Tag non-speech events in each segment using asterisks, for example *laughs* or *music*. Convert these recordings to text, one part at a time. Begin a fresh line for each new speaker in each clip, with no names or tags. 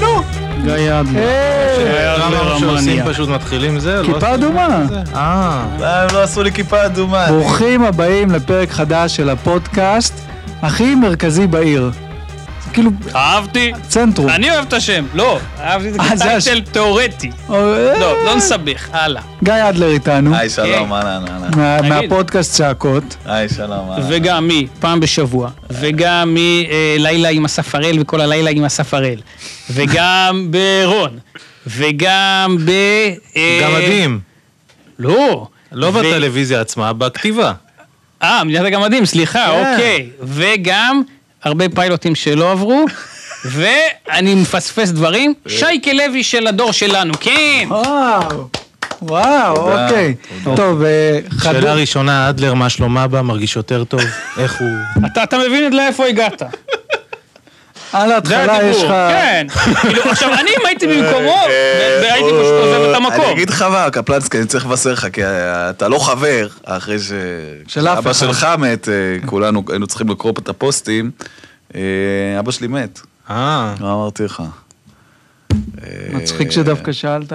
לא, מיד.
היי!
אה,
למה
רומניה.
כשעושים פשוט מתחילים זה? לא
אה, כיפה
עושים
אדומה.
זה? אה,
למה הם לא עשו לי כיפה אדומה?
ברוכים הבאים לפרק חדש של הפודקאסט הכי מרכזי בעיר. זה כאילו
אהבתי.
צנטרום.
אני אוהב את השם, לא, אהבתי את
אה, זה
הטייטל תיאורטי.
אה,
לא, אה, לא נסבך, הלאה.
גיא אדלר איתנו,
היי,
כן.
שלום, אהלן, אהלן.
מה-
תגיד.
מהפודקאסט צעקות.
היי, שלום, אהלן.
וגם מי, פעם בשבוע, וגם מלילה עם אסף הראל וכל הלילה עם אסף הראל, וגם
*laughs*
ברון, וגם ב... אה,
גמדים.
לא.
לא
ו-
בטלוויזיה עצמה, בכתיבה.
אה, מדינת הגמדים, סליחה,
כן.
אוקיי. וגם הרבה פיילוטים שלא
*laughs*
עברו, ואני מפספס דברים. שייקה לוי של הדור שלנו, כן.
וואו, וואו, אוקיי. טוב, אה, חדו-
שאלה ראשונה, אדלר, מה שלומה בה? מרגיש יותר *laughs* טוב? איך הוא...
אתה אתה מבין עד לאיפה הגעת.
על
*laughs* זה
ההתחלה יש
הדיבור,
לך...
כן. כאילו, עכשיו, אני אם הייתי במקומו, והייתי פשוט עוזב את
אה, אני
המקום.
אגיד לך מה, קפלנסקי, אני צריך לבשר לך, כי אה, אתה לא חבר, אחרי ש...
של אף
אבא
אחד.
שלך מת, אה, כולנו היינו צריכים לקרוא את הפוסטים. אה, אבא שלי מת,
אה,
מה אמרתי לך? אה,
מצחיק שדווקא שאלת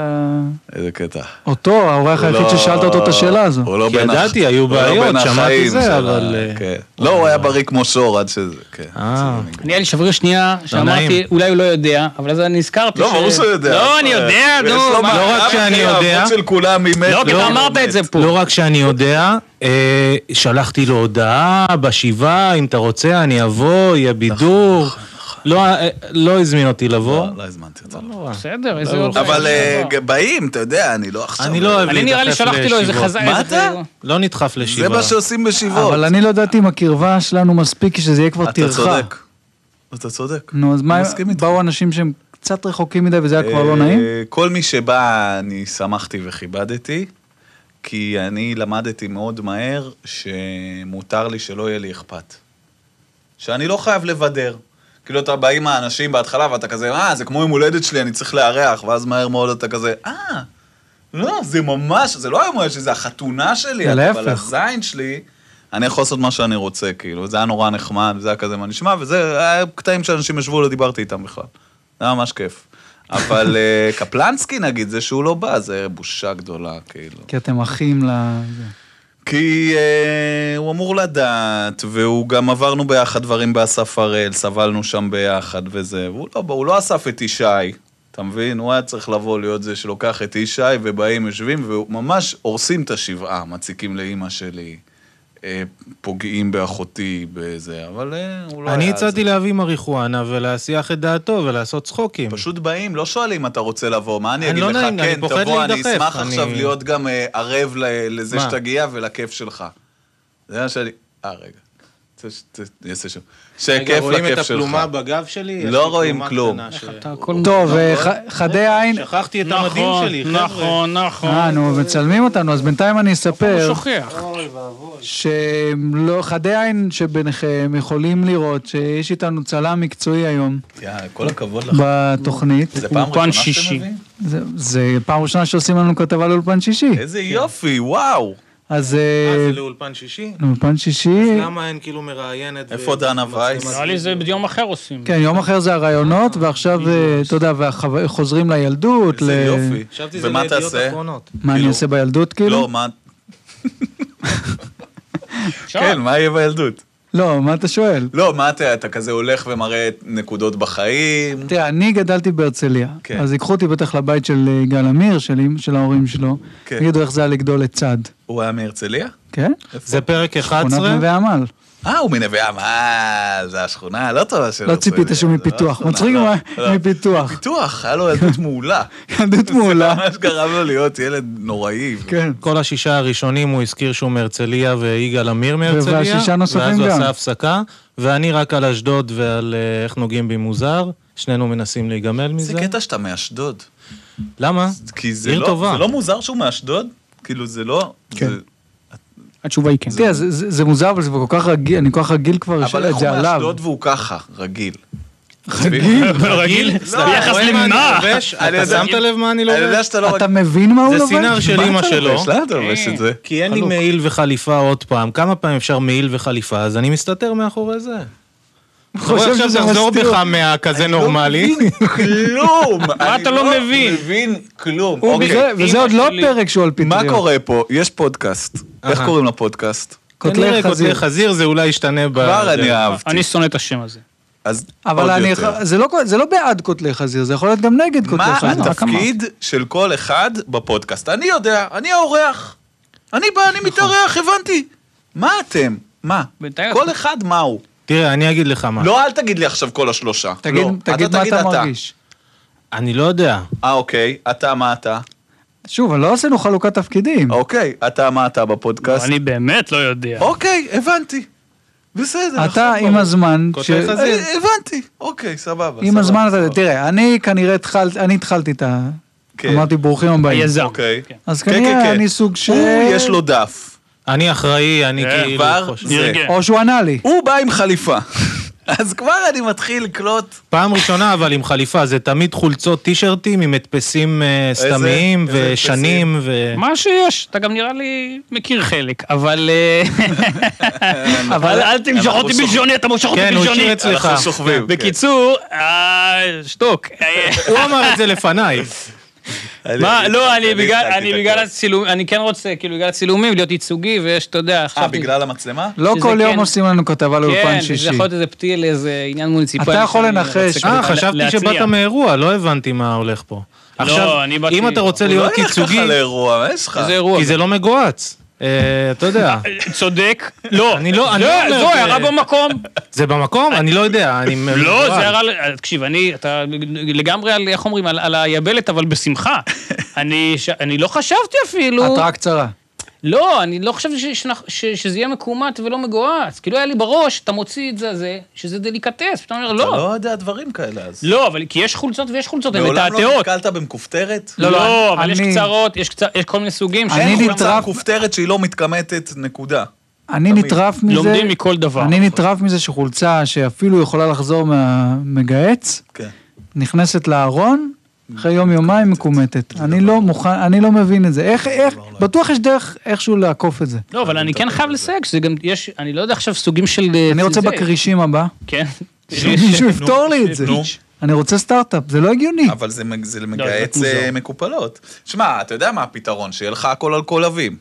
איזה קטע.
אותו, האורח היחיד
הוא לא-
ששאלת אותו את השאלה הזו.
הוא לא
כי
בין הח-
ידעתי, היו
הוא לא
בעיות,
בין
שמעתי
החיים
זה,
של ה-
אבל, אה,
כן. לא, הוא היה בריא כמו שור עד שזה, כן.
אה.
אני היה לי שבריר שנייה, שאמרתי,
נעים.
אולי הוא לא יודע, אבל אז אני נזכרתי
לא, ברור שהוא יודע. אה,
לא, אני יודע,
יש
נו. מה-
לו מה-
לא רק שאני
אבא,
יודע.
האבות של כולם היא מת.
לא, כי אתה אמרת את זה פה.
לא רק שאני יודע, אה, שלחתי לו הודעה בשבעה, אם אתה רוצה, אני אבוא, יהיה בידור. לא, אה, לא הזמין אותי לבוא.
לא, לא הזמנתי אותו.
בסדר, איזה עוד...
לא,
אבל אה, ג- באים, אתה יודע, אני לא עכשיו...
אני לא אוהב
אני נראה לי
להידחף
שלחתי לו איזה
לישיבות.
חזק...
מה אתה?
לא נדחף
זה
לשבעה.
מה שעושים בשבעות.
אבל אני לא ידעתי אם הקרבה שלנו מספיק שזה יהיה כבר
אתה
טרחה.
צודק. אתה צודק.
נו, אז מה,
אני מסכים איתך.
באו אנשים שהם קצת רחוקים מדי וזה היה כבר לא
אה,
נעים?
כל מי שבא, אני שמחתי וכיבדתי, כי אני למדתי מאוד מהר שמותר לי שלא יהיה לי אכפת. שאני לא חייב לבדר. כאילו, אתה בא עם האנשים בהתחלה ואתה כזה, אה, זה כמו יום הולדת שלי, אני צריך לארח, ואז מהר מאוד אתה כזה, אה, לא, זה ממש, זה לא היום הולדת שלי, זה החתונה שלי,
זה
אבל
להפך.
הזין שלי, אני יכול לעשות מה שאני רוצה, כאילו, זה היה נורא נחמד, זה היה כזה מה נשמע, וזה, היה קטעים שאנשים ישבו, לא דיברתי איתם בכלל. זה היה ממש כיף. אבל אה, *laughs* קפלנסקי, נגיד, זה שהוא לא בא, זה בושה גדולה, כאילו.
כי אתם אחים ל... זה.
כי אה, הוא אמור לדעת, והוא גם עברנו ביחד דברים באסף הראל, סבלנו שם ביחד וזה, והוא לא, הוא לא אסף את ישי, אתה מבין? הוא היה צריך לבוא להיות זה שלוקח את ישי, ובאים, יושבים, וממש הורסים את השבעה, מציקים לאימא שלי, אה, פוגעים באחותי, בזה, אבל אה, הוא לא
אני
היה זה.
הצעתי להביא מריחואנה ולהסיח את דעתו ולעשות צחוקים.
פשוט באים, לא שואלים אתה רוצה לבוא, מה אני
אני
אגיד
לא
לך?
נעים, אני
כן,
פוחד
תבוא, אני
להידחף,
אשמח
אני-
עכשיו להיות גם אה, ערב ל- לזה
מה?
שתגיע ולכיף שלך. זה מה שאני... אה, רגע. ת- ת- אני אעשה שוב. שכיף
רואים את
לכיף שלך.
הפלומה בגב שלי? יש לי
לא רואים
פלומה
כלום.
קטנה ש-
אתה הכל...
טוב, אה, ח- חדי עין...
שכחתי את המדים
נכון,
שלי, חבר'ה.
נכון, נכון.
אה, נו, מצלמים אותנו, אז בינתיים אני
הוא
אספר
שוכח.
שחדי עין שביניכם יכולים לראות שיש איתנו צלם מקצועי היום
יאללה, כל הכבוד לך.
בתוכנית.
נכון. זה פעם
אולפן
ראשונה שאתם
שישי.
מביאים?
זה- זה פעם ראשונה שעושים לנו כתבה לאולפן שישי.
כן.
איזה יופי, וואו.
אז אה,
אה, זה לאולפן שישי?
אולפן שישי,
למה אין כאילו מראיינת?
איפה
ו-
דנה
מצלמה?
וייס?
נראה לי זה ביום אחר עושים.
כן, יום אחר זה הרעיונות, ועכשיו, אה, אתה יודע, והחו- חוזרים לילדות,
איזה
ל-
יופי.
חשבתי זה
ומה
לידיעות
תעשה?
אחרונות.
מה אני
כאילו-
עושה בילדות,
לא,
כאילו?
מה...
עכשיו,
כן, מה יהיה בילדות?
לא, מה אתה שואל?
לא, מה אתה, אתה כזה הולך ומראה נקודות בחיים?
תראה, אני גדלתי בהרצליה,
כן.
אז ייקחו אותי בטח לבית של אה, יגאל עמיר, של אמ- של ההורים שלו,
כן.
יגידו איך זה היה לגדול לצד,
הוא היה מהרצליה?
כן?
זה פרק
שכונת
11?
נווה עמל.
אה, הוא מנווה עמל, זה השכונה הלא טובה של
לא ציפית שהוא מפיתוח, מצחיק
לא,
מה-
לא.
מפיתוח.
פיתוח, היה לו ילדות
*laughs*
מעולה.
ילדות
*laughs*
מעולה.
זה ממש גרם לו להיות ילד נוראי.
כן.
כל השישה הראשונים הוא הזכיר שהוא מהרצליה ויגאל עמיר מהרצליה.
והשישה נוספים
ואז הוא
גם.
עשה הפסקה, ואני רק על אשדוד ועל אה, איך נוגעים בי מוזר. שנינו מנסים להיגמל
זה
מזה.
קטע שאתה מאשדוד.
למה?
כי זה
עיר
לא-
טובה.
זה לא מוזר שהוא מאשדוד? כאילו זה לא...
כן.
זה-
התשובה היא כן.
תראה, זה- זה זה מוזר, אבל זה כל כך רגיל, אני כל כך רגיל כבר
אבל
שאלה
איך
את
הוא
זה עליו.
מאשדוד והוא ככה, רגיל.
רגיל?
*laughs* רגיל? ביחס
רואה מה אני
למה?
לובש?
לא, אני
אתה
יודע-
שמת לב מה
*laughs*
אני
אני יודע
לובש?
שאתה לא...
אתה מבין מה הוא
זה
לובש?
סינר של
מה
אימא
אתה
שלו.
לובש? למה אתה לובש את זה?
כן. כי אין לי
חלוק.
מעיל וחליפה עוד פעם. כמה פעמים אפשר מעיל וחליפה, אז אני מסתתר מאחורי זה. אתה רואה, עכשיו תחזור בך מהכזה נורמלי.
לא מבין כלום.
מה
אני
אתה לא מבין?
מבין כלום.
הוא
אוקיי,
וזה- וזה
אמא
עוד לא
שלי.
פרק שהוא על פטריות.
מה קורה פה? יש פודקאסט. איך
אהה.
קוראים לפודקאסט?
קוטלי חזיר.
חזיר זה אולי ישתנה ב...
כבר אני
זה-
אהבתי.
אני שונא את השם הזה.
אז עוד
אבל אני,
יותר.
זה, לא, זה לא בעד קוטלי חזיר, זה יכול להיות גם נגד קוטלי
מה
חזיר.
התפקיד של כל אחד בפודקאסט? אני יודע, אני האורח. אני בא,
נכון.
אני מתארח, הבנתי. מה אתם? מה?
בינתיים
כל
אתה-
אחד מה הוא.
תראה, אני אגיד לך מה.
לא, אל תגיד לי עכשיו כל השלושה.
תגיד,
לא,
תגיד מה אתה מרגיש.
אני לא יודע.
אה, אוקיי. אתה, מה אתה?
שוב, לא עשינו חלוקת תפקידים.
אוקיי. אתה, מה אתה בפודקאסט?
אני באמת לא יודע.
אוקיי, הבנתי. בסדר.
אתה עם
עכשיו אוקיי, נכון, ברור.
הזמן,
קוטלי
ש-
חזיר.
אה, הבנתי. אוקיי, סבבה.
עם
סבבה,
הזמן אתה,
סבבה.
תראה, אני כנראה התחלתי, אני התחלתי את ה...
כן.
אמרתי
אה,
ברוכים הבאים.
היזם.
אוקיי.
כן.
אז
כן, כן,
כנראה
כן.
אני סוג של...
הוא, יש לו דף.
אני אחראי, אני
אה,
כאילו...
כבר
חושב-
זה.
נרגן.
או שהוא ענה לי.
הוא בא עם חליפה. *laughs* אז כבר אני מתחיל לקלוט.
פעם ראשונה אבל עם חליפה, זה תמיד חולצות טישרטים עם הדפסים אה,
איזה-
סתמיים
איזה
ושנים ו...
מה שיש, אתה גם נראה לי מכיר חלק, אבל... אה, אבל אל תמשוך
אנחנו
אותי
סוחבים.
בלשוני, אתה מושך אותי
כן, הוא
בלשוני.
השאיר אצלך.
אנחנו סוחבים. כן.
בקיצור, אה, שתוק.
הוא אמר את זה
*laughs*
לפניי. אה,
מה, לא, אני בגלל-
התחלתי
אני
את
בגלל
הכל.
הצילומים, אני כן רוצה, כאילו, בגלל הצילומים, להיות ייצוגי, ויש, אתה יודע,
אה,
חשבתי...
בגלל המצלמה?
לא
שזה
כל
כן.
יום עושים לנו כתבה
כן,
לאולפן
זה
שישי.
יכול להיות איזה פתיל, איזה עניין מוניציפלי.
אתה יכול
שאני
לנחש.
רוצה
אה,
ככה
חשבתי
להצליח.
שבאת מאירוע, לא הבנתי מה הולך פה. עכשיו,
אני באתי-
אם אתה רוצה
הוא
לא
להיות
ילך
ייצוגי,
ככה לאירוע, מה יש לך?
איזה אירוע.
כי זה לא מגואץ. אה, אתה יודע,
צודק. לא.
אני לא- אני
זה-
לא אומר
זו
ב-
הערה במקום.
זה במקום? אני לא יודע,
*laughs*
אני...
לא,
מבוהל.
זה הרע, ל- תקשיב, אני, אתה לגמרי על, איך אומרים, על, על היבלת, אבל בשמחה. אני, ש, אני לא חשבתי אפילו,
התראה קצרה.
לא, אני לא חשבתי ש, שנח- ש, שזה יהיה מקומט ולא מגואץ. כאילו היה לי בראש, אתה מוציא את זה, זה שזה דליקטס, פתאום אני אומר,
אתה
לא.
לא יודע דברים כאלה אז.
לא, אבל כי יש חולצות ויש חולצות, הן
מעולם לא
מתעתעות.
נתקלת במכופתרת?
לא,
לא,
לא, אבל יש
אני-
קצרות, יש קצ- יש כל מיני סוגים. ש-
אני
אין
נטרף-
חולצה מכופתרת שהיא לא מתקמטת, נקודה.
אני
תמיד.
נטרף מזה...
לומדים מכל דבר.
אני נטרף מזה שחולצה שאפילו יכולה לחזור מהמגהץ,
כן.
נכנסת לארון, אחרי יום יומיים מקומטת. אני לא מוכן, אני לא מבין את זה. איך, איך, בטוח יש דרך איכשהו לעקוף את זה.
לא, אבל אני כן חייב לסייג, שזה גם, יש, אני לא יודע עכשיו סוגים של... אה,
אני רוצה
זה.
בכרישים הבא,
כן.
שמישהו יפתור לי את זה.
נו.
אני רוצה סטארט-אפ, זה לא
אה.
הגיוני.
אבל זה מג- זה
זה
מגהץ
מוזר.
אה, מקופלות. שמע, אתה יודע מה הפתרון? שיהיה לך הכל על קולבים.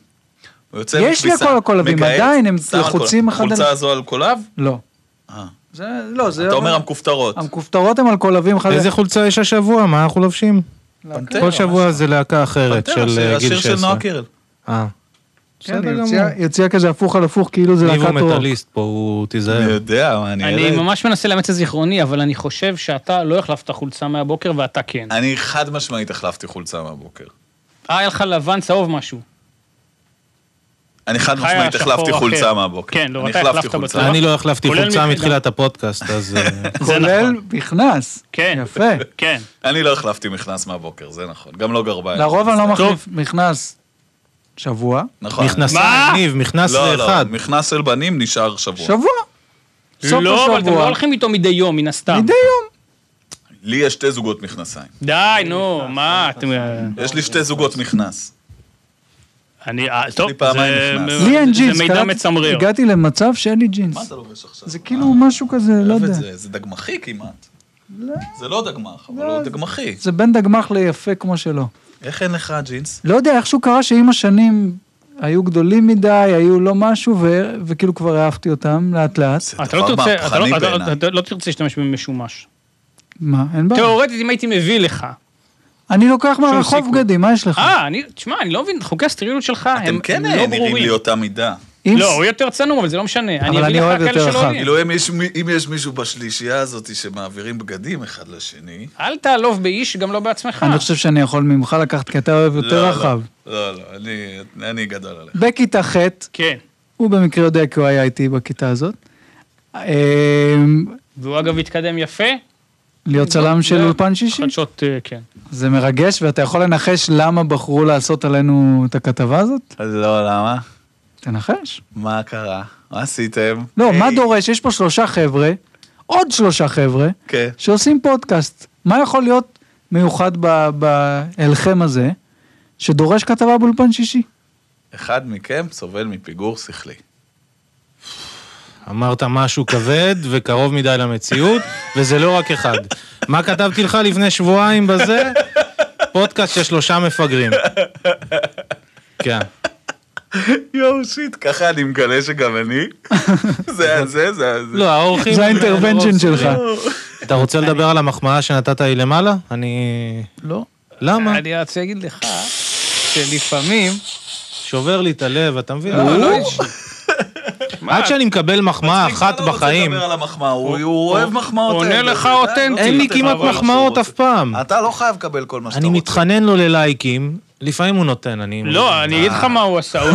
הוא יוצא
יש לי
בכביסה,
הכל על קולבים,
מגהץ,
עדיין הם
שם על קול-
לחוצים אחד על-
החולצה הזו על קולב?
לא.
אה.
זה, לא, זה...
אתה אומר המכופתרות.
המכופתרות הן על קולבים אחד...
איזה חולצה יש השבוע? מה אנחנו לובשים?
פנתרה,
כל שבוע זה להקה אחרת
פנתרה,
של
שיר-
אה, גיל
השיר
16.
של נועה קירל.
אה.
כן,
בסדר
היא
גמור.
הוציאה- היא הוציאה כזה הפוך על הפוך, כאילו זה
ניב הוא
להקת רוק.
מטאליסט פה, הוא
אני
תיזהר.
יודע, מה אני
אני
ילד.
ממש מנסה לאמץ את זיכרוני, אבל אני חושב שאתה לא החלפת חולצה מהבוקר ואתה כן.
אני חד משמעית החלפתי חולצה מהבוקר.
אה, היה לך לבן צהוב משהו.
אני חד
לך היה
משמעית
שחור
החלפתי
אחר.
חולצה מהבוקר.
כן, לא,
אני
אתה
החלפתי
החלפת
חולצה.
בצבא.
אני לא החלפתי
כולל
חולצה
מ-
מתחילת הפודקאסט, אז... אה,
זה
כולל
נכון.
מכנס.
כן.
יפה.
כן.
אני לא החלפתי מכנס מהבוקר, זה נכון. גם לא גרביים.
לרוב אני לא
טוב.
מחליף מכנס שבוע.
נכון.
מכנסיים,
מה?
ניב, מכנס
לא, לא,
לאחד.
מכנס של בנים נשאר שבוע.
שבוע. סוף
לא, אבל אתם לא
השבוע.
הולכים איתו מדי יום, מן הסתם.
מדי יום.
לי יש שתי זוגות מכנסיים.
די, נו, מה, אתם... אה,
יש לי שתי זוגות מכנס.
אני... אה, טוב,
לי פעמיים
זה-
נכנס.
לי אין
זה
ג'ינס.
מידע
קלטתי-
מצמרר.
הגעתי למצב שאין לי ג'ינס.
מה אתה לובש עכשיו?
זה כאילו משהו כזה, לא
אוהב את
יודע.
אה, זה, זה דגמחי כמעט. זה לא דגמח, אבל הוא דגמחי.
זה בין דגמח ליפה כמו שלא.
איך אין לך ג'ינס?
לא יודע, איכשהו קרה שעם השנים היו גדולים מדי, היו לא משהו, ו- וכאילו כבר העפתי אותם לאט לאט.
אתה לא
דבר
תרצה- אתה לא-
מהפכני
אתה-
בעיניי.
אתה לא תרצה להשתמש במשומש.
מה, אין בעיה.
תאורטית, אם הייתי מביא לך.
אני לוקח מהרחוב
סיכוי.
בגדים, מה יש לך?
אה, אני... תשמע, אני לא מבין, חוקי הסטריליות שלך הם
אתם כן
הם לא
נראים לי
ברורים.
אותה מידה.
אם-
לא, הוא יותר צנום, אבל זה לא משנה. אני
אבל אני
אביא לך
אוהב
כאלה
יותר
שלא
רחב.
יודעים.
כאילו אם יש מי- אם יש מישהו בשלישייה הזאת שמעבירים בגדים אחד לשני...
אל תעלוב באיש, גם לא בעצמך.
אני חושב שאני יכול ממך לקחת, כי אתה אוהב יותר
לא,
רחב.
לא, לא, לא, אני- אני גדול עליך.
בכיתה ח',
כן.
הוא במקרה יודע כי הוא היה איתי בכיתה הזאת. אמ,
והוא אגב התקדם יפה. לא,
להיות צלם של
זה-
אולפן שישי.
חדשות, אה, כן.
זה מרגש, ואתה יכול לנחש למה בחרו לעשות עלינו את הכתבה הזאת?
אז לא, למה?
תנחש.
מה קרה? מה עשיתם?
לא,
היי.
מה דורש? יש פה שלושה חבר'ה, עוד שלושה חבר'ה,
כן.
שעושים פודקאסט. מה יכול להיות מיוחד ב- בהלחם הזה, שדורש כתבה באולפן שישי?
אחד מכם סובל מפיגור שכלי.
אמרת משהו כבד וקרוב מדי למציאות, וזה לא רק אחד. מה כתבתי לך לפני שבועיים בזה? פודקאסט של שלושה מפגרים. כן.
יואו, שיט, ככה אני מגלה שגם *laughs* אני. זה היה זה, זה היה זה.
לא, האורחים... לא
זה האינטרוונצ'ן שלך.
אתה רוצה לדבר על המחמאה שנתת לי למעלה? אני...
לא.
למה?
אני רוצה להגיד לך שלפעמים...
שובר לי את הלב, אתה מבין?
לא, לא אישי.
עד שאני מקבל מחמאה אחת בחיים,
הוא לא רוצה לדבר על המחמאה, הוא הוא אוהב מחמאות.
הוא עונה
האלה,
לך
אתה לא
אותנטי.
צריך
אין לי
לתת לו
כמעט
אבל לחשוב
מחמאות
אותו.
אף פעם.
אתה לא חייב לקבל כל מה שאתה
אני
רוצה.
מתחנן לו ללייקים, לפעמים הוא נותן, אני...
לא, אני אגיד לך מה הוא עשה.
*laughs*
הוא-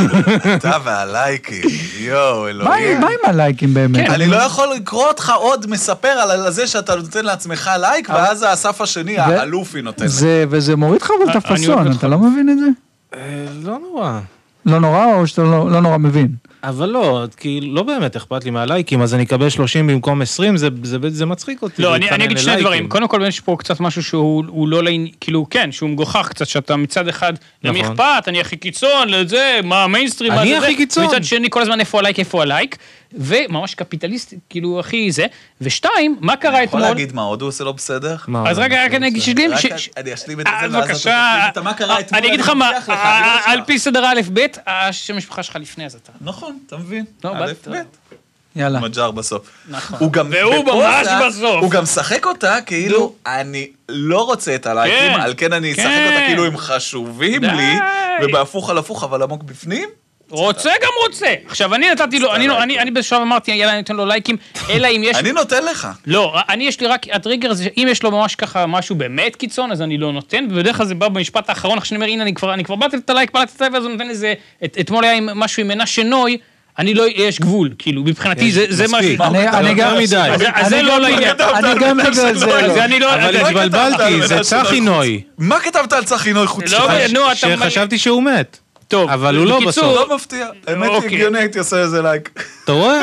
אתה והלייקים, יואו,
מה
אלוהים.
עם מה עם הלייקים באמת?
כן.
אני לא יכול לקרוא אותך עוד מספר על על זה שאתה נותן לעצמך לייק, ואז האסף השני, האלופי נותן לך.
זה, וזה מוריד לך אבל את
אני אוהב
הפאסון,
אותך.
אתה לא מבין את זה?
אה, לא נורא.
לא נורא או שאתה לא לא נורא מבין?
אבל לא, כי לא באמת אכפת לי מהלייקים, אז אני אקבל 30 במקום 20, זה, זה, זה מצחיק אותי.
לא, אני
להתחנן
אני
כאילו.
אגיד שני
ללייקים.
דברים. קודם כל, יש פה קצת משהו שהוא הוא לא לעניין, כאילו, כן, שהוא מגוחך קצת, שאתה מצד אחד, למי
נכון.
אכפת, אני הכי קיצון, לזה, מה המיינסטרים, מה
אני
זה זה.
הכי קיצון.
מצד שני, כל הזמן איפה הלייק, איפה הלייק, וממש קפיטליסט, כאילו, הכי זה. ושתיים, מה קרה
יכול
אתמול?
להגיד מה, עוד הוא עושה לא בסדר?
מה,
אז רגע, רק אני אגיד שלי,
רק
ש-
אני-
ש-
אני אשלים את זה,
אה,
ואז אתה
בבקשה, אה,
תגיד את מה קרה אתמול,
אני אגיד לך
אני
מה,
מבטיח לך, אני לא
אה, על
אשכח.
פי סדר א', ב', אה, השם המשפחה שלך לפני אז אתה.
נכון, אתה מבין?
לא,
א',
באת-
ב'.
יאללה.
מג'אר בסוף.
נכון.
הוא גם...
והוא
בכל
ממש
זאת,
בסוף.
הוא גם משחק אותה כאילו, אני לא רוצה את הלייקים,
כן,
על כן אני אשחק
כן.
אותה כאילו הם חשובים
די.
לי, ובהפוך על הפוך, אבל עמוק בפנים.
רוצה גם רוצה. עכשיו, אני נתתי לו, אני לא- אני אני בשלב אמרתי, יאללה, אני נותן לו
*laughs*
לייקים, אלא אם יש...
אוקיי. אני נותן לך.
לא, אני יש לי רק, הטריגר זה, אם יש לו ממש ככה משהו באמת קיצון, אז אני לא נותן, ובדרך כלל זה בא במשפט האחרון, אחרי שאני אומר, הנה, אני כבר, אני כבר באתי את הלייק, באתי את הלייק, ואז הוא נותן איזה, את, אתמול היה עם משהו עם מנשה נוי, אני לא, יש גבול, כאילו, מבחינתי
כן,
זה, זה
מספיק.
משהו.
אני- אני גם...
יותר מדי.
אז זה- אז זה
אני
לא
גם-
*laughs*
לעניין.
אני גם בגלל זה
אז
לא.
אני לא,
אבל
אז-
התבלבלתי, זה
אבל-
צחי נוי.
מה כתבת על צחי נוי חוץ
לא,
ממך?
אבל- נו, אתה-
שחשבתי שהוא מת.
טוב,
אבל הוא לא
בקיצור,
בסוף.
לא מפתיע. האמת היא
אוקיי.
הגיוני, הייתי עושה איזה לייק.
אתה רואה?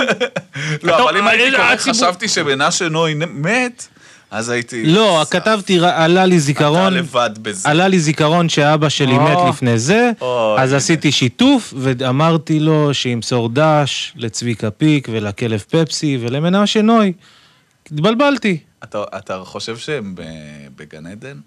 לא, אבל אם
אה,
הייתי
אה,
קורא,
הציבור-
חשבתי שמנשה נוי מת, אז
*laughs*
הייתי...
לא, כתבתי, עלה לי
אתה
זיכרון.
לבד בזה.
עלה לי זיכרון שאבא שלי
או.
מת לפני זה,
אוי.
אז עשיתי שיתוף ואמרתי לו שימסור דש לצביקה פיק ולכלב פפסי ולמנשה נוי. התבלבלתי.
אתה, אתה חושב שהם ב, בגן עדן?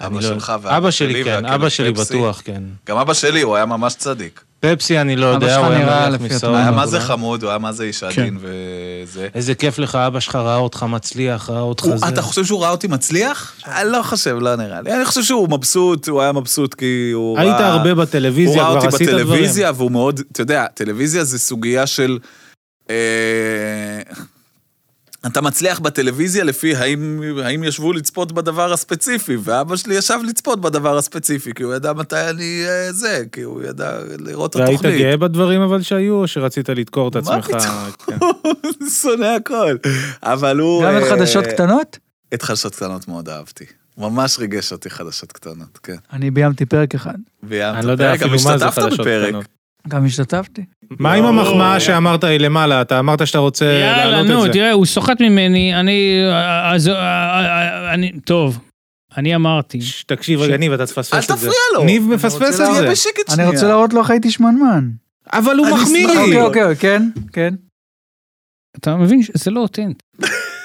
אני
אבא
לא-
שלך ואבא
אבא שלי, כן,
והכלב
אבא שלי
פפסי.
בטוח, כן.
גם אבא שלי, הוא היה ממש צדיק.
פפסי אני לא
אבא
יודע,
שלך
הוא
נראה
היה כן. מלך
לפי
מסעוד.
התמונה.
היה
אבא
מה זה
אולי.
חמוד, הוא היה מה זה איש עדין וזה.
איזה כיף לך, אבא שלך ראה אותך מצליח, ראה אותך
הוא-
זה.
אתה חושב שהוא ראה אותי מצליח? אני לא חושב, לא נראה לי. אני חושב שהוא מבסוט, הוא היה מבסוט כי הוא
היית
ראה-
הרבה בטלוויזיה,
הוא
כבר
ראה אותי
עשית דברים.
בטלוויזיה, והוא מאוד, אתה יודע, טלוויזיה זה סוגיה של... אה, אתה מצליח בטלוויזיה לפי האם, האם ישבו לצפות בדבר הספציפי, ואבא שלי ישב לצפות בדבר הספציפי, כי הוא ידע מתי אני אה, זה, כי הוא ידע לראות את
והיית
התוכנית. *laughs*
גאה בדברים אבל שהיו, או שרצית לדקור את
מה
עצמך?
פתאום?
כן.
הוא שונא הכל. אבל הוא...
גם את
אה,
חדשות קטנות?
את חדשות קטנות מאוד אהבתי. ממש ריגש אותי חדשות קטנות, כן.
אני ביימתי פרק אחד.
ביימת
אני לא יודע
פרק, גם
אפילו מה זה
השתתפת
חדשות
בפרק.
קטנות.
גם השתתפתי.
מה עם המחמאה שאמרת היא למעלה? אתה אמרת שאתה רוצה
יאללה,
להעלות את
נו,
זה.
תראה, הוא סוחט ממני, אני, אז, אה, אה, אני, טוב, אני אמרתי.
ש- תקשיב רגע, ניב, אתה
אל
תפספס את זה.
תפריע לו.
ניב
אני
מפספס
רוצה
את
תהיה
זה.
בשקט
אני
שנייה.
רוצה להראות לו איך הייתי שמנמן.
אבל הוא
אני
מחמיא
אשמח
לי.
אוקיי, אוקיי, כן, כן.
אתה מבין שזה לא אותנטי.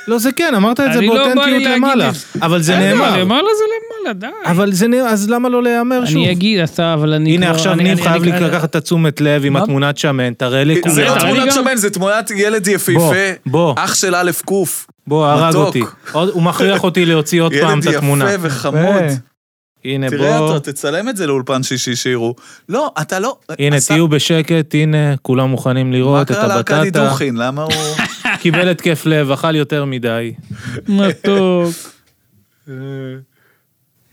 לא, זה כן, אמרת את זה
אני לא בא לי
באותנטיות
להגיד
למעלה.
את זה.
אבל זה
בסדר,
נאמר.
למעלה זה למעלה, די.
אבל זה נאמר, אז למה לא להיאמר שוב?
אני אגיד, אתה, אבל אני...
הנה
כבר-
עכשיו
אני-
ניב
אני-
חייב
אני-
לקחת את התשומת לב עם
מה?
התמונת שמן, תראה לי
זה לא
אתה
כולם.
תמונה-
תמונת
גם-
שמן, זה תמונת ילד
בוא,
יפהפה.
בוא,
אח של א' ק'.
בוא, הרג
מתוק.
אותי. עוד- הוא מכריח אותי להוציא עוד פעם
ילד
את התמונה.
יפה וחמוד.
אה,
הנה,
תראה
בוא.
אותו, תצלם את זה לאולפן שישי שיראו. לא, אתה לא...
הנה,
אסף,
תהיו בשקט, הנה, כולם מוכנים
מה
לראות את
קרה לארכדי
הבטטה.
דוכין? למה הוא...
קיבל התקף לב, אכל יותר מדי.
מתוק.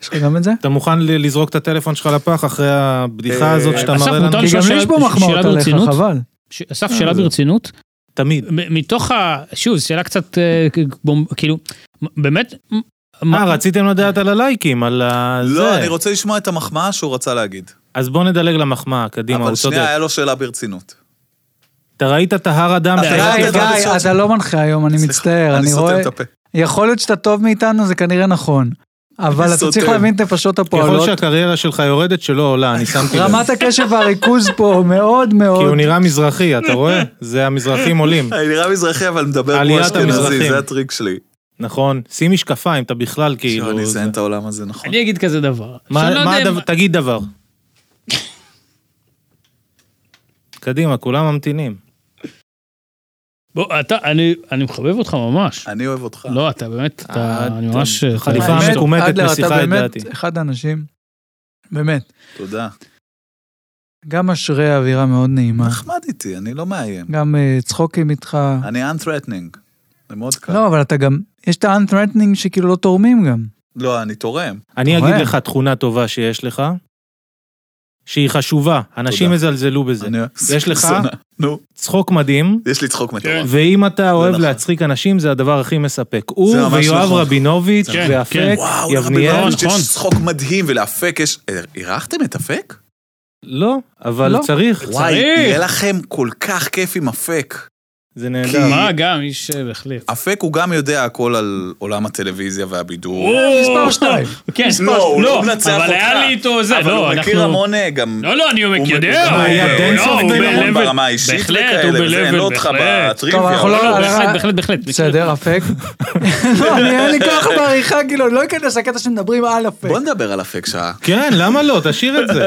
יש לך גם את זה?
לא,
אתה מוכן ל- לזרוק את הטלפון שלך לפח אחרי הבדיחה
אה,
הזאת שאתה
אסף,
מראה לנו?
מותר
כי
לשאול
גם לי
שאלה-
יש פה
שאלה
מחמאות עליך,
ברצינות?
חבל.
ש- אסף, שאלה ברצינות.
תמיד.
מ- מתוך ה... שוב, שאלה קצת... אה, כ- בום- כאילו, מ- באמת... מ-
אה,
מה-
רציתם לדעת על הלייקים, על ה...
לא,
*laughs* זה.
אני רוצה לשמוע את המחמאה שהוא רצה להגיד.
אז בוא נדלג למחמאה, קדימה,
אבל
הוא
שנייה,
צודק.
היה לו שאלה ברצינות.
אתה ראית את ההר אדם
אתה
שהיה
ראית
די,
את זה
לך?
גיא,
בסוף.
אתה לא מנחה היום, אני
סליחה,
מצטער, אני
סותם
רואה...
את הפה.
יכול להיות שאתה טוב מאיתנו, זה כנראה נכון. אבל אתה צריך
סותם.
להבין את נפשות
ככל
הפועלות.
שהקריירה שלך יורדת, שלא עולה, אני שמתי לב.
רמת הקשב והריכוז פה מאוד
כי
מאוד.
הוא נראה מזרחי, אתה רואה? זה המזרחים עולים.
אני נראה מזרחי אבל מדבר כמו
עליית
אשכנזי,
המזרחים.
זה הטריק שלי.
נכון, שים משקפיים, אתה בכלל
כאילו, אני
כאילו... זה-
אזיין את העולם הזה, נכון.
אני אגיד כזה דבר.
מה-
שאני לא
מה
יודע אם-
הדבר- תגיד
*laughs*
דבר. קדימה, כולם ממתינים.
בוא, אתה, אני- אני מחבב אותך
אה,
ממש.
אני אוהב אותך.
לא, אתה באמת, אתה, אני ממש... אתה-
חליפה
אתה-
האמת,
המתו- מתומטת
אדלר,
מסיחה
אתה
את
באמת
דעתי.
אחד האנשים, באמת,
תודה.
גם אשרי האווירה מאוד נעימה,
נחמד איתי, אני לא מאיים.
גם אה, צחוקים איתך.
אני unthreatening. זה מאוד קל.
לא, אבל אתה גם, יש את ה-unthreatening שכאילו לא תורמים גם.
לא, אני תורם.
אני אגיד
אוהב.
לך תכונה טובה שיש לך, שהיא חשובה, אנשים
תודה.
יזלזלו בזה.
אני-
יש לך?
זונה. נו,
צחוק מדהים,
יש לי צחוק מטורף.
ואם אתה אוהב
נכון.
להצחיק אנשים, זה הדבר הכי מספק. הוא
ממש
ויואב
נכון.
רבינוביץ'
כן, כן.
ואפק,
וואו,
יבניאל.
יבניאל,
נכון.
יש צחוק מדהים, ולאפק יש... אה, אירחתם את אפק?
לא, אבל
לא.
צריך,
וואי, יהיה לכם כל כך כיף עם אפק.
זה נהדר.
כי-
מה, גם, איש אה, בהחלט.
אפק הוא גם יודע הכל על עולם הטלוויזיה והבידור.
מספר שתיים.
*laughs* כן,
לא, הוא לא מנצח אותך.
אבל היה לי איתו זה,
אבל
לא,
הוא מכיר
אנחנו...
המון אה, גם...
לא, לא, אני
הוא
יודע.
הוא-
היה
הוא-
dance
לא,
of
הוא
the
ב-level,
level.
ברמה האישית
בהחלט,
וכאלה,
הוא
וזה, אין
ב-level,
לו אותך
בהחלט.
בטריוויה.
טוב, אנחנו לא-
אבל-
לא, בהחלט,
אה,
בהחלט, בהחלט.
בסדר, אפק. *laughs* לא, אני אין לי כוח בעריכה, כאילו, אני לא אכנס לקטע שמדברים על אפק.
בוא נדבר על אפק שעה.
כן, למה לא? תשאיר את זה.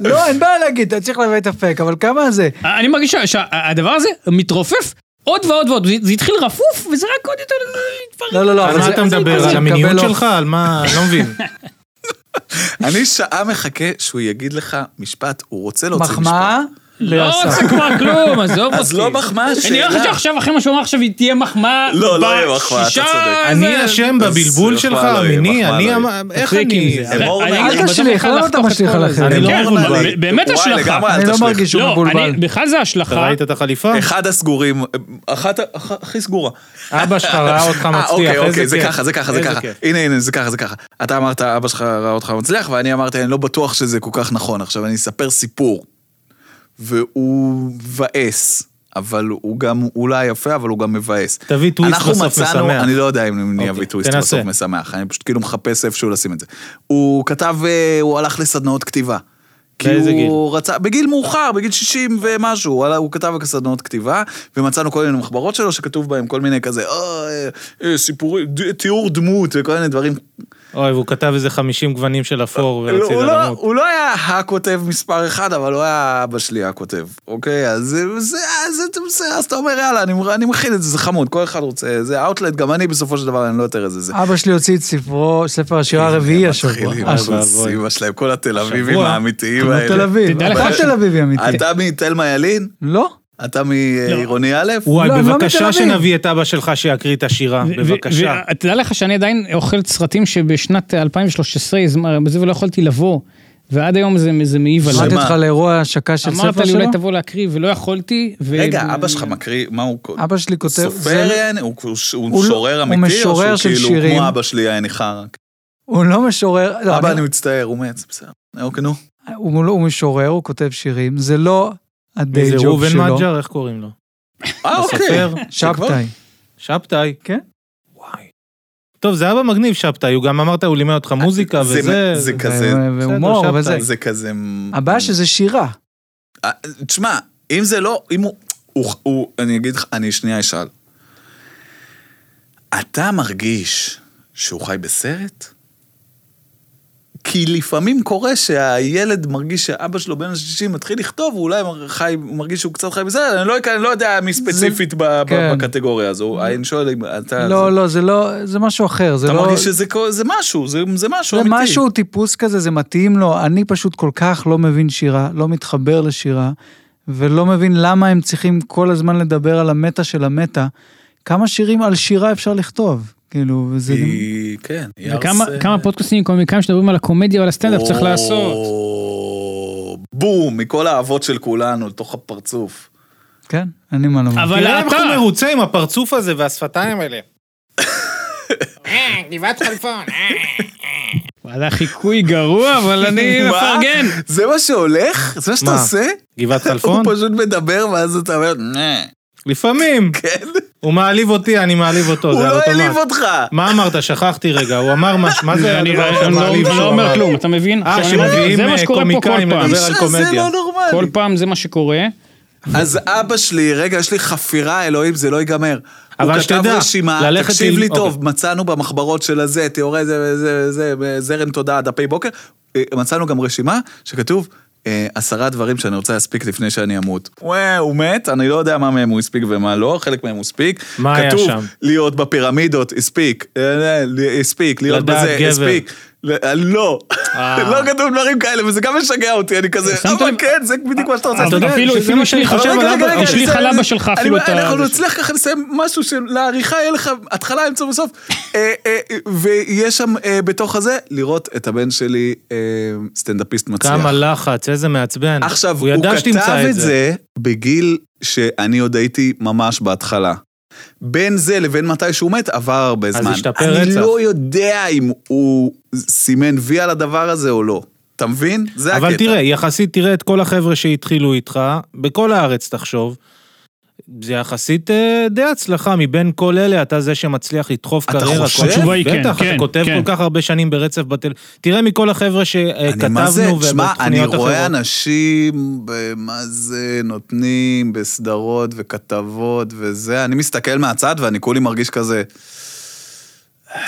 לא, אין בעיה להגיד, אתה צריך להביא את אפק, אבל כמה זה?
אני מרגיש שה- שהדבר הזה מתרופף עוד ועוד ועוד, זה- זה התחיל רפוף, וזה רק עוד יותר מתפרק.
לא, לא, לא,
על
אבל
מה
זה-
אתה
זה-
מדבר?
זה
על
מקבל
המיניות
אוף.
שלך? על מה? אני לא מבין.
אני שעה מחכה שהוא יגיד לך משפט, הוא רוצה להוציא משפט.
מחמאה
לא
לאסף.
רוצה כבר כלום, עזוב אותי.
אז לא מחמאה,
אני נראה לך
שאלה.
שעכשיו, אחרי מה שהוא אמר עכשיו, היא תהיה מחמאה.
לא, לא יהיה מחמאה, אתה
בשישה
צודק.
הזה.
אני אשם
אז
בבלבול
מחמאה
שלך,
לא יהיה,
המיני,
מחמאה לא
אני...
יהיה.
אמ- איך
תפסיק עם
אני...
זה.
אמור
אני
להגיד,
אגיד לך, בסוף
תשליך, למה
אחד
אתה
לחתוך
משליך
את
על
כל הזה.
אחרים?
אני לא
כן,
מבולבל.
אבל באמת
וואי,
השלכה.
לגמרי, אל
אני לא
תשליך.
מרגיש שהוא
לא, אני-
מבולבל.
בכלל זה
אתה
השלכה.
ראית את החליפה?
אחד הסגורים, אחת ה- אח- הכי סגורה.
אבא שלך ראה אותך
אה,
מצליח,
אוקיי, אוקיי,
איזה
זה
כיף.
ככה, זה ככה, זה
איזה
ככה.
כיף.
הנה, הנה, זה ככה, זה ככה. אתה אמרת, אבא שלך ראה אותך מצליח, ואני אמרתי, אני לא בטוח שזה כל כך נכון. עכשיו, אני אספר סיפור. והוא מבאס, אבל הוא גם אולי יפה, אבל הוא גם מבאס.
תביא טוויסט
אנחנו
בסוף
מצאנו-
משמח.
אני לא יודע אם אני
אוקיי,
אביא טוויסט
תנסה.
בסוף משמח, אני פשוט כאילו מחפש איפשהו לשים את זה. הוא כתב, אה, הוא הלך לסדנאות כתיבה. כי
באיזה
הוא רצה, בגיל מאוחר, בגיל 60 ומשהו, הוא עלה- הוא כתב סדנאות כתיבה, ומצאנו כל מיני מחברות שלו שכתוב בהם כל מיני כזה, "אה, אה, אה, סיפורים, ד- תיאור דמות וכל מיני דברים.
אוי, והוא כתב איזה 50 גוונים של אפור
לא,
ורצית
הוא לא-
למות.
הוא לא היה הכותב מספר אחד, אבל הוא היה אבא שלי הכותב, אוקיי? אז זה- זה, אז זה- זה- אז אתה אומר, יאללה, אני- אני מכיל את זה, זה חמוד, כל אחד רוצה, זה אאוטלט, גם אני בסופו של דבר, אני לא יותר איזה זה.
אבא שלי הוציא את ספרו, ספר השירה הרביעי השבוע.
מתחילים
אוי
משהו
ואבוי.
סיבה שלהם, כל התל אביבים
שבוע?
האמיתיים
כמו
האלה.
תל אביב,
תדע לך
הכל
ש-
תל אביבי אמיתי.
אתה מתלמה ילין?
לא?
אתה מעירוני א'?
וואי,
לא, הם לא מתל
בבקשה
אביב.
שנביא את אבא שלך שיקריא את השירה,
אה,
ו-
בבקשה.
ו- ותדע לך שאני עדיין אוכל סרטים שבשנת 2013 הזמר- בזה ולא יכולתי לבוא, ועד היום זה זה מעיב עליי.
שמעתי
שמה?
אותך לאירוע השקה של
אמרת
ספר
לי
שלו?
אולי תבוא להקריא ולא יכולתי. ו-
רגע, אבא שלך מקריא, מה הוא כותב?
אבא שלי כותב,
סופר
זה-
יעני? הוא- הוא- הוא
הוא לא-
משורר
הוא
אמיתי?
משורר
או
של
שהוא כאילו
שירים.
כמו אבא שלי יעני חרא?
הוא לא משורר, לא,
אבא,
אני-
אני מצטער, הוא מת, בסדר. אוקיי, נו.
הוא לא- הוא משורר, הוא כותב שירים, זה לא הדיי
זה
ג'וב
ראובן
שלו.
מג'ר, איך קוראים לו?
אה, אוקיי.
הסופר?
שבתאי.
שבתאי.
כן.
וואי. טוב, זה אבא מגניב שבתאי, הוא גם אמרת, הוא לימד אותך מוזיקה
זה-
וזה.
זה
ו-
כזה,
ו-
בסדר,
והומור,
שבתאי.
וזה.
זה כזה...
הבעיה שזה שירה.
אה, תשמע, אם זה לא, אם הוא, הוא, הוא, אני אגיד לך, אני שנייה אשאל. אתה מרגיש שהוא חי בסרט? כי לפעמים קורה שהילד מרגיש שאבא שלו בן ה-60 מתחיל לכתוב, הוא אולי מר- חי, הוא מרגיש שהוא קצת חי בסרט, אני לא, אני לא יודע מי ספציפית ב, ב,
כן.
בקטגוריה הזו, אני שואל אם אתה...
לא,
אה, זה,
לא, זה לא, זה משהו אחר, זה
אתה
לא...
מרגיש שזה כל- זה משהו, זה, זה משהו
זה
אמיתי.
משהו טיפוס כזה, זה מתאים לו. אני פשוט כל כך לא מבין שירה, לא מתחבר לשירה, ולא מבין למה הם צריכים כל הזמן לדבר על המטה של המטה. כמה שירים על שירה אפשר לכתוב? כאילו, וזה...
היא, כן, היא
וכמה
הרס-
כמה פודקאסטים עם קומיקאים שמדברים על הקומדיה ועל הסטנדאפ צריך לעשות.
או, בום, מכל האהבות של כולנו לתוך הפרצוף.
כן, אין לי מה לומר.
אבל
תראה איך
אתה,
הוא מרוצה עם הפרצוף הזה והשפתיים האלה.
זה היה חיקוי גרוע אבל אני
*laughs* מה?
מפרגן.
זה מה שהולך? זה מה שאתה
מה?
עושה? *laughs*
גבעת
הוא
חלפון? לא,
פשוט מדבר ואז אתה אומר, "נה".
לפעמים.
כן?
הוא מעליב אותי, אני מעליב אותו,
הוא
זה על
לא
אוטומט.
העליב אותך.
מה אמרת? שכחתי רגע, הוא אמר מה מה זה
אני
הדבר
אני לא-
שמעליב
אני
שהוא
לא
אמר?
אומר כלום, אתה מבין?
אה,
עכשיו, אני אומר,
שמביאים,
זה מה
אה,
שקורה פה כל
קומיקאים
פעם.
לדבר על
זה
קומדיה.
לא נורמלי.
כל פעם זה מה שקורה.
אז אבא שלי, רגע, יש לי חפירה, אלוהים, זה לא ייגמר.
אבל
הוא כתב
שתדע,
רשימה,
ללכת
תקשיב
עם-
לי טוב,
אוקיי.
מצאנו במחברות של הזה, תיאורי זה, זה, זה, זה, זרם תודעה, דפי בוקר, אה, מצאנו גם רשימה שכתוב... אה, עשרה דברים שאני רוצה להספיק לפני שאני אמות. וואו, הוא מת, אני לא יודע מה מהם הוא הספיק ומה לא, חלק מהם הוא הספיק.
מה היה
כתוב,
שם?
להיות בפירמידות, הספיק. אה, אה, ל- הספיק, להיות
לדעת
בזה,
גבר.
הספיק. ל- אה, לא, *laughs*
אה.
לא כתוב דברים כאלה, וזה גם משגע אותי, אני כזה,
שמת
אבל
לב-
כן, זה בדיוק מה שאתה רוצה.
אבל
אתה יודע,
אפילו-
שזה
אפילו
מה שאני
שליח
חושב
עכשיו
אבל
על
רגע,
אבא-
רגע, רגע,
השליך
בסדר,
על
זה-
אבא שלך
אני
אפילו
אומר,
את ה...
אנחנו נצליח ככה לסיים משהו שלעריכה יהיה לך התחלה, אמצע וסוף. אה, אה, ויש שם אה, בתוך הזה, לראות את הבן שלי אה, סטנדאפיסט מצליח.
כמה לחץ, איזה מעצבן.
עכשיו, הוא,
ידע
כתב
שתמצא
את זה בגיל שאני עוד הייתי ממש בהתחלה. בין זה לבין מתי שהוא מת עבר הרבה זמן.
השתפר
אני
רצח.
לא יודע אם הוא סימן וי על הדבר הזה או לא. אתה מבין? זה הקטע.
אבל תראה, יחסית, תראה את כל החבר'ה שהתחילו איתך, בכל הארץ תחשוב. זה יחסית אה, די הצלחה, מבין כל אלה אתה זה שמצליח לדחוף
אתה
קריירה. כל-
חושב? התשובה
היא כן,
בטח,
כן,
אתה כותב
כן.
כל כך הרבה שנים ברצף בטל... תראה מכל החבר'ה
אני מה זה,
שכתבנו
תשמע, אני
ובתוכניות
רואה
אחרות.
אנשים, מה זה, נותנים בסדרות וכתבות וזה, אני מסתכל מהצד ואני כולי מרגיש כזה,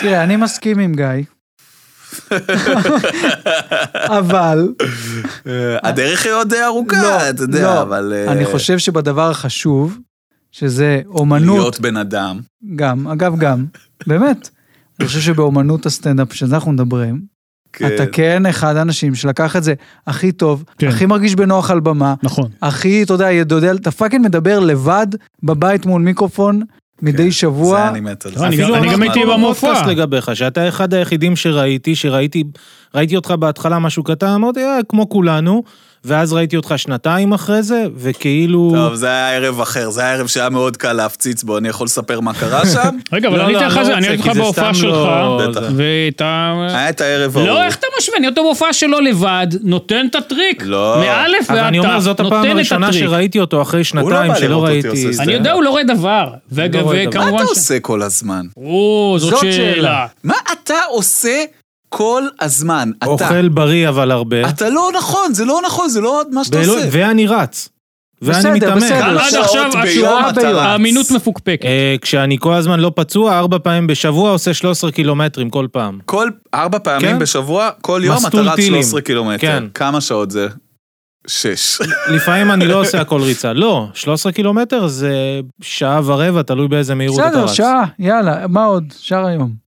תראה, אני מסכים עם גיא.
*laughs*
אבל...
"אה, הדרך היא עוד ארוכה,
לא,
אתה יודע,
לא.
אבל... אה,
אני חושב שבדבר החשוב, שזה אומנות
להיות בן אדם.
גם, אגב גם, באמת. אני חושב שבאומנות הסטנדאפ שאנחנו מדברים,
כן.
אתה כן אחד האנשים שלקח את זה הכי טוב,
כן.
הכי מרגיש בנוח על במה,
נכון.
הכי, אתה יודע, יודע, אתה פאקינג מדבר לבד בבית מול מיקרופון מדי
כן, זה
שבוע.
אני מת על
לא,
זה.
אני
אפילו
גם- אני גם
אמרתי-
הייתי
אמרנו
במופע.
בפודקאסט לגביך, שאתה אחד היחידים שראיתי, שראיתי, ראיתי אותך בהתחלה משהו קטן, אמרתי, אה, כמו כולנו, ואז ראיתי אותך שנתיים אחרי זה, וכאילו...
טוב, זה היה ערב אחר, זה היה ערב שהיה מאוד קל להפציץ בו, אני יכול לספר מה קרה שם?
רגע, אבל
לא,
אני
לא,
אתן לך
לא
זה,
רוצה,
אני אגיד
כי
לך
זה
בהופעה
סתם
שלך,
לא-
בטח. אה,
ואתה...
היה את הערב ההוא.
לא, איך אתה משווה? אני אותו בהופעה שלו לבד, נותן את הטריק.
לא.
מאלף
אבל
ועד
אני אומר, זאת
ת',
הפעם
נותן את
הראשונה
הטריק.
שראיתי אותו אחרי שנתיים,
בא
שלא
לראות אותי
ראיתי...
עושה
אני יודע, הוא לא רואה דבר. וג-
רואה דבר.
מה
וכמובן...
אתה
ש-
עושה כל הזמן?
או, זאת שאלה.
מה אתה עושה כל הזמן? אתה.
אוכל בריא אבל הרבה,
אתה לא נכון, זה לא נכון, זה לא מה שאתה
ואלוה-
עושה.
ואני רץ. ואני
בסדר, בסדר.
מתאמן.
עד
שעות
עכשיו
ביום
השורה,
אתה רץ.
האמינות מפוקפקת.
אה, כשאני כל הזמן לא פצוע, ארבע פעמים בשבוע עושה 13 קילומטרים כל פעם.
כל ארבע פעמים
כן.
בשבוע, כל יום אתה
מסלול
רץ
טילים.
13 קילומטר.
כן.
כמה שעות זה?
*laughs*
שש.
לפעמים אני לא עושה הכל ריצה. לא, 13 קילומטר זה שעה ורבע, תלוי באיזה מהירות אתה רץ.
בסדר, שעה, יאללה, מה עוד? שאר היום.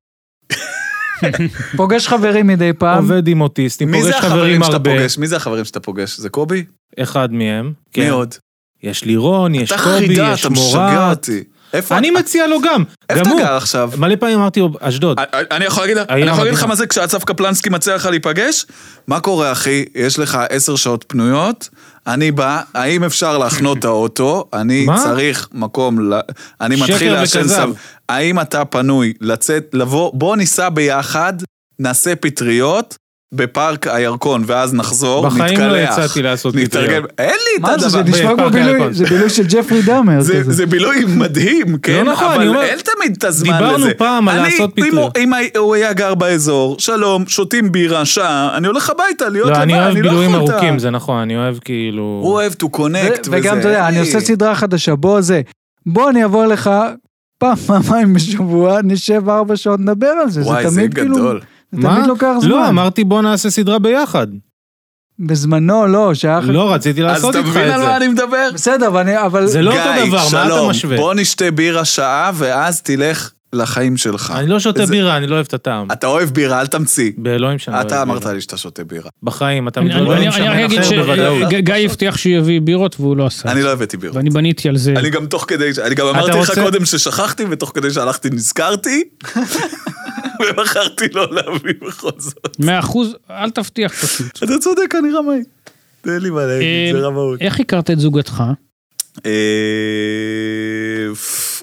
פוגש חברים מדי פעם.
עובד עם אוטיסטים,
מי
פוגש
זה
חברים
החברים שאתה
הרבה.
פוגש? מי זה החברים שאתה פוגש? זה קובי?
אחד מהם. כן.
מי עוד?
יש לירון, יש
אתה
קובי,
חידה,
יש
אתה משגע
מורת.
אותי. איפה
אני מציע לו גם.
איפה
גם
אתה
הוא.
גר עכשיו?
מלא פעמים אמרתי לו, אשדוד.
אני יכול להגיד לך-
העיר
אני יכול להגיד לך
המדהימה.
מה זה כשאסף קפלנסקי מציע לך להיפגש? מה קורה אחי? יש לך עשר שעות פנויות, אני בא, האם אפשר להחנות
*laughs*
את האוטו? אני
מה?
צריך מקום, ל- אני
שקר
מתחיל לעשן
וכזב.
סב. האם אתה פנוי לצאת, לבוא, בוא ניסע ביחד, נעשה פטריות. בפארק הירקון, ואז נחזור, נתקלח.
בחיים לא יצאתי לעשות
נתארגן,
פטריות.
אין לי את
מה זה,
הדבר. כן, נכון.
זה נשמע כמו
*laughs*
בפארק
בילוי,
הירקון.
זה בילוי של ג'פרי דאמר
זה,
כזה.
זה בילוי מדהים, כן?
נכון, אני
אבל
אומר-
אין תמיד את הזמן לזה.
דיברנו פעם על
אני,
לעשות
אם הוא-
פטריות.
אם הי- הוא היה גר באזור, שלום, שותים בירה, שעה, אני הולך הביתה להיות
לא,
לבד,
אני אוהב
לא
בילויים
יכול את ה-
ארוכים, זה נכון, אני אוהב כאילו...
הוא אוהב to connect
ו- וגם, אתה יודע, אני
היי.
עושה סדרה חדשה, בוא זה. בוא, אני אבוא לך פעם, פעמיים בשבוע, נשב ארבע שעות, נדבר על זה. זה
וואי, זה
תמיד כאילו...
גדול.
זה תמיד לוקח זמן.
לא, אמרתי בוא נעשה סדרה ביחד.
בזמנו לא, שהיה...
לא, רציתי
אז
לעשות
אתה
איתך
מבין על מה
את
אני מדבר?
בסדר, אבל אני... אבל...
זה. זה לא אותו
גיא,
דבר, מה אתה
שלום,
משווה?
בוא נשתה בירה שעה, ואז תלך לחיים שלך.
אני לא שותה
זה-
בירה, אני לא אוהב את הטעם.
אתה אוהב בירה, אל תמציא.
באלוהים שאני לא
אתה
אוהב
אמרת
בירה.
לי שאתה שותה בירה.
בחיים, אתה
אני-
מתלונן
אני-
עם
אני
שמן
אגיד
אחר בוודאות.
שגיא הבטיח שהוא יביא בירות והוא לא עשה.
אני לא הבאתי בירה.
ואני בניתי על זה.
אני גם תוך כדי, אני גם אמרתי לך
רוצה-
קודם ששכחתי, ותוך כדי שהלכתי נזכרתי, ובחרתי לא להביא בכל זאת.
מאה אחוז, אל תבטיח פשוט.
אתה צודק, אני רמאי. תן לי מה להגיד,
אה,
אמ,
*laughs* זה רמאות.
איך הכרת את זוגתך?
אה,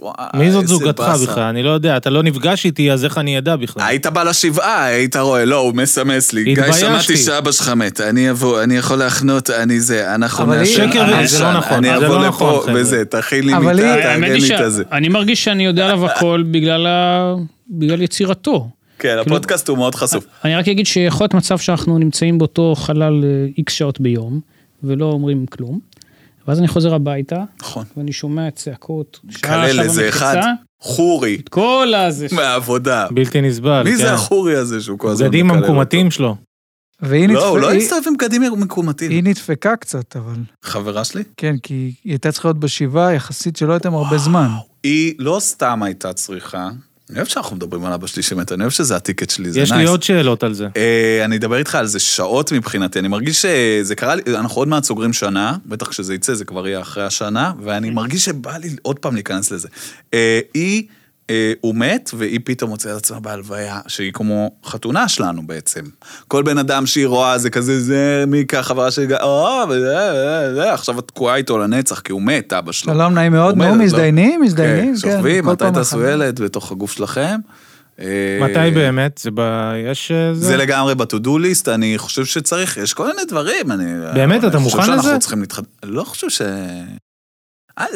וואי,
מי זאת
איזה
זוגתך
באסה. אה,
בכלל? אני לא יודע, אתה לא נפגש איתי, אז איך אני אדע בכלל?
היית בא לשבעה, היית רואה, לא, הוא מסמס לי. גיא,
התביישתי.
שמעתי שאבא שלך מת, אני אבוא, אני יכול להחנות, אני זה, אנחנו
אבל
נעשן,
היא- שקר,
אני
זה לא
אעשן,
נכון,
אני
זה
אבוא
לא נכון,
לפה,
חבר'ה.
וזה, תכין לי
אבל
מיטה,
היא-
תארגן
האמת
לי את
היא
הזה. כן,
שאני מרגיש שאני יודע עליו הכל בגלל ה- בגלל יצירתו.
כן, הפודקאסט הוא מאוד חשוף.
אני רק אגיד שיכול להיות מצב שאנחנו נמצאים באותו חלל אה, איקס שעות ביום, ולא אומרים כלום, ואז אני חוזר הביתה,
נכון.
ואני שומע צעקות,
אה,
שעה,
קלל
שעה
איזה אחד,
במחיצה,
חורי, *laughs*
את כל הזה, ש-
*laughs*
מהעבודה.
בלתי נסבל.
מי
כן.
זה החורי הזה שהוא כל הזמן
הבגדים
מקלל
המקומטים שלו.
והיא
אותו? לא, הוא לא
נדפ-
הסתובב עם בגדים
היא-
מקומטים.
היא נדפקה קצת, אבל...
חברה שלי?
כן, כי היא הייתה צריכה להיות בשבעה, יחסית שלא הייתם הרבה זמן.
היא לא סתם הייתה צריכה, אני אוהב שאנחנו מדברים על אבא שלי שמת, אני אוהב שזה הטיקט שלי, זה
יש לי
נייס.
עוד שאלות על זה.
אה, אני אדבר איתך על זה שעות מבחינתי, אני מרגיש שזה קרה לי, אנחנו עוד מעט סוגרים שנה, בטח כשזה יצא זה כבר יהיה אחרי השנה,
אוקיי.
ואני מרגיש שבא לי עוד פעם להיכנס לזה. אה, היא, אה, הוא מת, והיא פתאום מוצאת את עצמה בהלוויה, שהיא כמו חתונה שלנו בעצם. כל בן אדם שהיא רואה זה כזה, זה מיקה, חברה שלי, "אה, או, וזה, וזה, וזה, אה", עכשיו את תקועה איתו לנצח, כי הוא מת, אבא שלו.
שלום, נעים מאוד,
הוא מת,
נו,
לא?
מזדיינים, מזדיינים, כן.
שוכבים,
כל
מתי
פעם
תעשו
מחדש.
ילד בתוך הגוף שלכם. אה,
מתי באמת? זה ב... יש... אה,
זה לגמרי בטודו ליסט, אני חושב שצריך, יש כל מיני דברים, אני...
באמת?
אני
אתה מוכן
חושב
לזה?
שאנחנו צריכים להתחד... לא חושב ש... אה, אה,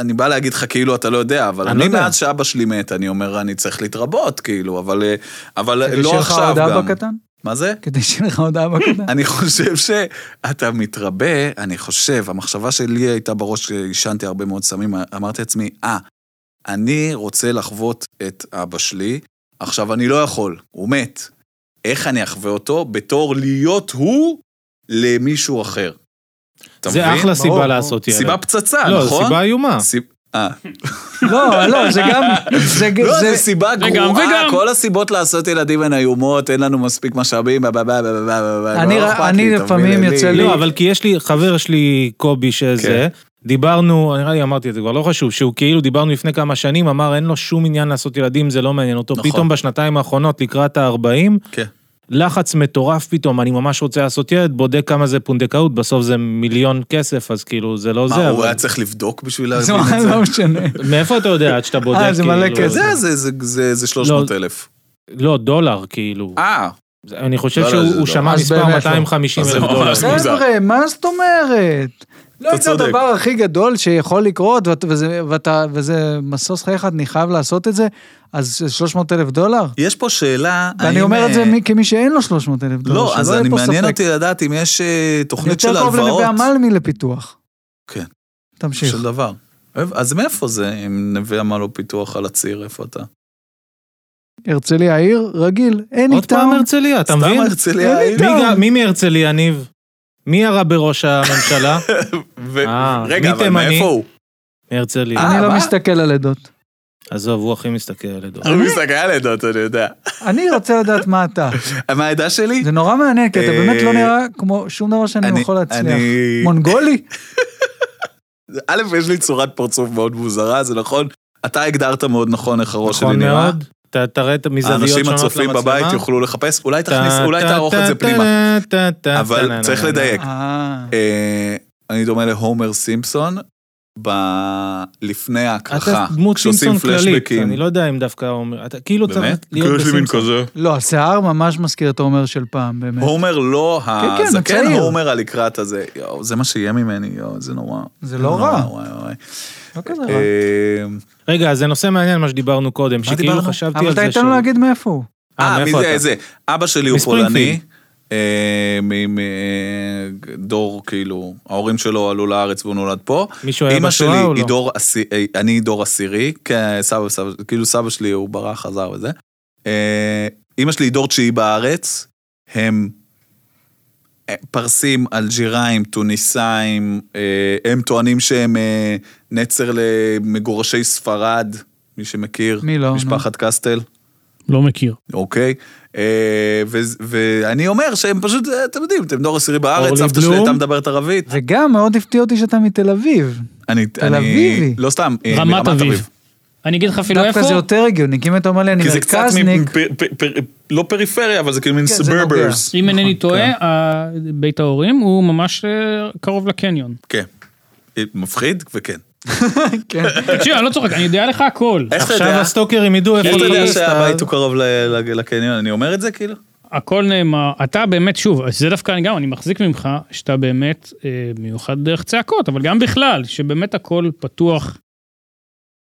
אני בא להגיד לך כאילו אתה לא יודע, אבל
אני לא
אני
יודע.
מאז שאבא שלי מת, אני אומר, אני צריך להתרבות, כאילו, אבל אה, אבל
כדי שיהיה
לא
לך
עכשיו
עוד אבא
גם.
קטן?
מה זה?
כדי שיהיה לך עוד אבא
*laughs*
קטן?
אני חושב שאתה מתרבה, אני חושב, המחשבה שלי הייתה בראש, עישנתי הרבה מאוד סמים, אמרתי לעצמי, אה, אני רוצה לחוות את אבא שלי, עכשיו אני לא יכול, הוא מת. איך אני אחווה אותו? בתור להיות הוא למישהו אחר. אתה
זה
מבין?
אחלה סיבה
ברור.
לעשות ילד.
סיבה פצצה,
לא, זו
נכון?
סיבה איומה.
סיב- אה.
לא, לא, זה גם... זה-
לא,
זה-
זו סיבה
וגם,
גרועה,
וגם.
כל הסיבות לעשות ילדים הן איומות, אין לנו מספיק משאבים, בא, בא, בא, בא, בא, בא, בא,
אני
לא
ר-
אכפת לי,
אני
אתה מבין?
לפעמים
אין לי- כן.
יוצא לי-
לא, אבל כי יש לי, חבר שלי, קובי, שזה, דיברנו, נראה לי אמרתי את זה כבר, לא חשוב, שהוא כאילו דיברנו לפני כמה שנים, אמר אין לו שום עניין לעשות ילדים, זה לא מעניין אותו.
נכון.
פתאום בשנתיים האחרונות, לקראת ה-40,
כן.
לחץ מטורף פתאום, אני ממש רוצה לעשות ילד, בודק כמה זה פונדקאות, בסוף זה מיליון כסף, אז כאילו זה לא
מה,
זה,
הוא
אבל...
היה צריך לבדוק בשביל להבין
זה
את זה?
לא משנה.
מאיפה אתה יודע עד שאתה בודק?
אה, זה מלא
כאילו,
כסף.
זה, זה, זה, זה, זה 300 אלף.
לא, דולר, כאילו.
אה,
זה- אני חושב
לא, לא, זה
שהוא הוא
לא.
שמע
אז
מספר
באמת לא.
250
אז זה
אלף
ממש
דולר.
לא. מוזר.
חבר'ה, מה זאת אומרת? לא
אתה
זה
צודק.
הדבר הכי גדול שיכול לקרות, ואת- וזה- ואתה- וזה משוש חייך, אני חייב לעשות את זה, אז 300 אלף דולר?
יש פה שאלה...
ואני
האם,
אומר את זה
אה,
מי- כמי שאין לו 300 אלף דולר,
לא,
שלא
אז
יהיה
אני
פה
מעניין
ספק.
אותי לדעת אם יש אה, תוכנית של
יותר קרוב
הלוואות.
לנווה עמל מלפיתוח.
כן.
תמשיך.
של דבר. אז מאיפה זה, אם נווה עמל או פיתוח על הציר, איפה אתה?
הרצליה העיר, רגיל, אין
עוד פעם
איתם.
הרצליה, אתה מבין?
סתם
אה,
הרצליה העיר?
מי ג- מי מהרצליה, ניב? מי ירה בראש
*laughs*
הממשלה?
ו-
אה,
רגע,
מי
אבל
תימני?
מאיפה הוא?
מהרצליה.
אה,
אני
מה?
לא מסתכל על עדות.
עזוב, הוא הכי מסתכל על עדו.
אה,
הוא מסתכל על עדות, אני יודע.
אני רוצה לדעת מה
*laughs*
אתה.
מה העדה שלי?
זה נורא מעניין, כי אתה
אה,
באמת לא נראה כמו שום דבר שאני
אני-
יכול להצליח.
אני- *laughs*
מונגולי?
א', יש לי צורת פרצוף מאוד מוזרה, זה נכון? אתה הגדרת מאוד נכון איך הראש שלי
נכון
נראה.
מאוד. ת- תראה את מזוויות שונות
האנשים
למצלמה.
הצופים בבית יוכלו לחפש, אולי תכניס,
טה,
אולי
טה,
תערוך את
טה,
זה פנימה.
טה, טה,
אבל
טה,
צריך
נה, נה,
לדייק.
אה.
אה, אני דומה להומר סימפסון ב- לפני
נה.
ההקרחה,
אתה דמות
כשעושים
סימפסון כללית,
פלשבקים.
אני לא יודע אם דווקא אומר, אתה כאילו צריך
באמת?
להיות בסימפסון.
לא, השיער ממש מזכיר את עומר של פעם, באמת.
הומר לא
כן, כן,
הזקן,
הצעיר.
הומר הלקראת הזה. יואו, זה מה שיהיה ממני, יואו, זה נורא.
זה לא
נורא,
רע.
וואי, וואי.
לא כזה רע.
אה,
רגע, אז זה נושא מעניין מה שדיברנו קודם, שכאילו
דיברנו?
חשבתי
אבל
על
אתה
זה
ייתן לו להגיד מאיפה הוא.
אה, מאיפה
מזה,
אתה?
זה. אבא שלי הוא
מספרינגפילד.
פולני. אה, מ- מ- דור, כאילו, ההורים שלו עלו לארץ והוא נולד פה.
מישהו היה
אמא
בשואה
שלי
או
היא
לא?
דור עשירי, אני דור עשירי, כן, סבא, סבא, כאילו סבא שלי הוא ברח, חזר וזה. אה, אמא שלי היא דור תשיעי בארץ, הם אה, פרסים, אלג'יראים, טוניסאים, אה, הם טוענים שהם אה, נצר למגורשי ספרד, מי שמכיר,
מי לא, נו.
משפחת קסטל.
לא מכיר.
אוקיי? אה, ו- ואני אומר שהם פשוט, אה, אתם יודעים, אתם דור עשירי בארץ,
אורלי
סבתא שלי
בלום.
הייתה מדברת ערבית.
וגם מאוד הפתיע אותי שאתה מתל אביב.
אני, אני-
אביבי.
לא סתם, אה,
רמת אביב. אני אגיד לך אפילו איפה,
דווקא זה יותר הגיוני, כי אם אתה אומר לי, אני
כי זה קצת, מ-
מרכזניק,
פ- פ- פ- לא פריפריה, אבל זה כאילו מין כן.
כן, זה
לא
נוגע.
סברברס.
נכון, כן.
*laughs*
אם אינני טועה, ה- בית ההורים הוא ממש אה, קרוב לקניון.
כן. מפחיד? וכן. *laughs*
כן.
תקשיב, אני לא צוחק, אני יודע לך הכל.
איך אתה
עכשיו
יודע?
הסטוקרים ידעו איפה
איך אתה יודע
לחפש את ה...
שהבית הוא קרוב ל- ל- לקניון? אני אומר את זה כאילו?
הכל נאמר, אתה באמת, שוב, זה דווקא אני גם, אני מחזיק ממך, שאתה באמת אה, מיוחד דרך צעקות, אבל גם בכלל, שבאמת הכל פתוח.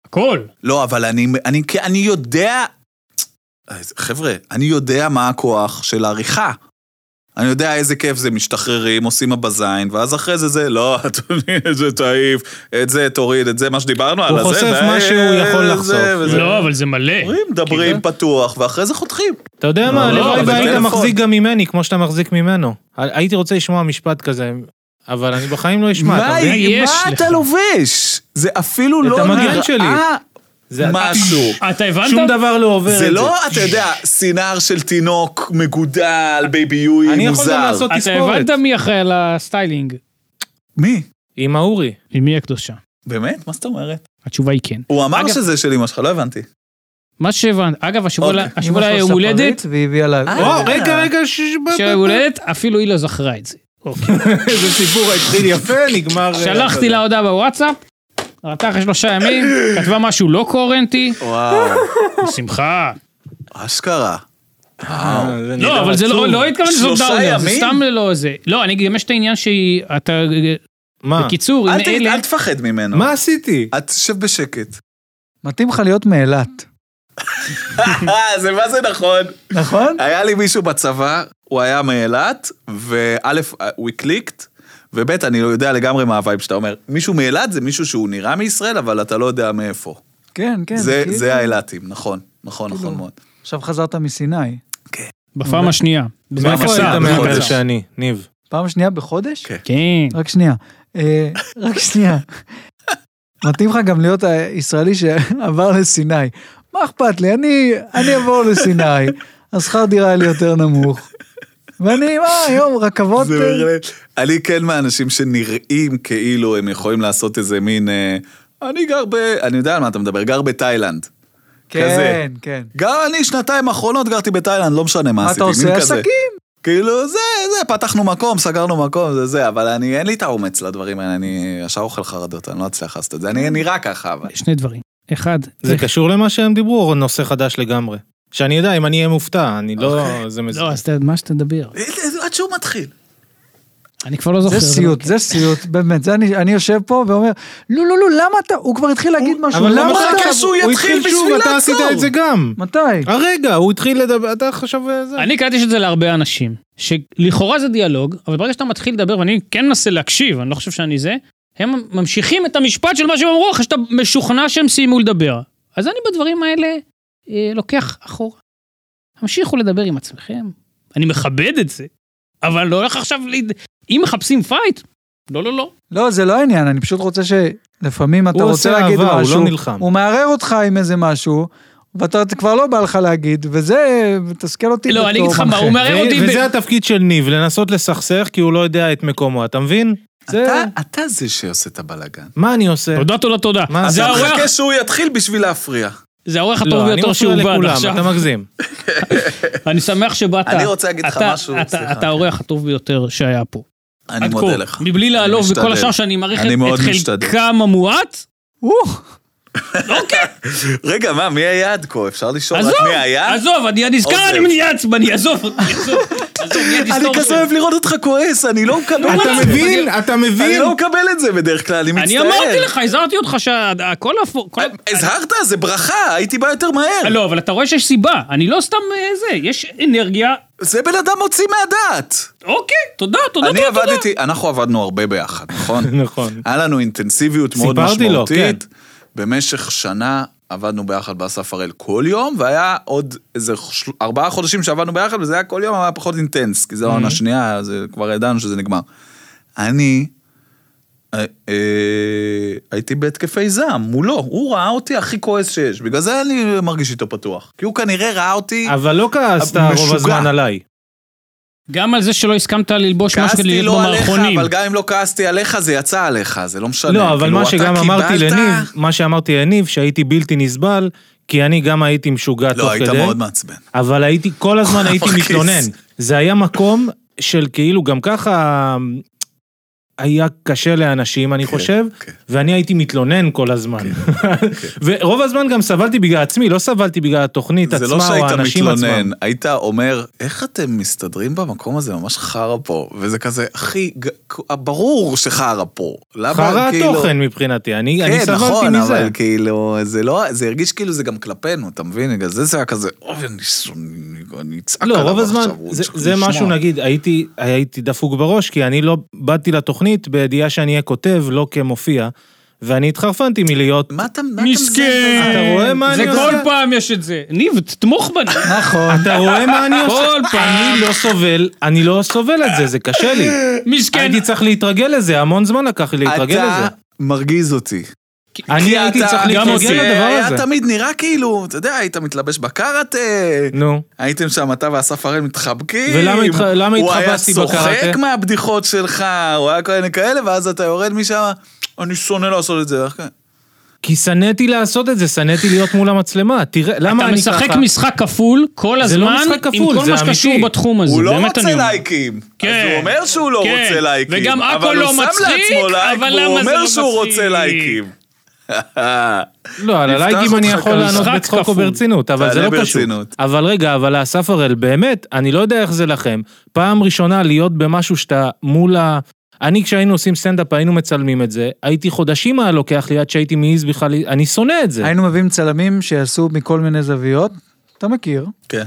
הכל.
לא, אבל אני, אני, אני יודע... אה, חבר'ה, אני יודע מה הכוח של העריכה. אני יודע איזה כיף זה, משתחררים, עושים הבזין, ואז אחרי זה זה, לא, *laughs* אדוני, איזה תעיף, את זה תוריד, את זה, מה שדיברנו עליו.
חושף מה שהוא יכול לחשוף.
זה... לא, אבל זה מלא.
מדברים פתוח, ואחרי זה חותכים.
אתה יודע
לא,
מה,
לא,
הלוואי
אבל
והיית
טלפון.
מחזיק גם ממני, כמו שאתה מחזיק ממנו. הייתי רוצה לשמוע משפט כזה, אבל אני בחיים לא אשמע. אתה
מה,
מבין?
יש
מה
לך.
אתה לובש? זה אפילו
את
לא
המגן שלי.
נראה
זה-
משהו.
אתה הבנת?
שום דבר לא עובר את
זה
זה.
לא, אתה יודע, סינר של תינוק מגודל, ביביוי מוזר.
אני יכול גם לעשות
אתה
תספורת.
הבנת מי אחראי על הסטיילינג?
מי?
עם האורי.
אמי הקדושה.
באמת? מה זאת אומרת?
התשובה היא כן.
הוא אמר
אגב-
שזה של אמא שלך, לא הבנתי.
מה שהבנת, אגב, השבוע
אוקיי.
לה- השבוע לה
אמא שלו
הולדת,
ספרית והיא הביאה לה...
אה.
או, רגע, רגע, ש...
שהיא הולדת, אפילו היא לא זכרה את זה.
איזה סיפור התחיל יפה, נגמר... אה,
שלחתי לה הודעה בוואטסאפ, ראתה אחרי שלושה ימים, כתבה משהו לא קוהרנטי,
וואו,
בשמחה.
*laughs* אשכרה.
אה, זה נראה
לא, אבל זה לא
עצוב.
לא התכוון לזאת
שלושה
דאונר, זה
ימים?
סתם לא זה. לא, אני גם יש את העניין שהיא, אתה,
מה?
בקיצור, עם
אה. אל ת-
אלה,
אל תפחד ממנו.
מה עשיתי?
את תשב בשקט. *laughs*
מתאים לך להיות מאילת.
אה, זה מה זה נכון.
נכון?
היה לי מישהו בצבא, הוא היה מאילת, וא', הוא הקליקט, וב', אני לא יודע לגמרי מה הווייב שאתה אומר. מישהו מאילת זה מישהו שהוא נראה מישראל, אבל אתה לא יודע מאיפה.
כן, כן.
זה-
כאילו.
זה האילתים, נכון. נכון, נכון מאוד.
עכשיו חזרת מסיני.
בפעם השנייה. בזמן
איפה
איפה
קצר.
עשית
היית
בזמן
בחודש?
מהחודש
קצר.
שאני? ניב.
פעם שנייה בחודש?
כן.
כן.
רק שנייה. אה, רק שנייה. מתאים לך גם להיות הישראלי שעבר לסיני. מה אכפת לי? אני, אני אעבור לסיני. השכר דירה יהיה לי יותר נמוך. ואני, מה, היום רכבות...
זה בהחלט. אני כן מהאנשים שנראים כאילו הם יכולים לעשות איזה מין... אה, אני גר ב... אני יודע על מה אתה מדבר, גר בתאילנד. כזה.
כן, כן.
גם אני שנתיים האחרונות גרתי בתאילנד, לא משנה מה
מה
עשיתי,
אתה
מין כזה.
עושה? עסקים.
כאילו זה, זה, פתחנו מקום, סגרנו מקום, זה זה, אבל אני, אין לי את האומץ לדברים האלה, אני ישר אוכל חרדות, אני לא אצליח לעשות את זה, אני נראה ככה, אבל...
שני דברים. אחד,
זה
איך-
קשור למה שהם דיברו, או נושא חדש לגמרי? שאני אדע, אם אני אהיה מופתע, אני לא... זה מז...
לא, אז ת- מה שתדבר.
אה, עד שהוא מתחיל.
אני כבר לא זוכר.
זה
אוקיי,
סיוט,
לא-
זה סיוט, באמת. זה אני, אני יושב פה ואומר, לא, לא, לא, למה אתה... הוא כבר התחיל להגיד משהו,
אבל
למה
למה
אתה...
מחכה שהוא
הוא
יתחיל
התחיל שוב,
בשביל
אתה עשית
לעצור?
את זה גם.
מתי?
הרגע, אה, הוא התחיל לדבר, אתה עכשיו... אה, זה.
אני קראתי שזה להרבה אנשים, שלכאורה זה דיאלוג, אבל ברגע שאתה מתחיל לדבר, ואני כן מנסה להקשיב, אני לא חושב שאני זה, הם ממשיכים את המשפט של מה שהם אמרו, אחרי שאתה משוכנע שהם סיימו לדבר. אז אני בדברים האלה אה, לוקח אחורה. המשיכו לדבר עם עצמכם, אני מכבד את זה, אבל לא הולך עכשיו ל... אם מחפשים פייט, לא, לא, לא.
לא, זה לא העניין, אני פשוט רוצה שלפעמים אתה
הוא
רוצה
עושה
להגיד
אהבה, הוא
משהו,
לא נלחם.
הוא מערער אותך עם איזה משהו, ואתה כבר לא בא לך להגיד, וזה מתסכל אותי
לא, אני אגיד לך מה,
מנחה.
הוא מערער
ו-
אותי ב-
וזה התפקיד של ניב, לנסות לסכסך כי הוא לא יודע את מקומו, אתה מבין?
אה.
זה...
אתה- אתה זה שעושה את הבלאגן.
מה אני עושה?
תודה, תודה, תודה.
מה
זה
אתה
האורח-
מחכה שהוא יתחיל בשביל להפריע.
זה האורח הטוב
לא, אני
ביותר
מפריע
שהובן
לכולם,
עכשיו.
אתה מגזים.
אני שמח שבאת.
אני רוצה להגיד לך
אתה-
משהו,
אתה-
סליחה. כן.
אתה האורח הטוב ביותר שהיה פה.
אני
עד
מודה
כה.
לך.
מבלי
אני
לעלוב
משתדל.
בכל השאר שאני מעריך
אני
את
מאוד
את
משתדל.
חלקם המועט.
*laughs*
אוקיי,
רגע, מה, מי היה עד כה? אפשר לשאול רק
עזוב,
מי היה?
עזוב, אני נזכר,
עוזב.
אני נהיה עצבני, עזוב, אני עזוב, עזוב, נהיה
אני
דיסטורשן.
כזה אוהב לראות אותך כועס, אני לא מקבל את
אתה
זה.
מבין? אתה
אני
מבין?
לא מקבל את זה בדרך כלל, אני מצטער. אה,
אני אמרתי לך, הזהרתי אותך שהכל אפור... כל-
הזהרת, זה ברכה, הייתי בא יותר מהר.
לא, אבל אתה רואה שיש סיבה, אני לא סתם אה, זה, יש אנרגיה,
זה בן אדם מוציא מהדעת.
אוקיי, תודה, תודה,
אני
תודה, תודה.
עבדתי, אנחנו עבדנו הרבה ביחד, נכון?
*laughs* נכון.
היה לנו אינטנסיביות מאוד
סיפרתי לו, כן.
משמעותית. במשך שנה עבדנו ביחד באסף הראל כל יום, והיה עוד איזה של- ארבעה חודשים שעבדנו ביחד, וזה היה כל יום, אבל היה פחות אינטנס, כי זו
Mm-hmm.
העונה השנייה, אז אה, כבר ידענו שזה נגמר. אני אה, אה, הייתי בהתקפי זעם מולו, הוא ראה אותי הכי כועס שיש, בגלל זה אני מרגיש איתו פתוח. כי הוא כנראה ראה אותי...
אבל לא כעסת רוב
משוגע.
הזמן עליי.
גם על זה שלא הסכמת ללבוש משהו כדי
כעסתי
להיות
לא עליך,
במערכונים.
אבל גם אם לא כעסתי עליך, זה יצא עליך, זה לא משנה.
לא, אבל
כאילו,
מה
אתה
שגם אמרתי
קיבלת-
לניב, מה שאמרתי לניב, שהייתי בלתי נסבל, כי אני גם הייתי משוגע תוך
לא, היית
כדי,
מאוד מעצבן.
אבל הייתי,
*laughs*
כל
אוקיי.
הזמן הייתי
מרגיז.
מתלונן. זה היה מקום של כאילו, גם ככה היה קשה לאנשים, אני חושב,
כן.
ואני הייתי מתלונן כל הזמן.
אוקיי,
*laughs* ורוב הזמן גם סבלתי בגלל עצמי, לא סבלתי בגלל התוכנית
זה לא
עצמה או
שהיית
האנשים עצמם.
מתלונן, היית אומר, איך אתם מסתדרים במקום הזה, ממש חרא פה. וזה כזה, אחי, ג- ברור שחרא פה. למה,
חרא
כאילו-
התוכן מבחינתי, אני אני
כן,
סבלתי
נכון,
מזה.
אבל כאילו, זה לא, זה הרגיש כאילו זה גם כלפינו, אתה מבין? בגלל זה זה היה כזה, אוי, אני שונא, אני אצעק
לא,
עליו
רוב
עכשיו,
הזמן,
הוא
זה,
צריך
זה
לשמוע.
משהו, נגיד, הייתי, הייתי דפוק בראש, כי אני לא באתי לתוכנית בידיעה שאני אהיה כותב, לא כמופיע, ואני התחרפנתי מלהיות...
מה אתה, מה אתה
מסכן.
אתה רואה מה אני
זה כל
עושה?
פעם יש את זה. ניב, תתמוך *laughs* בנו.
נכון.
אתה רואה מה אני עושה?
כל פעם.
אני לא סובל, אני לא סובל את זה, זה קשה לי.
כן.
מסכן.
הייתי צריך להתרגל לזה, המון זמן לקח לי להתרגל
אתה
לזה.
מרגיז אותי.
אני
כי
הייתי
אתה-
צריך
גם
להתרגל
אותי.
לדבר
היה
הזה.
תמיד נראה כאילו, אתה יודע, היית מתלבש בקראטה,
נו.
הייתם שם, אתה ואסף הראל מתחבקים.
ולמה התח- למה התחבסתי
הוא היה צוחק
בקראטה?
מהבדיחות שלך, הוא היה כל מיני כאלה, ואז אתה יורד משם, אני שונא לעשות את זה.
כי שנאתי לעשות את זה, שנאתי להיות מול המצלמה. תראה, למה
אתה
אני ככה?
משחק משחק כפול כל
זה לא
הזמן,
משחק
עם
כפול,
כל
זה
מה שקשור
אמיתי.
בתחום הזה.
הוא לא
באמת אני
רוצה
אומר.
לייקים, אז
כן,
הוא אומר שהוא לא
כן.
רוצה לייקים.
וגם הכל
אבל
לא
הוא שם
מצחיק,
לעצמו לייק,
אבל
והוא
למה זה
אומר
לא
שהוא רוצה
מצחיק?
לייקים.
לא, על
נפתח
הלייקים אני
אותך
יכול
כמשחק
לענות בצחוק או
כפול.
ברצינות, אבל זה
תענה
לא פשוט.
ברצינות.
אבל רגע, אבל אסף הראל, באמת, אני לא יודע איך זה לכם. פעם ראשונה להיות במשהו שאתה מול ה... אני, כשהיינו עושים סטנדאפ, היינו מצלמים את זה, הייתי חודשים היה לוקח לי עד שהייתי מעז בכלל, אני שונא את זה.
היינו מביאים צלמים שיעשו מכל מיני זוויות, אתה מכיר,
כן.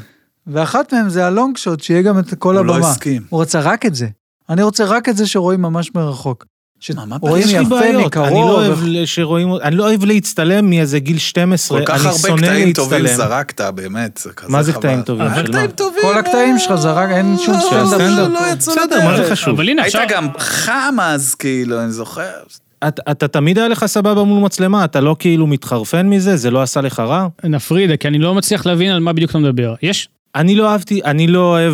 ואחת מהם זה הלונג שוט, שיהיה גם את כל
הוא
הבמה.
לא הסכים.
הוא רצה רק את זה. אני רוצה רק את זה שרואים ממש מרחוק.
מה, מה
רואים
יש לי
יפה,
בעיות, אני לא
מקרוב.
אוהב שרואים, אני לא אוהב להצטלם מאיזה גיל 12,
כל כך
אני
הרבה
שונא
קטעים טובים
להצטלם.
זרקת, באמת. זה כזה
מה זה
חבל.
קטעים טובים?
אה,
של
קטעים
מה?
טובים. אה,
כל הקטעים שלך זרק, אין שום
לא,
סטנדאפ.
לא,
טוב.
לא יצאו
בסדר, מה זה
לדרך.
חשוב?
אה, אבל הנה,
היית
עכשיו...
גם חם אז, כאילו, אני זוכר.
אתה- אתה תמיד היה לך סבבה מול מצלמה, אתה לא כאילו מתחרפן מזה, זה לא עשה לך רע?
נפרידה, כי אני לא מצליח להבין על מה בדיוק אתה מדבר. יש...
אני לא אהבתי, אני לא אוהב,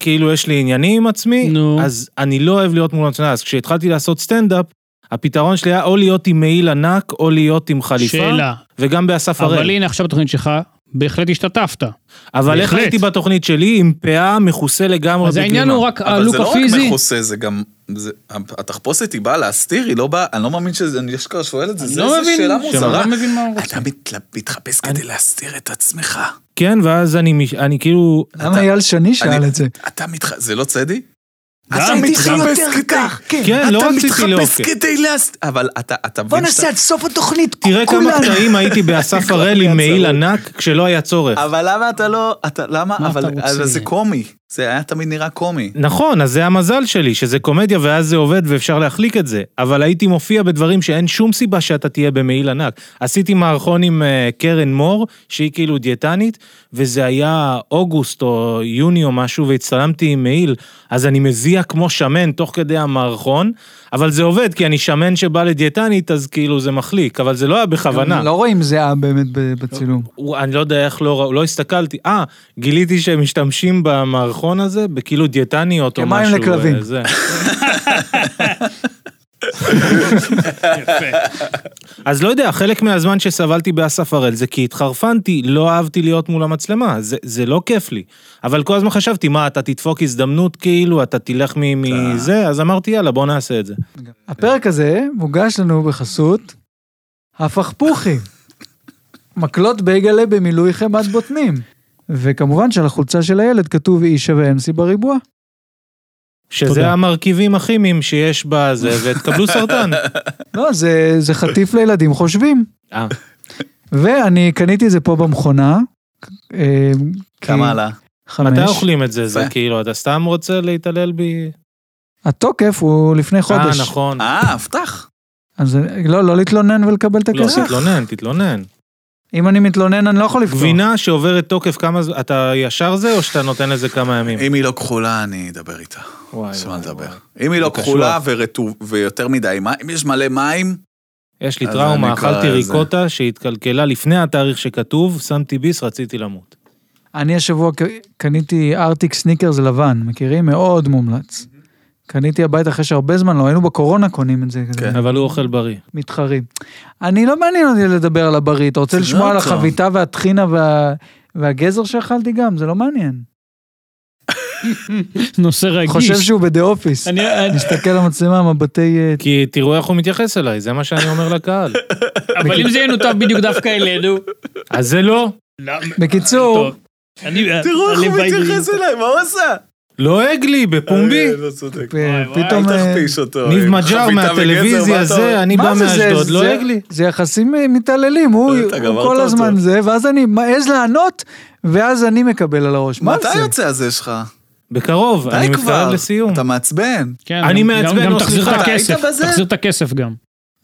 כאילו יש לי עניינים עם עצמי,
נו.
אז אני לא אוהב להיות מול מצלמה. אז כשהתחלתי לעשות סטנדאפ, הפתרון שלי היה או להיות עם מעיל ענק, או להיות עם חליפה,
שאלה.
וגם באסף
אבל
הראל.
הנה, עכשיו התוכנית שלך, בהחלט השתתפת.
אבל איך
בהחלט.
הייתי בתוכנית שלי עם פאה מכוסה לגמרי
אז העניין
בגלימה.
הוא רק
אבל
הלוק
זה לא רק
הפיזי.
מכוסה, זה גם... זה- התחפושת היא באה להסתיר, היא לא באה... אני לא מאמין שזה... אני אשכרה שואל את זה.
אני
זה
לא
איזה
מבין,
שאלה
שמה,
מוזרה.
לא מבין מה הוא רוצה.
אתה מתל- מתחפש כדי להסתיר את עצמך.
כן, ואז אני, מש- אני כאילו...
למה אייל שני שאל
אני-
את זה?
אתה מתח... זה לא צדי? אתה
גם, גם.
מתחפש כדי...
כן, לא
אתה
רציתי
מתחפש
להוקר.
כדי להסתיר... אבל אתה... אתה
בוא
מבין
נעשה
שאתה-
עד סוף התוכנית,
תראה כמה
כולנו.
קטעים הייתי באסף הראל עם מעיל ענק כשלא היה צורך.
אבל למה אתה לא... אתה... למה?
מה
אבל
אתה רוצה?
אבל זה קומי. זה היה תמיד נראה קומי.
נכון, אז זה המזל שלי, שזה קומדיה ואז זה עובד ואפשר להחליק את זה. אבל הייתי מופיע בדברים שאין שום סיבה שאתה תהיה במעיל ענק. עשיתי מערכון עם אה, קרן מור, שהיא כאילו דיאטנית, וזה היה אוגוסט או יוני או משהו, והצטלמתי עם מעיל, אז אני מזיע כמו שמן תוך כדי המערכון, אבל זה עובד, כי אני שמן שבא לדיאטנית, אז כאילו זה מחליק, אבל זה לא היה בכוונה.
לא רואים זיעה באמת ב- בצילום.
הוא- אני לא יודע איך לא, ראו- לא הסתכלתי, אה, גיליתי שהם משתמשים במערכון הזה, בכאילו דיאטניות או
כמים
משהו.
לכלבים.
אה, זה. אז לא יודע, חלק מהזמן שסבלתי באסף הראל זה כי התחרפנתי, לא אהבתי להיות מול המצלמה, זה, זה לא כיף לי. אבל כל הזמן חשבתי, מה, אתה תדפוק הזדמנות כאילו, אתה תלך מ- מזה, אז אמרתי, יאללה, בוא נעשה את זה.
הפרק הזה מוגש לנו בחסות הפכפוכים. מקלות בייגלה במילוי חמת בוטנים. וכמובן שעל החולצה של הילד כתוב E שווה MC בריבוע.
שזה
תודה.
המרכיבים הכימיים שיש בזה, ותקבלו
*laughs*
סרטן.
לא, זה, זה חטיף לילדים חושבים.
אה,
ואני קניתי את זה פה במכונה. אה,
*laughs* כמה
כי-
עלה?
חמש.
מתי אוכלים את זה? זה
יפה.
כאילו, אתה סתם רוצה להתעלל בי?
התוקף הוא לפני חודש.
אה, נכון.
אה, הבטח.
אז לא, לא להתלונן ולקבל את
לא,
כן.
הכסף.
תתלונן, תתלונן.
אם אני מתלונן, אני לא יכול לפתור.
גבינה שעוברת תוקף כמה זמן, אתה ישר זה או שאתה נותן לזה כמה ימים?
אם היא לא כחולה, אני אדבר איתה.
וואי,
יש
וואי,
מה לדבר.
וואי.
אם היא לא
זה קשוח.
כחולה ורטוב, ויותר מדי מים, אם יש מלא מים,
יש לי
אז
טראומה,
אני כבר-
אכלתי
זה-
ריקוטה שהתקלקלה לפני התאריך שכתוב, שמתי ביס, רציתי למות.
אני השבוע ק- קניתי ארטיק סניקרס לבן, מכירים? מאוד מומלץ. קניתי הבית אחרי שהרבה זמן לא, היינו בקורונה קונים את זה, כזה,
כן.
אבל הוא אוכל בריא.
מתחרים. אני לא מעניין אותי לדבר על הבריא, אתה רוצה
זה
לשמוע על
אותו.
החביתה והטחינה וה... והגזר שאכלתי גם, זה לא מעניין.
*laughs*
נושא רגיש.
חושב שהוא בדה אופיס.
אה,
אני- אני-
מסתכל למצלמה, מבטי... אה,
כי תראו איך הוא מתייחס אליי, זה מה שאני אומר לקהל.
אבל אם זה ינותב בדיוק דווקא
*laughs*
אלינו...
אז זה לא.
בקיצור,
טוב. אני-
אה,
תראו איך הוא
הלוואי
מתייחס
ויהיו-
אליי, מה הוא עשה?
לועג לא לי בפומבי.
אה, לא צודק.
אה,
וואי,
פתאום...
אל
אה,
תכפיש אותו.
ניב
עם
מג'אר
חביתה וגזר, מה
מהטלוויזיה
אתה
זה,
אומר?
אני בא
מה זה זה?
מאשדוד,
זה-
לועג לי.
לא זה יחסים אה, מתעללים, הוא
אתה
הוא
גמרת
כל
אותו.
הזמן זה, ואז אני מעז לענות, ואז אני מקבל על הראש. מה
מתי
זה?
יוצא הזה שלך?
בקרוב, אני
די כבר.
מתקרב לסיום.
אתה מעצבן.
כן,
אני
גם-
מעצבן,
גם
לא,
תחזיר
סליחה,
את
אתה היית
הכסף,
בזה?
תחזיר את הכסף גם.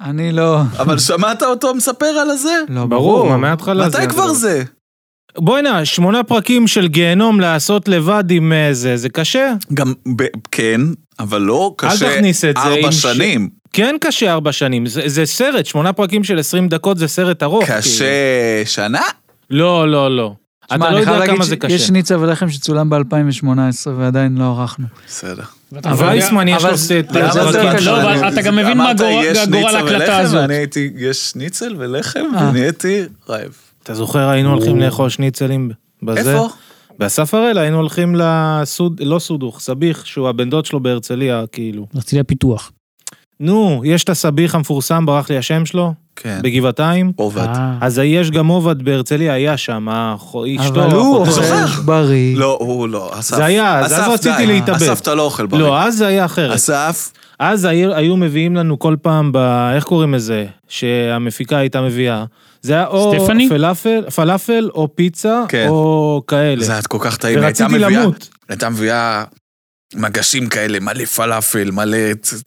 אני לא...
אבל שמעת אותו מספר על הזה?
לא,
ברור, מה מההתחלה
מתי כבר זה?
בוא'נה, שמונה פרקים של גיהנום לעשות לבד עם אה, זה, זה קשה.
גם, ב- כן, אבל לא קשה
תכניס את זה
ארבע
עם ש-
שנים.
כן קשה ארבע שנים, זה, זה סרט, שמונה פרקים של עשרים דקות זה סרט ארוך. כאילו.
קשה שנה?
לא, לא, לא.
שמע,
אתה לא
אני חייב
יודע
להגיד
כמה זה
ש-
קשה.
יש ניצה ולחם שצולם ב-2018 ועדיין לא ערכנו.
בסדר.
ואתה
אבל
יודע-
איסמן יש
אבל
לו
זה-
סט אה,
למה זה
פרקים
רק
של-
לא,
שנה?
אבל אתה גם מבין מה
אמרת,
גורל-
יש
גורל
ניצל
ההקלטה
ולחם?
הזאת.
אני הייתי, יש ניצל ולחם,
אה.
ונהייתי רעב.
אתה זוכר, היינו הולכים לאכול שניצלים בזה?
איפה?
באסף הראל היינו הולכים לסוד, לא סודוך, סביח, שהוא הבן דוד שלו בהרצליה, כאילו.
הרצליה פיתוח.
נו, יש את הסביח המפורסם, ברח לי השם שלו,
כן.
בגבעתיים.
עובד.
אה.
אז יש גם עובד בהרצליה, היה שם, האח- אשתו.
אבל הוא אוכל
אחותו.
זוכר.
בריא.
לא, הוא לא, אסף.
זה היה, אז
אסף,
אז רציתי
די.
להתאבד.
אסף, אתה לא אוכל בריא.
לא, אז זה היה אחרת.
אסף,
אז היו, היו מביאים לנו כל פעם, ב, איך קוראים לזה, שהמפיקה הייתה מביאה. זה היה או
סטפני?
פלאפל, פלאפל או פיצה,
כן.
או כאלה.
זה היה כל כך טעים,
ורציתי
הייתה מביאה,
למות.
הייתה מביאה מגשים כאלה, מלא פלאפל, מלא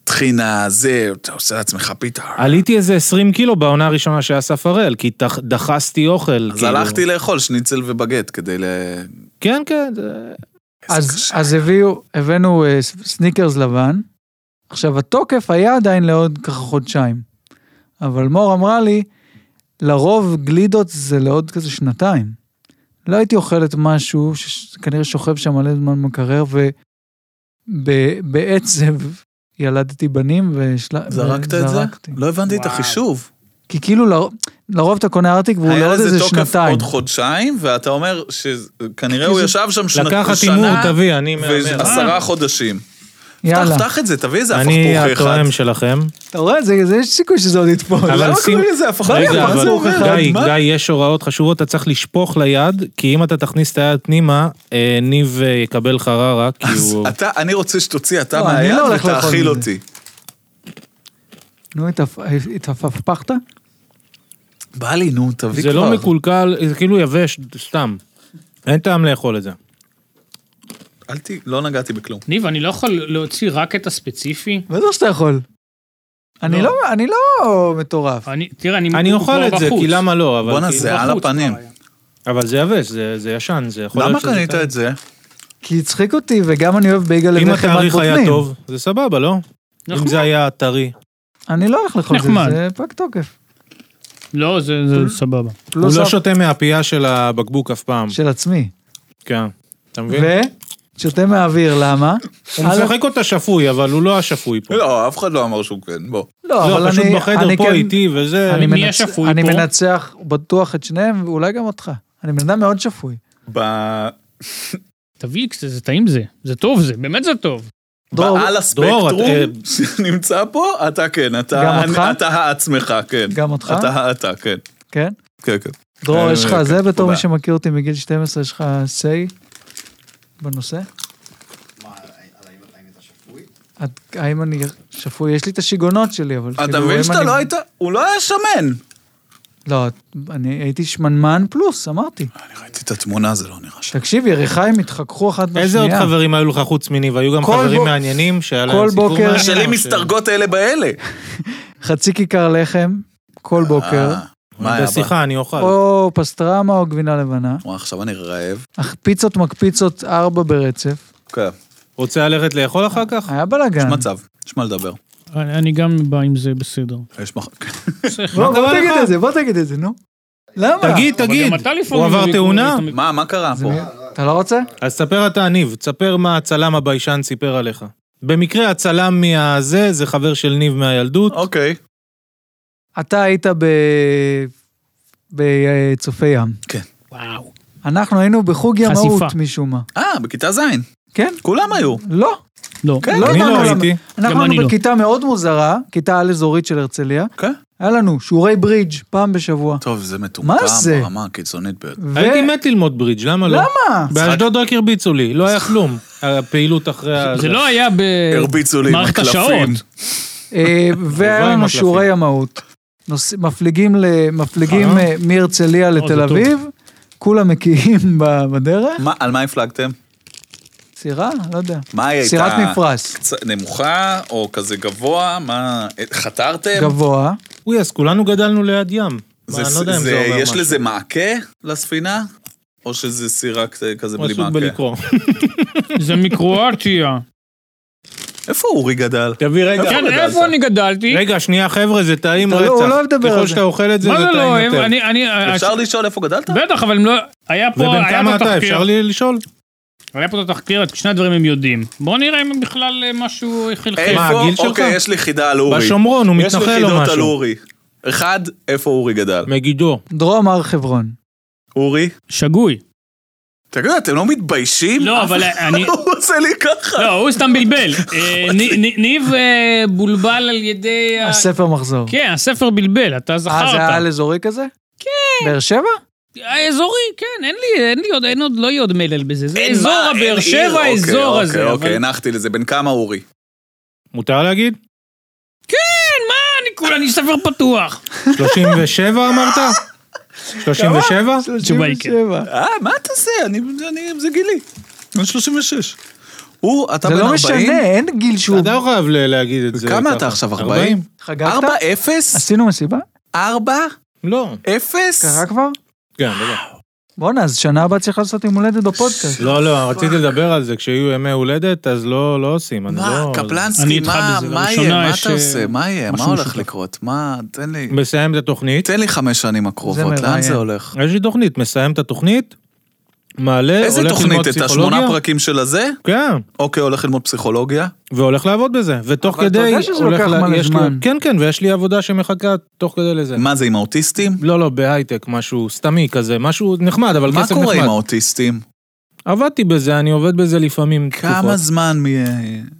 טחינה, זה, אתה עושה לעצמך פיתה.
עליתי איזה 20 קילו בעונה הראשונה של אסף הראל, כי תח, דחסתי אוכל.
אז
כאילו.
הלכתי לאכול שניצל ובגט כדי ל...
כן, כן. זה-
איזה
אז,
קשה.
אז הביאו, הבאנו אה, ס- סניקרס לבן, עכשיו התוקף היה עדיין לעוד ככה חודשיים, אבל מור אמרה לי, לרוב גלידות זה לעוד כזה שנתיים. לא הייתי אוכלת משהו שכנראה שוכב שם מלא זמן במקרר, ובעצב ילדתי בנים ושל...
זרקת את זה?
וזרקתי.
לא הבנתי את
וואו.
החישוב.
כי כאילו לר... לרוב אתה קונה ארטיק והוא
היה
לעוד
לזה
איזה
תוקף
שנתיים.
עוד חודשיים, ואתה אומר שכנראה
כי
הוא
זה-
ישב שם שנת-
לקחת הימור,
שנה
תביא, אני מהמר.
ועשרה חודשים.
יאללה.
פתח, פתח את זה, תביא איזה
אני
הפכפוך אחד.
התואם שלכם.
אתה רואה? זה, זה יש סיכוי שזה עוד יתפוס.
אבל
למה
שים-
קוראים לזה הפכפוך?
רגע,
מה
אבל
זה הוכחה?
גיא,
מה?
גיא, יש הוראות חשובות, אתה צריך לשפוך ליד, כי אם אתה תכניס את היד פנימה, אה, ניב אה, יקבל חררה, כי
אז
הוא...
אתה, אני רוצה שתוציא אתה
לא, אני
מהיד
לא הולך לאכול
ותאכיל
מזה.
אותי.
נו, התהפ- התהפכת?
בא לי, נו, תביא
זה
כבר.
לא מקולקל, זה כאילו יבש, סתם. אין טעם לאכול את זה.
אל ת... לא נגעתי בכלום.
ניב, אני לא יכול להוציא רק את הספציפי.
בטח שאתה יכול. אני לא, אני לא מטורף.
אני, תראה, אני...
אני
הוא
אוכל
כבר
את זה,
בחוץ.
כי למה לא, אבל
בואנה,
כאילו-
זה על
בחוץ,
הפנים.
אבל זה יבש, זה זה ישן, זה יכול
למה
להיות שזה... כן.
קנית
טעים.
את זה?
כי הצחיק אותי, וגם אני אוהב בייגל
אם
לבחם על
התאריך היה
בוטנים.
טוב, זה סבבה, לא? אם
נכון.
זה היה טרי.
אני לא הולך לאכול את זה,
נחמד.
זה פג תוקף.
לא, זה זה סבבה.
הוא
פלוס
לא
אף-
שותה מהפייה של הבקבוק אף פעם.
של עצמי.
כן. אתה מבין?
ו? שותה מהאוויר, למה?
הוא
א',
משחק אותה שפוי, אבל הוא לא השפוי פה.
לא, אף אחד לא אמר שהוא כן, בוא.
לא,
לא,
אבל
פשוט
אני...
בחדר
אני
פה
כן-
איתי וזה...
אני
מי
מנצ-
השפוי
אני
פה?
מנצח בטוח את שניהם, ואולי גם אותך. אני בן אדם מאוד שפוי.
ב...
תביא, זה- זה טעים זה. זה טוב זה, באמת זה טוב.
דרור,
בעל
דרור,
הספקטרום
את-
שנמצא פה, אתה כן, אתה...
גם אותך?
אתה העצמך, כן.
גם אותך?
אתה העתה, כן.
כן?
כן, כן.
דרור,
אה,
יש לך
כן,
זה בתור
תודה.
מי שמכיר אותי מגיל 12, יש לך say בנושא? את- האם אני שפוי? יש לי את השיגעונות שלי, אבל...
אתה
כאילו,
מבין
האם
שאתה
אני-
לא היית... הוא לא היה שמן.
לא, אני הייתי שמנמן פלוס, אמרתי.
אני ראיתי את התמונה, זה לא נראה אה, ש...
תקשיב, ירחיים התחככו אחת בשנייה.
איזה עוד חברים היו לך חוץ מניב? היו גם
כל
חברים
בוק-
מעניינים שהיה
כל
להם סיפור
בוקר-
מעניין?
שלי
או ש-
מסתרגות אלה באלה.
חצי כיכר לחם, כל בוקר,
אה, מה היה בה?
בשיחה, אני אוכל.
או פסטרמה או גבינה לבנה,
וואי, עכשיו אני רעב.
אך פיצות מקפיצות ארבע ברצף.
כן,
רוצה ללכת לאכול אחר כך?
היה בלאגן.
יש מצב, יש מה לדבר.
אני אני גם בא עם זה בסדר.
יש מח... כן. *laughs*
בוא
מה
בוא
קרה
תגיד
לך?
את זה, בוא תגיד את זה, נו. למה?
תגיד, תגיד,
אבל גם אתה לפעמים
הוא עבר
מביא-
תאונה?
אתה מ-
מה, מה קרה
זה
פה?
מי- אתה לא רוצה?
אז ספר אתה, ניב, תספר מה הצלם הביישן סיפר עליך. במקרה הצלם מהזה, זה חבר של ניב מהילדות.
אוקיי.
אתה היית ב... בצופי ים.
וואו.
אנחנו היינו בחוג ימאות
חשיפה.
משום מה.
אה, בכיתה ז'.
כן?
כולם היו.
לא.
לא.
כן,
לא
אני
הבנו
לא
למה.
הייתי.
אנחנו
גם אני
היינו
לא.
בכיתה מאוד מוזרה, כיתה על-אזורית של הרצליה.
כן.
היה לנו שיעורי ברידג' פעם בשבוע.
טוב, זה מטומטם
מה זה?
ברמה הקיצונית ביותר.
ו-
הייתי מת ללמוד ברידג', למה לא?
למה?
באשדוד רק הרביצו לי, לא היה כלום. הפעילות אחרי ה...
זה לא היה
אה, הרביצו לי עם
במערכת השעות.
הקלפים.
אה, והיה
עם
לנו
הקלפים.
שיעורי ימאות. נוס- מפליגים ל- מפליגים
אה.
אה, מהרצליה לתל
זה טוב.
אביב, כולם מקיים *laughs* ב- בדרך.
מה- על מה הפלגתם?
סירה? לא יודע.
מה היא הייתה?
סירת מפרש.
קצ- נמוכה או כזה גבוה? מה... חתרתם?
גבוה.
אוי, אז כולנו גדלנו ליד ים. מה,
זה-
אני לא יודע אם
זה-
זה אומר משהו.
יש לזה מעקה לספינה? או שזה סירה כזה- כזה
הוא
בלי
עסוק
מעקה?
בלקרוא.
זה
*laughs*
מקרואטיה.
איפה אורי גדל?
תביא רגע.
כן,
גדלת?
איפה אני גדלתי?
רגע, שנייה, חבר'ה, זה טעים
אתה
רצח.
לא- הוא לא מדבר על
ככל
זה.
שאתה אוכל את זה, זה
מה זה לא?
טעים
הם-
יותר.
אני... אני-
אה,
אפשר לשאול איפה גדלת?
בטח, אבל הם לא... היה פה...
ובן
היה
כמה
פה
אתה?
תחקיר.
אפשר לי לשאול?
היה פה את התחקיר, את שני הדברים הם יודעים. בואו נראה אם הם בכלל אה, משהו חלחל.
מה, הגיל
איפה?
שלך?
אוקיי, יש לי חידה על אורי.
בשומרון, הוא
יש לי
מתנחל או
חידות על
משהו.
אורי. אחד, איפה אורי גדל?
מגידו.
דרום הר חברון.
אורי?
שגוי.
תגידו, אתם לא מתביישים?
לא,
אף
אבל
אחד
אני-
הוא עושה לי ככה.
לא, הוא סתם בלבל. אה, נ- נ- ניב אה, בולבל על ידי... ה-
הספר מחזור.
כן, הספר בלבל, אתה
אה, זה היה על
זכרת.
אזורי כזה? כן. באר שבע?
האזורי, כן, אין לי, אין לי עוד, אין עוד, לא יהיה עוד מלל בזה. זה
אין
אזור
מה, אין
הבאר
עיר.
שבע,
אוקיי,
האזור
אוקיי,
הזה. אבל-
אוקיי, הנחתי לזה. בן כמה אורי?
מותר להגיד?
כן, מה, אני כולה, אני ספר פתוח.
37 אמרת? 37?
התשובה היא כן.
37.
אה, מה אתה זה? אני, אני, זה גילי. בן 36. הוא, אתה
זה
בן 40?
לא משנה, אין גיל שהוא...
אתה לא חייב ל- להגיד את זה.
כמה אתה
ככה.
עכשיו, 40?
ארבעים?
חגגת?
4, 0?
עשינו מסיבה?
4,
לא.
0?
קרה כבר?
כן, בטח.
בואנה, אז שנה הבאה צריך לעשות יום הולדת בפודקאסט.
לא, לא, רציתי לדבר על זה. כשיהיו ימי הולדת, אז לא לא עושים. אני
מה,
לא-
אני
קפלנסקי,
איתך
מה,
בזה,
מה
לראשונה
יהיה? מה
יש,
אתה
אה,
עושה? מה יהיה? מה
משהו
הולך
משותף.
לקרות? מה, תן לי.
מסיים את התוכנית.
תן לי חמש שנים
זה
הקרובות, לאן
מראיין.
זה הולך?
יש לי תוכנית, מסיים את התוכנית, מעלה, אה, הולך
איזה
ללמוד
תוכנית? את השמונה
פסיכולוגיה.
פרקים של הזה?
כן,
אוקיי, הולך ללמוד פסיכולוגיה?
והולך לעבוד בזה, ותוך
אבל
כדי...
אתה יודע שזה
הולך
לוקח
ל-
מלא
יש לי-
זמן.
כן, כן, ויש לי עבודה שמחכה תוך כדי לזה.
מה זה עם האוטיסטים?
לא, לא, בהייטק, משהו סתמי כזה, משהו נחמד, אבל
מה
כסף
קורה עם
נחמד.
האוטיסטים?
עבדתי בזה, אני עובד בזה לפעמים
כמה
תקופות.
זמן מ...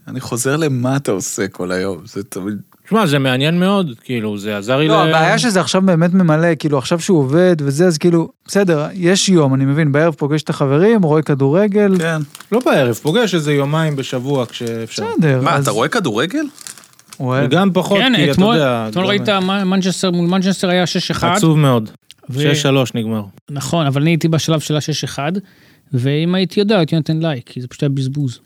אני חוזר למה אתה עושה כל היום, זה תמיד...
שמע, זה מעניין מאוד, כאילו, זה עזר לי ל...
לא, הבעיה שזה עכשיו באמת ממלא, כאילו עכשיו שהוא עובד וזה, אז כאילו, בסדר, יש יום, אני מבין, בערב פוגש את החברים, רואה כדורגל,
כן.
לא בערב, פוגש איזה יומיים בשבוע כשאפשר.
בסדר.
מה,
אז-
אתה רואה כדורגל?
הוא אוהב.
גם פחות, נכון, כי
כן,
אתה
אתמול
יודע...
אתמול
גם-
ראית מה- מנצ'סטר מול מנצ'סטר היה 6-1.
עצוב מאוד.
ו-
6-3 נגמר.
נכון, אבל אני הייתי בשלב של ה-6-1, ואם הייתי יודע, הייתי נותן לייק, כי זה פשוט היה בזבוז.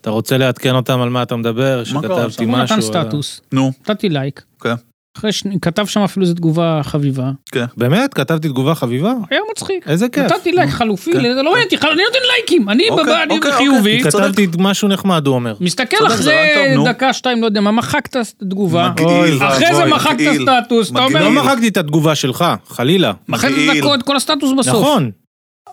אתה רוצה לעדכן אותם על מה אתה מדבר?
קרה
שכתבתי
שם?
הוא
משהו.
נתן
אה,
סטטוס,
נו,
נתתי לייק.
כן.
אחרי ש... כתב שם אפילו איזו תגובה חביבה.
באמת? כתבתי תגובה חביבה?
היה מצחיק.
איזה כיף.
נתתי לייק חלופי,
כן.
לזה, לא מעניין אותי, חל- אני נותן לייקים, אני
אוקיי,
בבעד, אני
אוקיי,
חיובי.
אוקיי. צודק.
כתבתי משהו נחמד, הוא אומר.
מסתכל
צודק, זה רעיון
אחרי
טוב, נו.
דקה, שתיים, לא יודע מה, מחקת את התגובה.
מגעיל,
אחרי זה
ואבוי,
מחקת
מגעיל.
סטטוס, אתה
מגעיל.
אומר,
לא מחקתי את התגובה שלך, חלילה.
אחרי זה
מגעיל.
דקות, כל הסטטוס בסוף.
נכון.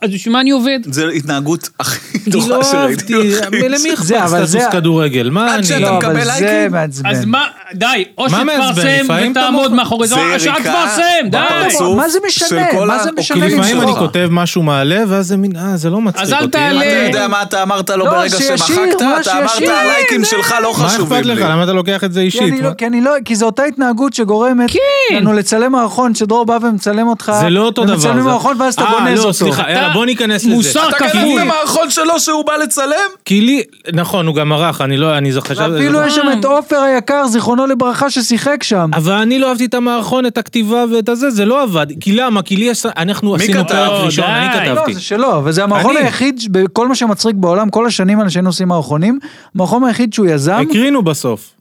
אז בשביל מה אני עובד?
זה התנהגות הכי
לא
דוחה שראיתי.
*laughs*
אה,
בחיים.
למי
זה,
אכפת
אבל זה-
סטטוס כדורגל? מה
עד
אני...
שאתה
לא, אבל
מקבל
זה
לייקים?
מעצבן.
אז מה, די, או
מה מעצבן?
שתפרסם
לפעמים אתה
ותעמוד
מוכר.
מאחורי זה,
זה
או
יריקה
שתפרסם, די.
בפרצוף
לא, מה זה
של
משנה?
כל
מה
ה-
זה
או
משנה לא.
כי לפעמים
למסור?
אני
לך.
כותב משהו מעלה, ואז זה מין, אה, זה לא מצחיק
אז
אותי.
אל
אתה
תעלה.
יודע מה אתה אמרת לו
לא,
ברגע
שישיר,
שמחקת?
מה
אתה אמרת
שישיר,
הלייקים שלך לא
מה
חשובים
אכפת לך?
לי.
למה אתה לוקח את זה
כי אני
אישית?
לא-
מה-
כי אני לא, כי זו אותה התנהגות שגורמת
כן.
לנו לצלם מערכון, שדרור בא ומצלם אותך.
זה לא אותו דבר.
ומצלמים
זה-
מערכון ואז אתה
אה,
גונז
לא,
אותו.
סליחה, יאללה,
אתה
בוא ניכנס לזה.
מוסר
אתה
כפול.
גנב במערכון שלו שהוא בא לצלם?
כי לי, נכון, הוא גם ערך, אני לא, אני חשב...
אפילו יש שם
אה.
את עופר היקר, זיכרונו לברכה, ששיחק שם.
אבל אני לא אהבתי את המערכון, את הכתיבה ואת הזה, זה לא עבד. כי למה? כי לי יש... אנחנו עשינו
כתב?
פרק
לא,
ראשון, אני
די.
לא,
כתבתי.
זה שלו, אבל זה המערכון
אה, אני.
היחיד, ש- בכל מה שמצחיק בעולם, כל השנים האלה שהיינו עושים מערכונים, המערכון היחיד שהוא יזם,
הקרינו בסוף.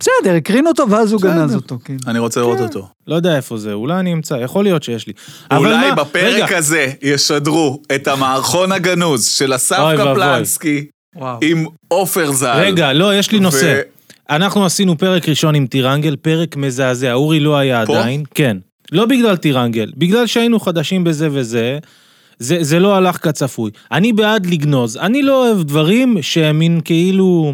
בסדר, הקרינו אותו ואז הוא גנז אותו, כאילו.
אני רוצה לראות אותו.
לא יודע איפה זה, אולי אני אמצא, יכול להיות שיש לי. אבל
אולי
מה-
בפרק
רגע,
הזה ישדרו את המערכון הגנוז של אסף
אוי ואבוי.
קפלנסקי
וואו.
עם עופר ז"ל.
רגע, לא, יש לי
ו-
נושא. אנחנו עשינו פרק ראשון עם טירנגל, פרק מזעזע, אורי לא היה
פה?
עדיין. כן. לא בגלל טירנגל, בגלל שהיינו חדשים בזה וזה, זה, זה לא הלך כצפוי. אני בעד לגנוז, אני לא אוהב דברים שהם מין כאילו...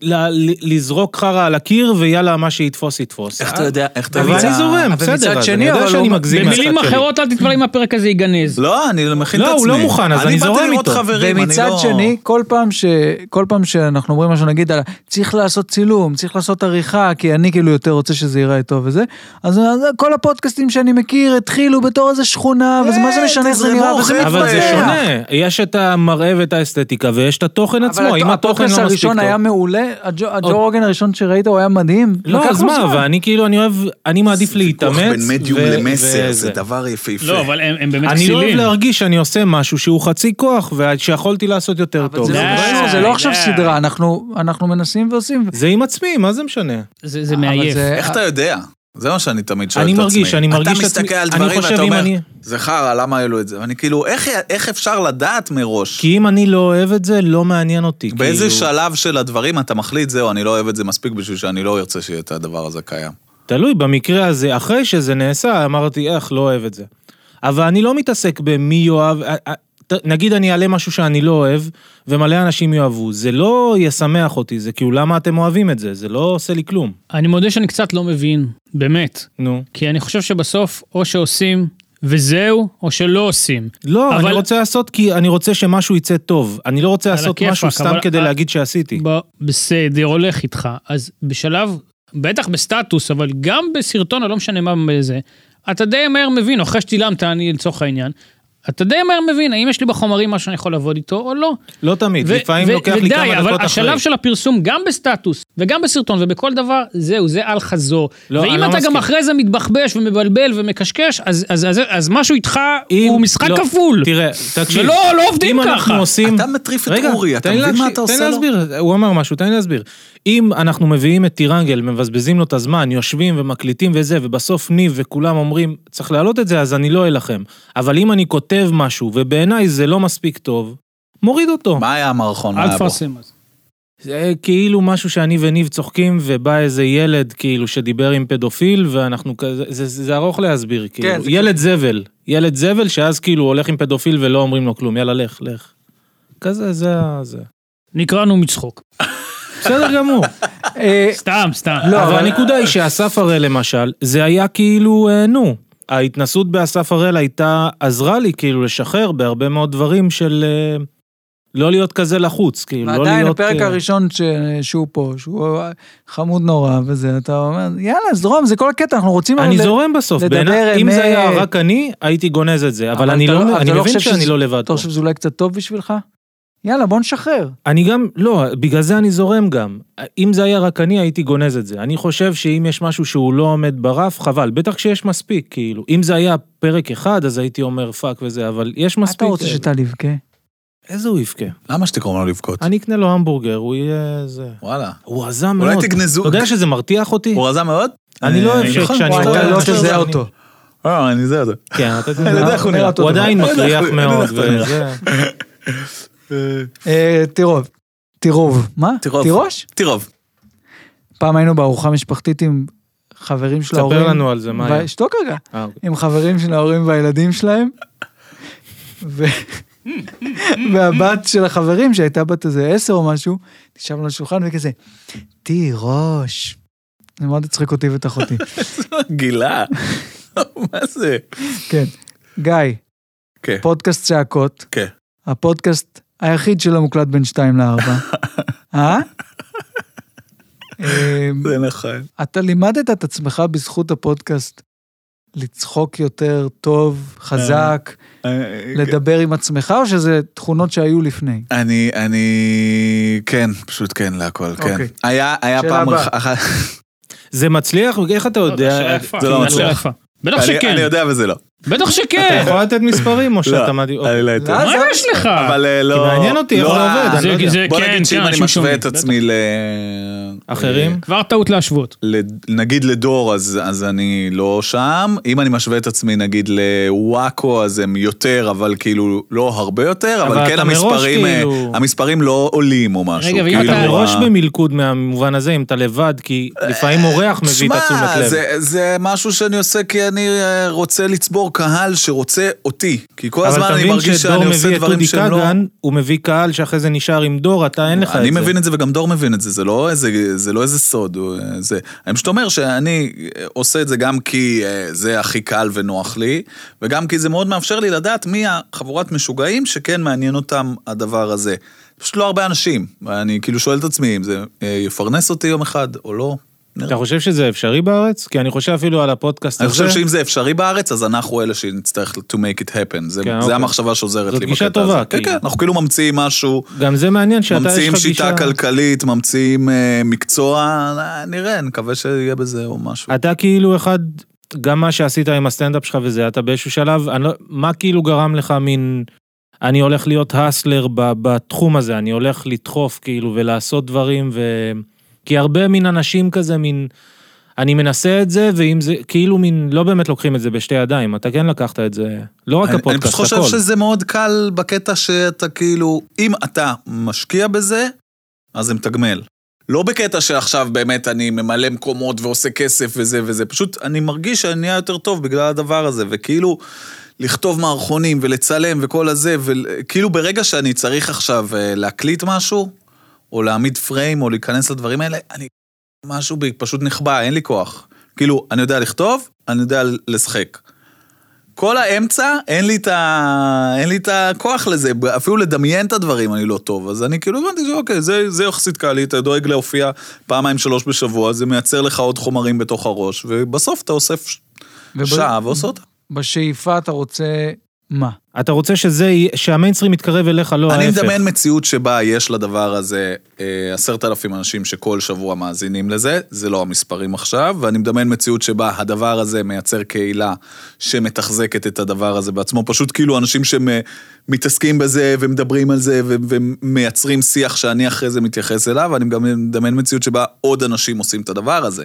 ל- ל- לזרוק חרא על הקיר, ויאללה, מה שיתפוס יתפוס.
איך אתה יודע, איך אתה
אבל
יודע?
אני זורם,
אבל מצד
בסדר, אז
שני,
אני יודע
אבל
שאני
הוא-
מגזים מהצד
במילים
שלי.
אחרות, אל תתפלא אם הפרק הזה ייגנז.
לא, אני מכין את
לא,
עצמי.
הוא לא מוכן, אז אני זורם
באתי לראות
איתו.
חברים, אני לא...
ומצד שני, כל פעם, ש... כל פעם שאנחנו אומרים משהו, נגיד, על... ה- צריך לעשות צילום, צריך לעשות עריכה, כי אני כאילו יותר רוצה שזה ייראה טוב וזה, אז אז כל הפודקאסטים שאני מכיר התחילו בתור איזה שכונה, וזה מה זה
אה,
משנה איך זה
תזרמו,
נראה, וזה
חבר'ה.
מתפתח.
אבל זה שונה, יש את המראה ואת האסתטיקה, ויש את התוכן עצמו,
אבל
אם התוכן
הפודקאסט
לא מספיק טוב.
הראשון היה מעולה, הג'ו הג'ו רוגן הראשון שראית הוא היה מדהים.
לא,
לקח
אז
לו
מה,
זמן.
ואני כאילו, אני אוהב, אני מעדיף
ויכוח
להתאמץ.
בין מדיום
ו-
למסר,
וזה.
זה דבר יפהפה.
לא, אבל הם הם באמת
אני לא אוהב
כסילים.
להרגיש שאני עושה משהו שהוא חצי כוח, ושיכולתי לעשות יותר
אבל
טוב.
זה לא
די,
קשור,
אה,
זה לא עכשיו
די.
סדרה, אנחנו אנחנו מנסים ועושים.
זה עם עצמי, מה זה משנה?
זה זה
אבל
מעייף.
זה-
איך אתה יודע? זה מה שאני תמיד שואל את
אני
עצמי.
מרגיש, אני מרגיש את
אתה
עצמי-
מסתכל על
אני
דברים
חושב
ואתה
אם
אומר,
אני-
זה חרא, למה העלו את זה? ואני כאילו, איך- איך אפשר לדעת מראש?
כי אם אני לא אוהב את זה, לא מעניין אותי.
באיזה
כאילו.
שלב של הדברים אתה מחליט, זהו, אני לא אוהב את זה מספיק בשביל שאני לא ארצה שיהיה את הדבר הזה קיים.
תלוי, במקרה הזה, אחרי שזה נעשה, אמרתי, איך, לא אוהב את זה. אבל אני לא מתעסק במי יאהב, אה, אה, ת- נגיד אני אעלה משהו שאני לא אוהב, ומלא אנשים יאהבו, זה לא ישמח אותי, זה כאילו, למה אתם אוהבים את זה? זה לא עושה לי כלום.
אני מודה שאני קצת לא מבין, באמת.
נו.
כי אני חושב שבסוף, או שעושים וזהו, או שלא עושים.
לא, אבל...
אבל-
אני רוצה לעשות כי אני רוצה שמשהו יצא טוב. אני לא רוצה לעשות
הכיפאק,
משהו סתם
אבל-
כדי
אה,
להגיד שעשיתי.
ב- בסדר, הולך איתך. אז בשלב, בטח בסטטוס, אבל גם בסרטון, או לא משנה מה זה, אתה די מהר מבין, או אחרי שצילמת, אני לצורך העניין, אתה די מהר מבין, האם יש לי בחומרים משהו שאני יכול לעבוד איתו או לא.
לא תמיד,
ו-
לפעמים
ו-
לוקח לי כמה דקות
ודי,
אחרי.
אבל השלב של הפרסום, גם בסטטוס, וגם בסרטון, ובכל דבר, זהו, זה אל חזור.
לא, אני
ואם
לא
אתה
מסכים.
גם אחרי זה מתבחבש ומבלבל ומקשקש, אז- אז אז- אז משהו איתך
אם-
הוא משחק
לא,
כפול.
תראה, תקשיב.
ולא- לא עובדים
אם אנחנו
ככה.
עושים...
אתה מטריף את
רגע,
אורי, אתה
תן לי
מבין מה
להקשיב-
אתה עושה
תן לי
לו?
להסביר, הוא אמר משהו, תן לי להסביר. אם אנחנו מביאים את טירנגל, מבזבזים לו את הזמן, יושבים ומקליטים וזה, ובסוף ניב וכולם אומרים, צריך להעלות את זה, אז אני לא אלחם. אבל אם אני כותב משהו, ובעיניי זה לא מספיק טוב, מוריד אותו.
מה היה המערכון? מה
אל
היה בו?
תפרסם אז.
זה כאילו משהו שאני וניב צוחקים, ובא איזה ילד כאילו שדיבר עם פדופיל, ואנחנו כזה, זה, זה, זה ארוך להסביר, כאילו.
כן, זה
ילד זבל. ילד זבל שאז כאילו הולך עם פדופיל ולא אומרים לו כלום, יאללה, לך, לך. כזה, זה ה...
*laughs*
זה.
נקרענו מצחוק.
בסדר *laughs* גמור.
אה,
סתם, סתם.
לא,
אבל
אבל-
הנקודה היא שאסף הראל למשל, זה היה כאילו, אה, נו. ההתנסות באסף הראל הייתה, עזרה לי כאילו לשחרר בהרבה מאוד דברים של אה, לא להיות כזה לחוץ, כאילו, לא להיות...
ועדיין הפרק
אה,
הראשון ש- שהוא פה, שהוא חמוד נורא וזה, אתה אומר, יאללה, זרום, זה כל הקטע, אנחנו רוצים...
אני
ל-
זורם בסוף,
לא, לדבר
בעיני, אם
אמת.
זה היה רק אני, הייתי גונז את זה, אבל אני
אתה
לא,
אתה
אני מבין
חושב
שאני
שזה-
לא לבד
אתה
פה.
חושב שזה אולי קצת טוב בשבילך? יאללה, בוא נשחרר.
אני גם, לא, בגלל זה אני זורם גם. אם זה היה רק אני, הייתי גונז את זה. אני חושב שאם יש משהו שהוא לא עומד ברף, חבל, בטח שיש מספיק, כאילו. אם זה היה פרק אחד, אז הייתי אומר פאק וזה, אבל יש
מה
מספיק. אה,
אתה רוצה כן?
כאלה.
שטל יבכה?
איזה הוא יבכה?
למה שתקראו לו לבכות?
אני אקנה לו המבורגר, הוא יהיה זה.
וואלה.
הוא רזה מאוד.
אולי תגנזו-
אתה יודע שזה מרתיח אותי?
הוא רזה מאוד?
אני לא אוהב
אה, נכון,
שכשאני
וואי,
רואה
אתה
לא
לא
משהו-
תזהה
תזהה
אותו.
אותו.
אה, אני זה. זה.
כן, אתה
*laughs* אני יודע איך הוא נראה.
הוא עדיין
אני יודע איך
מקריח
הוא- אני יודע
מאוד,
איך הוא נראה.
וזה...
אה, תירוב. תירוב. מה?
תירוב.
תירוש?
תירוב.
פעם היינו בארוחה משפחתית עם חברים של ההורים.
תספר לנו על זה, מה
ו-
היה?
שתוק רגע.
אה, אוקיי.
עם חברים של ההורים והילדים שלהם. ו... והבת של החברים שהייתה בת איזה עשר או משהו, תשבנו על השולחן וכזה, תירוש. זה מאוד הצחיק אותי ואת
*laughs*
אחותי.
גילה. מה זה?
כן. גיא,
כן.
פודקאסט צעקות.
כן.
הפודקאסט היחיד שלא מוקלט בין שתיים
*laughs*
לארבע. אה? אמ,
זה נכון.
אתה לימדת את עצמך בזכות הפודקאסט לצחוק יותר, טוב, חזק,
אה, כן.
לדבר עם עצמך, או שזה תכונות שהיו לפני?
אני, אני, כן, פשוט כן להכל, כן.
אוקיי.
היה, היה
שאלה
פעם
הבאה.
אח- אחת,
זה מצליח? איך אתה יודע?
זה לא מצליח.
בטח
אני-
שכן,
אני יודע וזה לא.
בטח
אתה
שכן.
יכול לתת מספרים או
לא,
שאתה מעדיף...
אני לא הייתי.
לא,
מה
זה-
יש לך?
אבל אה, לא...
מעניין אותי איך
לא
זה
ה-
עובד, אני לא יודע.
זה
בוא
כן,
נגיד שאם
כן,
אני
אנשים
משווה
שומעים,
את עצמי ל... אה,
אחרים?
כבר טעות להשוות.
ל- נגיד לדור, אז, אז אני לא שם. אם אני משווה את עצמי נגיד לוואקו, אז הם יותר, אבל כאילו לא הרבה יותר, אבל,
אבל
כן
אתה מראש
המספרים, אה,
כאילו-
המספרים לא עולים או משהו.
רגע, ואם
כאילו,
אתה
אתה-
מראש
ה-
במלכוד מהמובן הזה, אם אתה לבד, כי לפעמים אורח מביא את התשומת
אה, שמע,
לב.
זה, זה משהו שאני עושה כי אני אה, רוצה לצבור דור קהל שרוצה אותי. כי כל
אבל
הזמן אני
תבין
מרגיש
שדור
שאני עושה
מביא את
דברים
אודי
שהם לא...
כגן, הוא מביא קהל שאחרי זה נשאר עם דור, אתה אין לך את זה.
אני מבין את זה וגם דור מבין את זה, זה לא איזה, זה לא איזה סוד. הוא, אה, זה. אני פשוט אומר שאני אה, עושה את זה גם כי אה, זה הכי קל ונוח לי, וגם כי זה מאוד מאפשר לי לדעת מי החבורת משוגעים שכן מעניין אותם הדבר הזה. פשוט לא הרבה אנשים, ואני כאילו שואל את עצמי אם זה אה, יפרנס אותי יום אחד או לא. נראה.
אתה חושב שזה אפשרי בארץ? כי אני חושב אפילו על הפודקאסט
אני
הזה.
חושב שאם זה אפשרי בארץ, אז אנחנו אלה שנצטרך to make it happen. זה,
כן,
זה
אוקיי.
המחשבה שעוזרת
זאת
לי
גישה
בקטע הזה.
טובה,
כן,
כאילו.
כן, אנחנו כאילו ממציאים משהו,
גם זה מעניין שאתה יש
ממציאים
לך
שיטה
גישה...
כלכלית, ממציאים אה, מקצוע, אה, נראה, נקווה שיהיה בזה או משהו.
אתה כאילו אחד, גם מה שעשית עם הסטנדאפ שלך וזה, אתה באיזשהו שלב, אני לא, מה כאילו גרם לך מין, אני הולך להיות הסלר ב, בתחום הזה, אני הולך לדחוף כאילו ולעשות דברים, ו... כי הרבה מין אנשים כזה, מין, אני מנסה את זה, ואם זה, כאילו מין, לא באמת לוקחים את זה בשתי ידיים, אתה כן לקחת את זה, לא רק
אני, אני פשוט
הפודקאסט,
חושב
הכל.
שזה מאוד קל בקטע שאתה כאילו, אם אתה משקיע בזה, אז זה מתגמל. לא בקטע שעכשיו באמת אני ממלא מקומות ועושה כסף וזה וזה, פשוט אני מרגיש שאני נהיה יותר טוב בגלל הדבר הזה, וכאילו לכתוב מערכונים ולצלם וכל הזה, וכאילו ברגע שאני צריך עכשיו אה, להקליט משהו, או להעמיד פריים, או להיכנס לדברים האלה, אני משהו בי פשוט נחבא, אין לי כוח. כאילו, אני יודע לכתוב, אני יודע לשחק. כל האמצע, אין לי, את ה... אין לי את הכוח לזה, אפילו לדמיין את הדברים אני לא טוב. אז אני כאילו הבנתי שאוקיי, זה, זה יחסית קל לי, אתה דואג להופיע פעמיים שלוש בשבוע, זה מייצר לך עוד חומרים בתוך הראש, ובסוף אתה אוסף ש-
וב-
שעה ועושה אותה.
בשאיפה אתה רוצה מה?
אתה רוצה שזה, יהיה- שהמיינסטרים יתקרב אליך, לא
אני
ההפך.
מדמיין מציאות שבה יש לדבר הזה אה, עשרת אלפים אנשים שכל שבוע מאזינים לזה, זה לא המספרים עכשיו, ואני מדמיין מציאות שבה הדבר הזה מייצר קהילה שמתחזקת את הדבר הזה בעצמו, פשוט כאילו אנשים שמתעסקים בזה ומדברים על זה ו- ומייצרים שיח שאני אחרי זה מתייחס אליו, אני גם מדמיין מציאות שבה עוד אנשים עושים את הדבר הזה.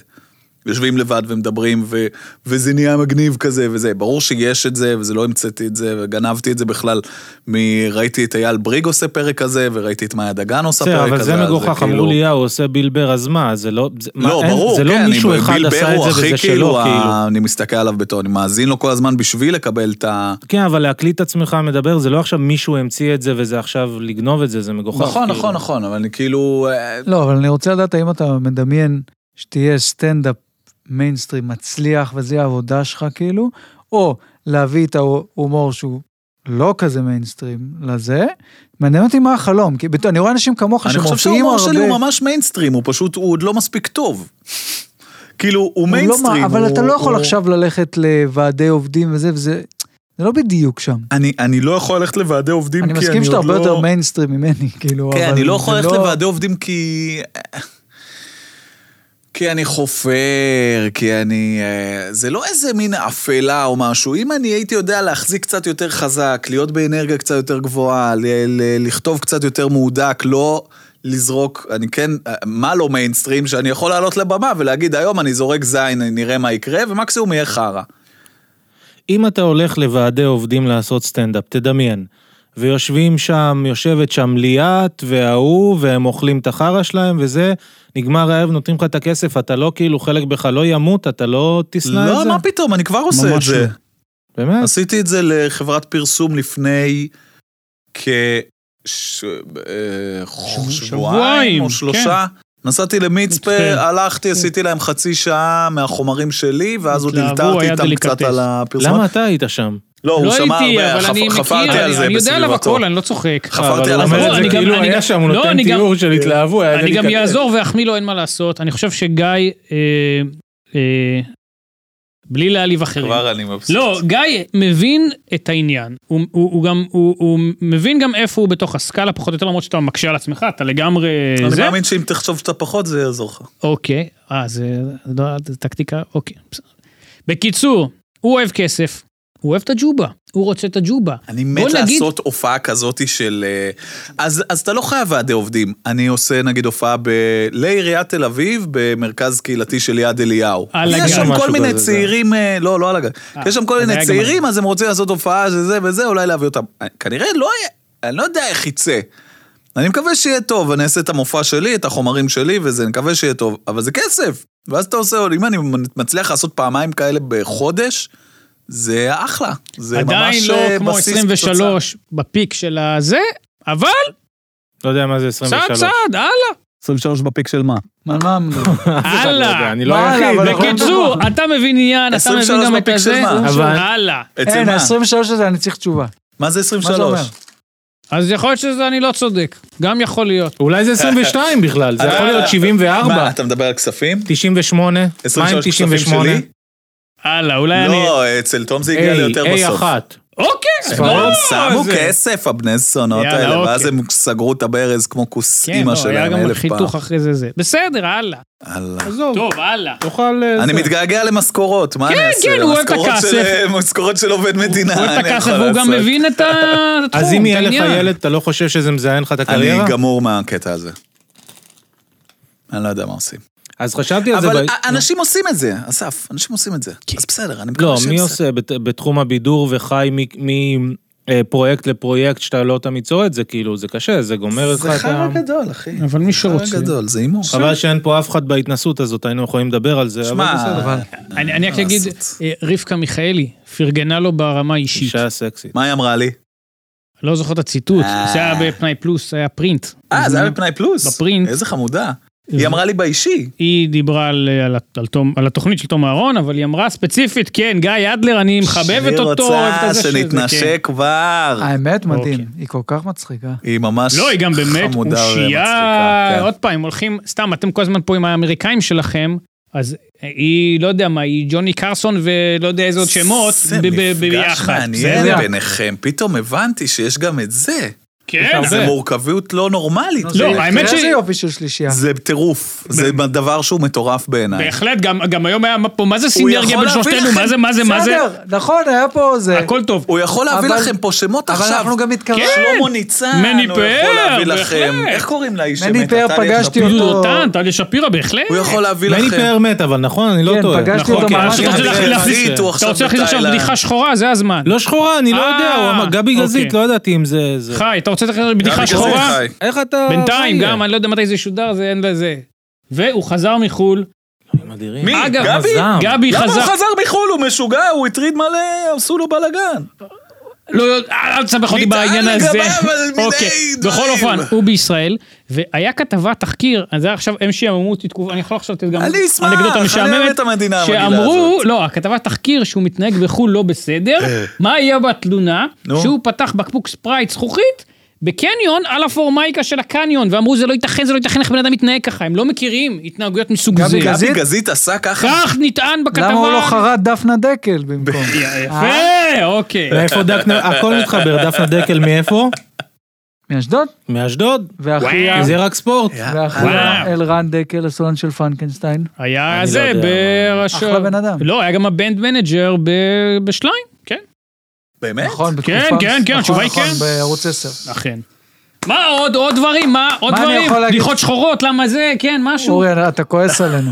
יושבים לבד ומדברים, ו, וזה נהיה מגניב כזה וזה. ברור שיש את זה, וזה לא המצאתי את זה, וגנבתי את זה בכלל. מ... ראיתי את אייל בריג עושה פרק כזה, וראיתי את מאיה דגן עושה פרק
בסדר,
כזה.
אבל
אז
זה מגוחך, אמרו
כאילו-
לי, "אה, הוא עושה בילבר, אז מה, זה לא... זה- מה,
לא,
אין-
ברור,
זה לא
כן,
מישהו
אני-
אחד
ביל בר
עשה את
הוא
זה
הכי
וזה
כאילו
שלו,
ה-
כאילו.
אני מסתכל עליו בתור, אני מאזין לו כל הזמן בשביל לקבל את ה...
כן, אבל להקליט את עצמך מדבר, זה לא עכשיו מישהו המציא את זה וזה עכשיו לגנוב את זה, זה מגוחך.
נכון,
כאילו.
נכון, נכון, אבל אני כאילו... אה,
לא, אבל אני רוצה לדעת האם אתה מדמיין שתהיה סטנדאפ מיינסטרים מצליח וזה העבודה שלך כאילו, או להביא את ההומור שהוא לא כזה מיינסטרים לזה. מעניין אותי מה החלום, כי בת- אני רואה אנשים כמוך
אני חושב
שמופיעים
שההומור שלי
הרבה.
הוא ממש מיינסטרים, הוא פשוט, הוא עוד לא מספיק טוב. כאילו, הוא
הוא לא מה-
מיינסטרים.
אבל אתה
הוא-
לא יכול
הוא-
עכשיו ללכת לוועדי עובדים וזה, וזה זה לא בדיוק שם.
אני, אני לא יכול ללכת לוועדי עובדים,
אני
כי אני עוד לא...
מסכים שאתה הרבה יותר מיינסטרים ממני, *laughs* כאילו,
כן,
אבל
אני לא
זה
יכול ללכת לוועדי עובדים כי... כי אני חופר, כי אני... אה, זה לא איזה מין אפלה או משהו. אם אני הייתי יודע להחזיק קצת יותר חזק, להיות באנרגיה קצת יותר גבוהה, ל- ל- לכתוב קצת יותר מהודק, לא לזרוק, אני כן, אה, מה לא מיינסטרים, שאני יכול לעלות לבמה ולהגיד, היום אני זורק זין, נראה מה יקרה, ומקסימום יהיה חרא.
אם אתה הולך לוועדי עובדים לעשות סטנדאפ, תדמיין. ויושבים שם, יושבת שם ליאת וההוא, והם אוכלים את החרא שלהם וזה, נגמר הערב, נותנים לך את הכסף, אתה לא כאילו, חלק בך לא ימות, אתה לא תשנא את
לא,
זה.
מה פתאום, אני כבר עושה את
ממש
זה.
לא.
כן.
באמת?
עשיתי את זה לחברת פרסום לפני כשבועיים
שבועיים,
אה, או
כן.
שלושה. נסעתי
מצפה.
למצפה, הלכתי, עשיתי להם חצי שעה מהחומרים שלי, ואז עוד
התלהבו,
הלתרתי
היה
איתם קצת
דליקטס.
על הפרסומת.
למה אתה היית שם?
לא, הוא
לא
שמע
הייתי,
הרבה,
אבל
חפ-
אני
חפרתי על
מכיר,
זה
אני יודע עליו
בסביבתו.
הכל, אני לא צוחק. לא,
חפרתי
אבל
על
הוא אומר את
אני
זה
גם-
כאילו
אני-
היה שם, הוא
לא,
נותן
אני גם-
תיאור של התלהבו, היה
אני גם
דליקטס.
יעזור ואחמיא לו, אין מה לעשות. אני חושב שגיא, אה, אה, בלי להעליב אחרים.
כבר אני מבסוט.
לא, גיא מבין את העניין. הוא, הוא, הוא גם, הוא, הוא מבין גם איפה הוא בתוך הסקאלה, פחות או יותר, למרות שאתה מקשה על עצמך, אתה לגמרי...
אני
זה.
מאמין שאם תחשוב שאתה פחות, זה יעזור לך.
אוקיי, אה, זה, לא, זה טקטיקה, אוקיי. בסדר. בקיצור, הוא אוהב כסף, הוא אוהב את הג'ובה, הוא רוצה את הג'ובה.
אני
בוא
מת
נגיד-
לעשות הופעה כזאת של... אה, אז, אז אתה לא חייב ועדי עובדים. אני עושה נגיד הופעה ב... לעיריית תל אביב, במרכז קהילתי של יד אליהו.
על
יש
הגג.
שם כל
משהו
מיני
כזה, זה.
צעירים, אה, לא, לא על הגג.
אה,
יש שם כל
אז
מיני
היה גם
צעירים, אז הם רוצים לעשות הופעה של זה וזה, אולי להביא אותם. אה, כנראה לא יהיה, אני לא יודע איך יצא. אני מקווה שיהיה טוב, אני אעשה את המופע שלי, את החומרים שלי וזה, אני מקווה שיהיה טוב, אבל זה כסף. ואז אתה עושה, אם אני מצליח לעשות פעמיים כאלה בחודש, זה אחלה. זה
עדיין
ממש
לא
אה,
כמו
בסיס
23 בפיק של הזה, אבל
לא יודע מה זה
צעד
23.
צעד, אה? הלאה,
23 בפיק של מה?
מה, מה,
יודע,
הלאה.
אני לא
וואלה,
היחיד.
אבל אנחנו לא
בקיצור,
מדברים.
אתה מבין עניין, אתה
23
מבין גם את
בפיק של
הזה,
מה?
הוא
אבל-
שם, הלאה.
אצל
אין,
מה? אה,
ה-23 הזה, אני צריך תשובה.
מה זה
מה זה
23?
אומר?
אז יכול להיות שזה אני לא צודק, גם יכול להיות.
אולי זה 22 בכלל, זה יכול
אה,
להיות
מה,
74,
אתה מדבר על כספים?
98, מה עם
23 כספים
98?
שלי?
הלאה, אולי אני...
לא, אצל תום זה הגיע
איי,
ליותר
איי
בסוף.
אחת.
אוקיי, אז
הם
לא,
שמו
זה-
כסף, הבני זונות
יאללה,
האלה, ואז
אוקיי.
הם סגרו את הברז כמו כוס
כן,
אימא
לא, היה
שלהם
גם
אלף פעם.
חיתוך אחרי זה זה. בסדר, הלאה.
הלאה.
עזוב,
טוב,
*laughs*
הלאה.
תאכל... אה,
אני
זה.
מתגעגע למשכורות, מה אני אעשה?
כן, הוא אוהב את
משכורות
הכסף.
של- משכורות של עובד מדינה,
הוא אוהב את
אני
הכסף
יכול
והוא גם
לעשות.
מבין
*laughs*
את התחום, את העניין.
אז אם יהיה לך ילד, אתה לא חושב שזה מזיין לך את
אני
הקריירה?
גמור מהקטע הזה. אני לא יודע מה עושים.
אז חשבתי על זה...
אה,
אבל
ב-
א- אנשים עושים את זה, אסף, אנשים עושים את זה.
כן.
אז בסדר, אני מקווה
לא,
אה,
שהם
מי
בסדר.
עושה בת- בתחום הבידור וחי מפרויקט לפרויקט שאתה לא תמיד שורד? זה כאילו, זה קשה, זה גומר אותך
זה
את ה...
חרא גדול, אחי.
אבל מי שרוצה.
חרא גדול, זה הימור.
חבל שאין פה אף אחד בהתנסות הזאת, היינו יכולים לדבר על זה, אבל
שמע,
בסדר.
אוקיי.
אני אני רק
מה
אגיד,
לעשות?
אה, רבקה מיכאלי פרגנה לו ברמה האישית.
אישה סקסית.
מה היא אמרה לי?
לא זוכר את הציטוט,
אה.
זה היה בפנאי פלוס, היה פרינט.
אה, זה היה
בזמנו.
בפנאי פלוס.
בפרינט.
איזה חמודה. היא אמרה לי באישי.
היא דיברה על, על, על, תום, על התוכנית של תום אהרון, אבל היא אמרה ספציפית, כן, גיא אדלר, אני מחבבת אותו,
אני
אוהבת את
רוצה
זה שזה, כן.
שנתנשק כבר.
אה,
האמת מדהים,
אוקיי.
היא כל כך מצחיקה.
היא
כן.
ממש
לא, היא גם באמת
חמודה
אושייה,
ומצחיקה, כן.
עוד פעם, הם הולכים, סתם, אתם כל הזמן פה עם האמריקאים שלכם, אז היא, לא יודע מה, היא ג'וני קרסון ולא יודע איזה עוד שמות,
זה
ב- ב-
מפגש
ביחד.
מעניין
בסדר?
ביניכם, פתאום הבנתי שיש גם את זה.
כן,
זה
אבל-
מורכבות לא נורמלית.
לא,
זה-
האמת
תראה
ש-
איזה יופי של שלישייה.
זה טירוף, זה דבר שהוא מטורף בעיניי.
בהחלט, גם גם היום היה פה, מה זה סינרגיה
יכול
בין
להביא
שלושתנו,
לכם-
מה זה, מה זה, מה זה,
בסדר, נכון, היה פה זה.
הכל טוב.
הוא יכול להביא
אבל-
לכם פה שמות
אבל
עכשיו.
אנחנו גם מתקרבים.
כן.
שלמה ניצן,
מני
הוא יכול
פאר,
להביא
בהחלט.
לכם. איך קורים לאיש שמת?
מני פאר,
הטלי
פגשתי
השפיל?
אותו.
דותן, טליה שפירא, בהחלט.
הוא יכול להביא לכם.
מני פאר מת, אבל נכון? אני לא
כן,
טועה.
פגשתי
נכון,
אותו
כן,
ממש
כן,
אתה רוצה
כן,
להכניס-
כן.
להכניס-
גזית, הוא
אתה
עכשיו
רוצה להכניס עכשיו
בתאילנד.
בדיחה שחורה, זה הזמן.
לא שחורה, אני לא
אה,
יודע, הוא אמר גבי
אוקיי.
גזית, לא ידעתי אם זה... זה-
חי, אתה רוצה להכניס
גם
בדיחה
בגלל זה
שחורה?
חי.
איך אתה...
בינתיים
חי?
גם, אני לא יודע מתי זה ישודר, זה אין לזה. והוא חזר מחול.
אלוהים אדירים.
מי?
אגב,
גבי?
הזעם.
גבי
למה הוא
אה, חזר...
חזר מחו"ל? הוא משוגע, הוא הטריד מלא, עשו לו בלאגן.
לא, יודע- אה, אל תסבך אותי
נטען
בעניין הזה.
לגביו על מיני
*laughs* אוקיי,
דברים.
בכל אופן, הוא בישראל, והיה כתבה, תחקיר, אז זה עכשיו, הם שיעממו אותי תקופה, אני יכול עכשיו לתת גם
אני אשמח,
אנקדוטה
אני אוהב
משעממת,
את המדינה המגעילה
שאמרו,
הזאת. אה.
לא, הכתבה תחקיר שהוא מתנהג בחו"ל לא בסדר, מה היה בתלונה?
נו.
שהוא פתח בקבוק ספרייט זכוכית. בקניון על הפורמייקה של הקניון, ואמרו זה לא ייתכן, זה לא ייתכן, איך בן אדם מתנהג ככה, הם לא מכירים התנהגויות מסוג
גם
זה.
גז-
גבי
גזית?
גזית עשה ככה?
כך נטען בכתבה.
למה הוא לא חרט דפנה דקל במקום?
כן,
אה,
יפה, אוקיי.
אה?
מאיפה דקנר? הכל מתחבר, דפנה דקל מאיפה?
מאשדוד?
מאשדוד.
ואחיה
זה רק ספורט.
ואחיה אלרן דקל, הסולן של פרנקנשטיין.
היה
אני
זה
לא יודע,
ברשו...
אחלה בן אדם.
לא, היה גם הבנד מנג'ר ב... בשליים, כן,
באמת?
נכון, בתקופה...
כן, כן, כן,
נכון,
התשובה היא
נכון,
כן.
בערוץ 10.
אכן. מה עוד, עוד דברים, מה עוד
מה אני
דברים?
יכול להגיד?
בדיחות שחורות, למה זה, כן, משהו.
אורי, אתה כועס
*laughs*
עלינו.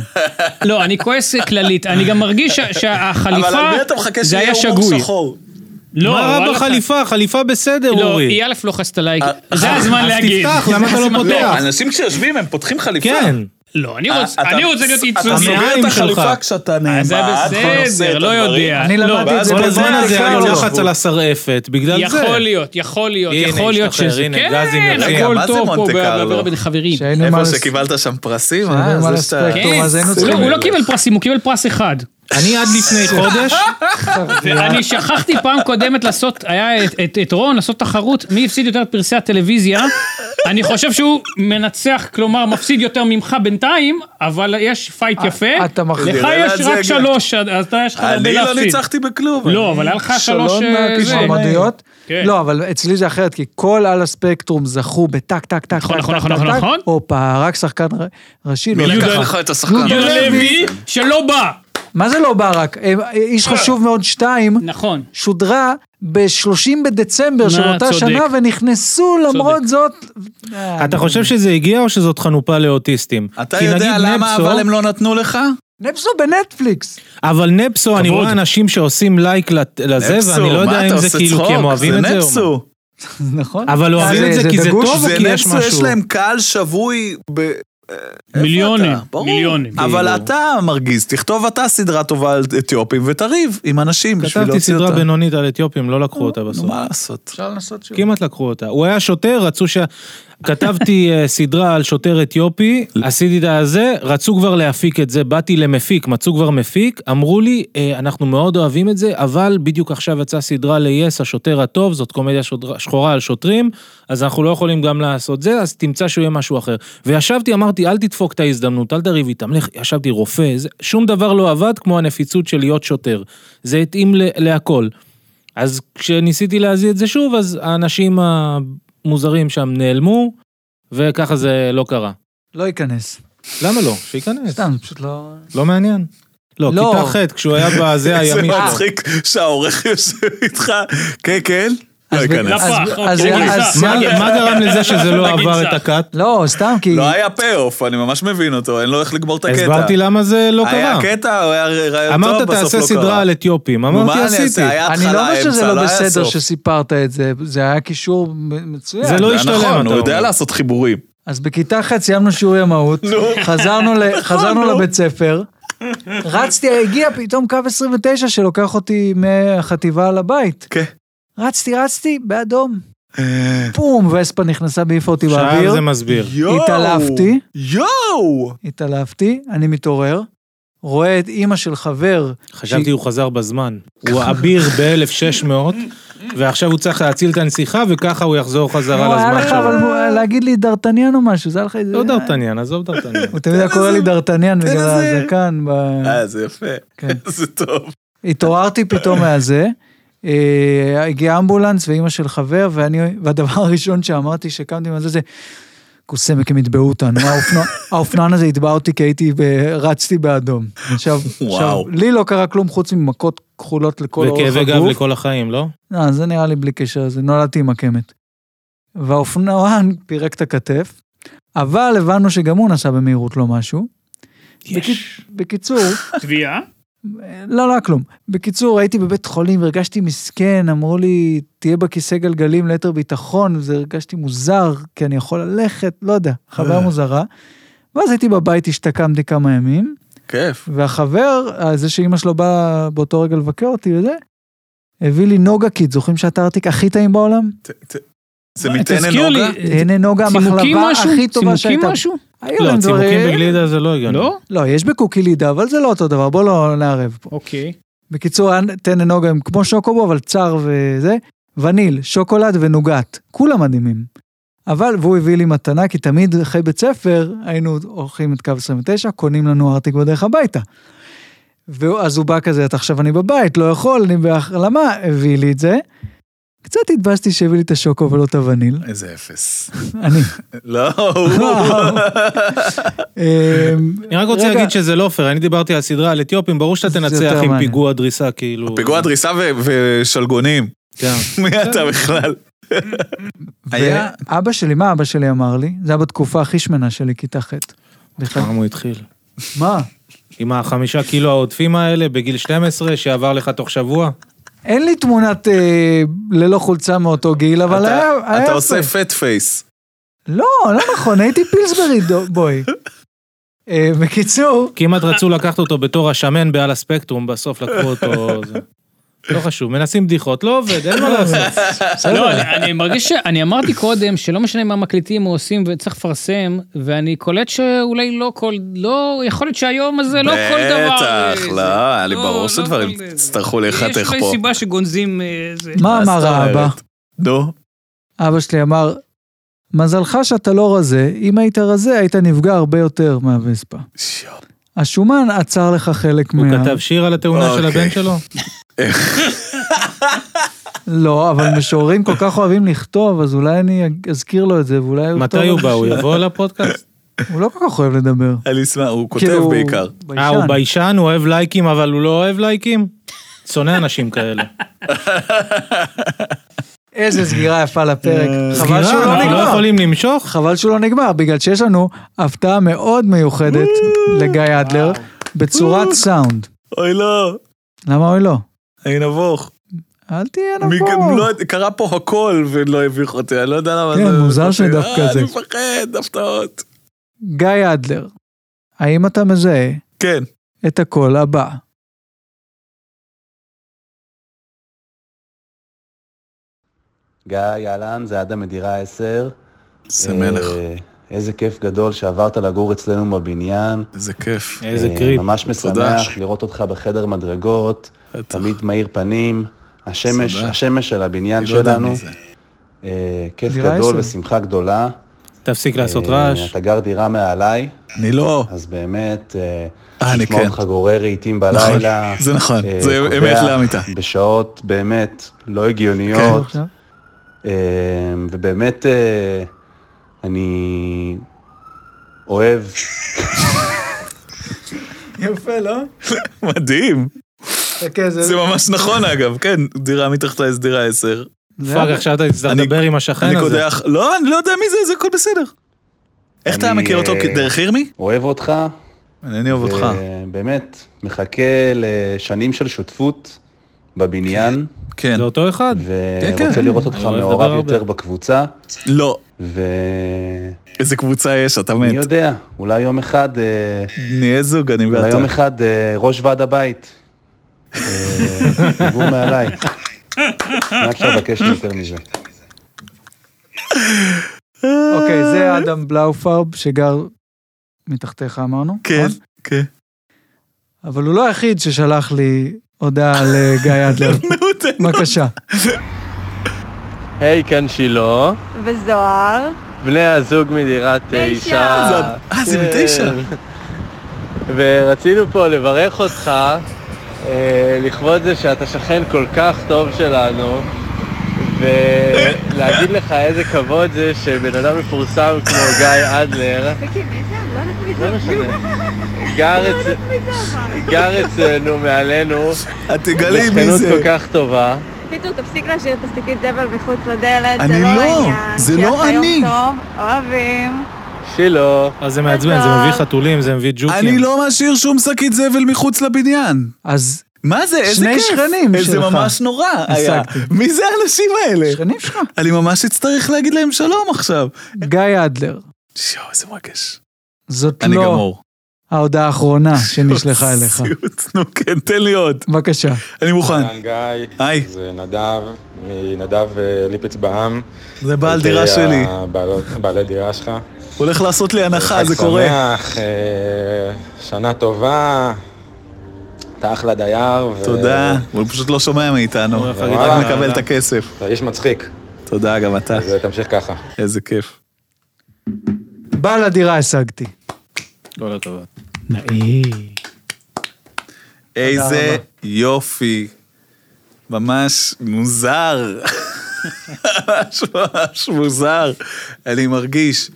לא, אני כועס כללית, אני גם מרגיש שה- שהחליפה,
אבל על מי אתה מחכה
זה
שיהיה
היה
הומור
שגוי.
שחור?
לא,
מה
וואלה,
רע בחליפה? חליפה בסדר,
לא,
אורי.
היא א' לא חסת עליי,
אה,
זה
אה,
הזמן
אז
להגיד.
תפתח, למה אתה לא פותח?
אנשים כשיושבים הם פותחים חליפה.
כן.
לא, אני
אה,
רוצ-
אתה-
אני רוצה להיות
אתה
ייצוגי.
סוגר
המעיים
את
שלך.
החליפה כשאתה
אה,
נעמד.
זה בסדר, לא יודע.
אני
לא,
למדתי את
ואז
זה
כל
זה
הזמן
בעיה,
הזה היה
לא.
לי
בפרנקנשטיין.
לחץ על השרעפת, בגלל זה.
יכול להיות, יכול להיות,
הנה,
יכול להיות
השתחרר,
שזה,
הנה, גזים
כן,
יוצאים.
הכל
מה זה
טוב פה
מונטה קרלו?
בעבירה בין חברים.
שהיינו מה
איפה
לס-
שקיבלת שם פרסים,
שהיינו
אה?
מה
זה שאתה...
לספקטרום.
כן,
אז היינו
הוא
צריכים
לא- הוא לא
ללכת.
קיבל פרסים, הוא קיבל פרס אחד.
אני עד לפני
*laughs*
חודש,
אני שכחתי פעם קודמת לעשות, היה את- את- את רון לעשות תחרות, מי הפסיד יותר את פרסי הטלוויזיה. אני חושב שהוא מנצח, כלומר מפסיד יותר ממך בינתיים, אבל יש פייט יפה.
אה, אתה מחזיר.
לך
אני יודע
יש
לאן זה
רק
יגיע.
שלוש, אז אז אתה יש לך הרבה
אני לא
להפסיד.
ניצחתי בכלום.
לא, אבל היה לך שלוש...
שלום
אה, זה.
מועמדויות?
כן.
לא, אבל אצלי זה אחרת, כי כל על הספקטרום זכו בטק, טק, טק,
נכון,
טק,
נכון,
טק,
נכון,
טק,
נכון,
טק.
נכון.
הופה, רק שחקן ר- ראשי. לא
מי
לקח.
לקח לך את השחקן?
יהודה לוי,
לוי.
שלא בא.
מה זה לא בא רק? אה, איש חשוב מאוד שתיים,
נכון.
שודרה ב-30 בדצמבר של
נא,
אותה
אה, צודק.
שנה, ונכנסו למרות זאת... אה,
אתה חושב שזה הגיע או שזאת חנופה לאוטיסטים?
אתה
כי
יודע
נגיד
למה
נפסו-
אבל הם לא נתנו לך?
נפסו בנטפליקס.
אבל נפסו, אני רואה אנשים שעושים לייק לת- לזה, ואני לא יודע אם זה כאילו כי הם אוהבים את זה או מה.
נפסו.
נכון.
אבל אוהבים
זה-
את זה
זה
כי זה
דגוש?
טוב או
זה
כי יש
נפסו, יש
משהו?
להם קהל שבוי ב... איפה
מיליונים,
אתה? ברור. אה,
מיליונים.
אבל
כאילו.
אתה מרגיז, תכתוב אתה סדרה טובה על אתיופים ותריב עם אנשים בשביל
כתבתי
להוציא אותה.
סדרה בינונית על אתיופים, לא לקחו אותה
נו,
בסוף. כאילו,
מה לעשות?
אפשר לנסות שוב.
כמעט לקחו אותה. הוא היה שוטר, רצו ש... כתבתי אה, סדרה על שוטר אתיופי, עשיתי את הזה, רצו כבר להפיק את זה, באתי למפיק, מצאו כבר מפיק, אמרו לי, "אה, אנחנו מאוד אוהבים את זה, אבל בדיוק עכשיו יצאה סדרה ל-yes, השוטר הטוב, זאת קומדיה שוטר- שחורה על שוטרים, אז אנחנו לא יכולים גם לעשות זה, אז תמצא שהוא יהיה משהו אחר. וישבתי, אמרתי, אל תדפוק את ההזדמנות, אל תריב איתם, לך, ישבתי רופא, זה- שום דבר לא עבד כמו הנפיצות של להיות שוטר. זה התאים ל- להכל. אז כשניסיתי להזיע את זה שוב, אז האנשים המוזרים שם נעלמו, וככה זה לא קרה.
לא ייכנס.
למה לא? שייכנס.
סתם, זה פשוט לא...
לא מעניין. לא,
לא.
כיתה ח', כשהוא היה בזה
*laughs* זה לא
הימי.
מצחיק שהעורך יושב איתך, כן, כן, לא
אז ב-
ייכנס.
אז-
לפח,
אז-
אוקיי,
אז-
גרסה.
מה
אז-
*laughs*
מה גרם לזה שזה לא עבר את הקאט?
לא, סתם כי...
לא היה פי-אוף, אני ממש מבין אותו, אין לו איך לגמור את הקטע.
הסברתי למה זה לא קרה.
היה קטע, הוא היה רעיון טוב,
אמרת
בסוף לא קרה.
תעשה סדרה על אתיופים,
נו, מה
אמרתי
אני
עשיתי.
אעשה? היה
אני לא
התחלה,
אומר שזה
אמצע,
לא
היה
בסדר
סוף.
שסיפרת את זה, זה היה קישור מ- מצוין.
זה לא
זה
השתלם,
נכון,
אתה
הוא יודע
אומר.
לעשות חיבורים.
אז בכיתה ח' סיימנו שיעור ימאות, חזרנו,
נכון,
ל... חזרנו לבית ספר, רצתי, הגיע פתאום קו 29 שלוקח אותי מהחטיבה לבית.
כן.
רצתי, רצתי, באדום. פום, וספה נכנסה, העיפה אותי
עכשיו
באוויר,
זה מסביר.
יואו!
התעלפתי.
יואו!
התעלפתי, אני מתעורר, רואה את אימא של חבר,
חשבתי הוא חזר בזמן. הוא אביר ב-1600, ועכשיו הוא צריך להציל את הנסיכה, וככה הוא יחזור
נו,
חזרה
לא, היה
לזמן
לך
שלו.
אבל הוא- להגיד לי דרטניין או משהו, זה היה לך איזה...
לא דרטניין, עזוב דרטניין.
הוא תמיד היה קורא לי דרטניין בגלל
איזה-
הזקן. ב-
אה, זה יפה.
כן.
*laughs* זה טוב.
התעוררתי פתאום מהזה, אה, הגיע אמבולנס ואימא של חבר, ואני, והדבר הראשון שאמרתי שקמתי מזה זה, קוסמק הם יתבעו אותנו, האופנוע- האופנוען הזה יתבע אותי כי הייתי, ב- רצתי באדום. עכשיו, עכשיו,
וואו.
לי לא קרה כלום חוץ ממכות כחולות לכל אורך הגוף.
וכאבי גב לכל החיים, לא?
אה, זה נראה לי בלי קשר, זה נולדתי עם הקמת. והאופנוען פירק את הכתף, אבל הבנו שגם הוא נסע במהירות לא משהו.
יש.
בקיצור,
תביעה?
לא, לא היה כלום. בקיצור, הייתי בבית חולים, הרגשתי מסכן, אמרו לי, תהיה בכיסא גלגלים ליתר ביטחון, וזה הרגשתי מוזר, כי אני יכול ללכת, לא יודע, חוויה
אה.
מוזרה. ואז הייתי בבית, השתקמתי כמה ימים,
כיף.
והחבר, אה, זה שאימא שלו באה באותו רגע לבקר אותי וזה, הביא לי נוגה קיט, זוכרים שהטארטיק הכי טעים בעולם?
ת- ת- זה מטען
לא, תזכיר לי,
נוגה?
הנה נוגה,
אה, צימוקים
המחלבה
משהו?
הכי טובה
צימוקים
שהייתה.
משהו?
היו
לא,
להם
צימוקים
כן, דברים-
בגלידה זה לא הגענו.
לא?
לא, יש בקוקילידה, אבל זה לא אותו דבר, בוא לא נערב פה.
אוקיי.
בקיצור, היה טנא נוגה הם כמו שוקובו, אבל צר וזה, וניל, שוקולד ונוגת, כולם מדהימים. אבל, והוא הביא לי מתנה, כי תמיד אחרי בית ספר היינו הולכים את קו 29, קונים לנו ארטיק בדרך הביתה. ואז הוא בא כזה, "אתה עכשיו אני בבית, לא יכול, אני בהחלמה, הביא לי את זה. קצת התבאסתי שהביא לי את השוקו ולא את הווניל,
איזה אפס. *laughs*
*laughs*
אני.
לא, הוא-
*laughs*
אמ,
אני רק רוצה
רגע,
להגיד שזה לא פייר, אני דיברתי על סדרה על אתיופים, ברור שאתה
זה
תנצח
יותר
עם
מעניין.
פיגוע דריסה, כאילו...
פיגוע דריסה ו- ושלגונים. *laughs*
כן.
מי אתה
אה,
בכלל? היה-
ואבא שלי, מה אבא שלי אמר לי? זה היה בתקופה הכי שמנה שלי, כיתה ח'. בכלל.
אה.
פעם הוא התחיל.
מה?
עם החמישה קילו העודפים האלה בגיל 12, שעבר לך תוך שבוע?
אין לי תמונת אה, ללא חולצה מאותו גיל, אבל
אתה-
היה... היה
אתה
יפה.
עושה פט פייס.
לא, לא נכון, הייתי פילסברי דו- בוי. אה, בקיצור,
כמעט רצו לקחת אותו בתור השמן בעל הספקטרום, בסוף לקחו אותו... זה. לא חשוב, מנסים בדיחות, לא
*laughs*
עובד, אין מה לעשות.
לא, אני- אני מרגיש שאני אמרתי קודם שלא משנה מה מקליטים או עושים וצריך לפרסם, ואני קולט שאולי לא כל, לא, יכול להיות שהיום הזה לא כל דבר. אה,
בטח,
זה-
לא, היה לי
לא,
ברור
לא
שדברים
כל זה.
יצטרכו
יש
להיחתך
אולי
פה.
סיבה שגונזים אה, זה.
מה
מה זאת
אמר האבא?
אומרת? נו,
אבא שלי אמר, מזלך שאתה לא רזה, אם היית רזה היית נפגע הרבה יותר מהווספה.
שיו.
השומן עצר לך חלק
הוא
מה...
כתב שיר על התאונה של
אוקיי.
הבן שלו?
לא, אבל משוררים כל כך אוהבים לכתוב, אז אולי אני אזכיר לו את זה, ואולי הוא...
מתי
יכתוב איזה
הוא בא? הוא
שיר.
יבוא לפודקאסט?
הוא לא כל כך אוהב לדבר.
אני אשמח, הוא כותב
כאילו,
בעיקר.
אה, הוא
ביישן.
ביישן, הוא אוהב לייקים, אבל הוא לא אוהב לייקים? שונא אנשים כאלה.
איזה סגירה יפה לפרק.
אה,
חבל שהוא לא
אנחנו לא
נגמר.
יכולים למשוך?
חבל שהוא לא נגמר, בגלל שיש לנו הפתעה מאוד מיוחדת
אה,
לגיא אדלר, בצורת סאונד.
אוי לא,
למה אוי לא?
אני נבוך.
אל תהיה
מי גם
נבוא.
לא- קרה פה הכל ולא הביך אותי, אני לא יודע למה
כן, מוזר שדווקא
אה,
זה.
אני מפחד, הפתעות.
גיא אדלר, האם אתה מזהה
כן.
את הקול הבא?
גיא, אהלן, זה אדם מדירה 10.
איזה מלך,
אה, איזה כיף גדול שעברת לגור אצלנו בבניין.
איזה כיף.
איזה
אה,
קריפ.
ממש
תודה. אה.
משמח לראות אותך בחדר מדרגות, תמיד מאיר פנים. השמש,
תודה.
השמש של הבניין
אני לא יודע
שלנו.
מי זה.
אה, כיף
דירה
גדול
עשר.
ושמחה גדולה.
תפסיק לעשות
אה,
רעש.
אתה גר דירה מעליי,
אני לא...
אז באמת, אה,
אה, אני
לשמוע
כן.
אותך גורר רהיטים בלילה.
זה נכון,
אה,
זה
קובע
אמת לאמיתה.
בשעות באמת לא הגיוניות.
כן.
עכשיו?
אה, ובאמת, אה, אני אוהב, אה.
יפה, לא?
מדהים.
חכה, זה...
זה ממש נכון אגב, כן, דירה מתחת לעץ דירה 10.
זה
פאק,
היה-
עכשיו אתה תצטרך
אני-
לדבר עם השכן
אני
הזה.
קודח, לא, אני לא יודע מי זה, זה הכל בסדר. איך אתה
אני,
מכיר אותו
אה,
דרך ירמי?
אוהב אותך. אה,
אני אוהב אותך.
באמת, מחכה לשנים של שותפות בבניין,
כן.
זה אותו אחד.
כן, כן,
ורוצה לראות אותך
אני אוהב
מעורב
לדבר הרבה.
יותר בקבוצה,
לא.
ומי
איזה קבוצה יש, אתה מת.
יודע, אולי יום אחד, אה,
נהיה זוג, אני
אולי
ואתה.
יום אחד אה, ראש ועד הבית.
*laughs*
אה, תגעו מעליי. מה אפשר לבקש יותר מזה?
אוקיי,
אה.
זה אדם בלאופרב שגר מתחתיך, אמרנו.
כן,
נכון?
כן. *laughs*
אבל הוא לא היחיד ששלח לי הודעה על אה, גיא אדלר.
*laughs* נו, תן לו.
בבקשה.
היי, כאן שילה.
וזוהר.
בני הזוג מדירה תשע.
זה- אה, זה מתשע.
כן. *laughs* ורצינו פה לברך אותך אה, לכבוד זה שאתה שכן כל כך טוב שלנו, ולהגיד לך איזה כבוד זה שבן אדם מפורסם כמו גיא אדלר
תקשיב, מי זה? לא יודעת מי
לא
זה. *laughs*
משנה, גר אצ-
מי זה אבל?
גר אצלנו מעלינו,
את תגלי מי
בשכנות
זה.
כל כך טובה.
פיטור, תפסיק להשאיר את השקית זבל מחוץ לדלת.
אני
זה
לא,
העניין.
זה
שיהיה
לא
לך יום
אני.
טוב, אוהבים.
שילה.
אז זה מעצבן, זה מביא חתולים, זה מביא ג'וקים.
אני לא משאיר שום שקית זבל מחוץ לבניין.
אז
מה זה? איזה
שני
כיף.
שכנים
איזה
שלך.
ממש נורא היה.
השגתי.
מי זה האנשים האלה?
שכנים שלך.
אני ממש אצטרך להגיד להם שלום עכשיו.
גיא אדלר,
שיו, איזה מרגש.
זאת
אני
לא
גמור.
ההודעה
*laughs*
האחרונה שנשלחה אליך.
סיוט, נו כן, תן לי עוד.
בבקשה.
אני מוכן.
אהלן גיא,
היי,
זה נדב, אה, מנדב אה, ליפץ בע"מ.
זה בעל
אוקיי,
דירה שלי.
הבעלות- בעלי דירה שלך.
הולך לעשות לי הנחה,
חג
זה קורה.
שמח, אה, שנה טובה, אתה אחלה דייר. ו-
תודה. הוא פשוט לא שומע מאיתנו. הוא
להגיד,
רק
וואלה.
מקבל את הכסף.
אתה איש מצחיק,
תודה, גם אתה.
אז אה, תמשיך ככה.
איזה כיף.
בעל הדירה השגתי.
כל הכבוד.
נעים.
איזה יופי. ממש מוזר. *laughs* ממש ממש מוזר. אני מרגיש
לא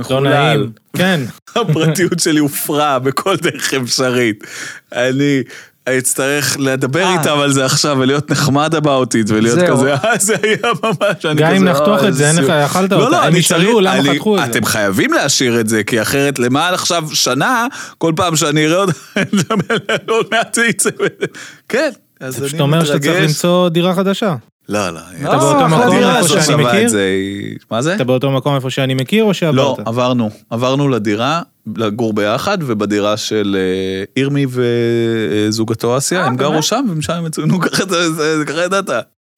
מחולל.
נעים. כן.
הפרטיות שלי הופרה בכל דרך אפשרית. אני אצטרך לדבר
אה.
איתם על זה עכשיו ולהיות נחמד about it ולהיות
זהו.
כזה, אה, זה היה ממש, אני
גם
כזה,
אם
"אה,
נחתוך את
איזה
זה, אין לך-
סיוט."
אכלת
לא,
אותה.
לא,
הם
אני
ישאלו
צריך-
למה
אני-
חתכו את זה.
אתם חייבים להשאיר את זה, כי אחרת למה עכשיו שנה, כל פעם שאני אראה *laughs* אותם, עוד מעט זה יצא. כן, אז אני
זה
מתרגש.
פשוט אומר שאתה צריך למצוא דירה חדישה.
לא, לא.
אתה באותו מקום
הדירה
איפה
הזאת
שאני
שווה את
מכיר?
זה, היא- מה זה?
אתה באותו מקום איפה שאני מכיר, או
לא,
שעברת?
עברנו. עברנו לדירה, לגור ביחד, ובדירה של אה, ירמי וזוגתו אה, אסיה, הם גרו שם, והם שם הם יצאו, נו, ככה זה- זה- ככה ידעת.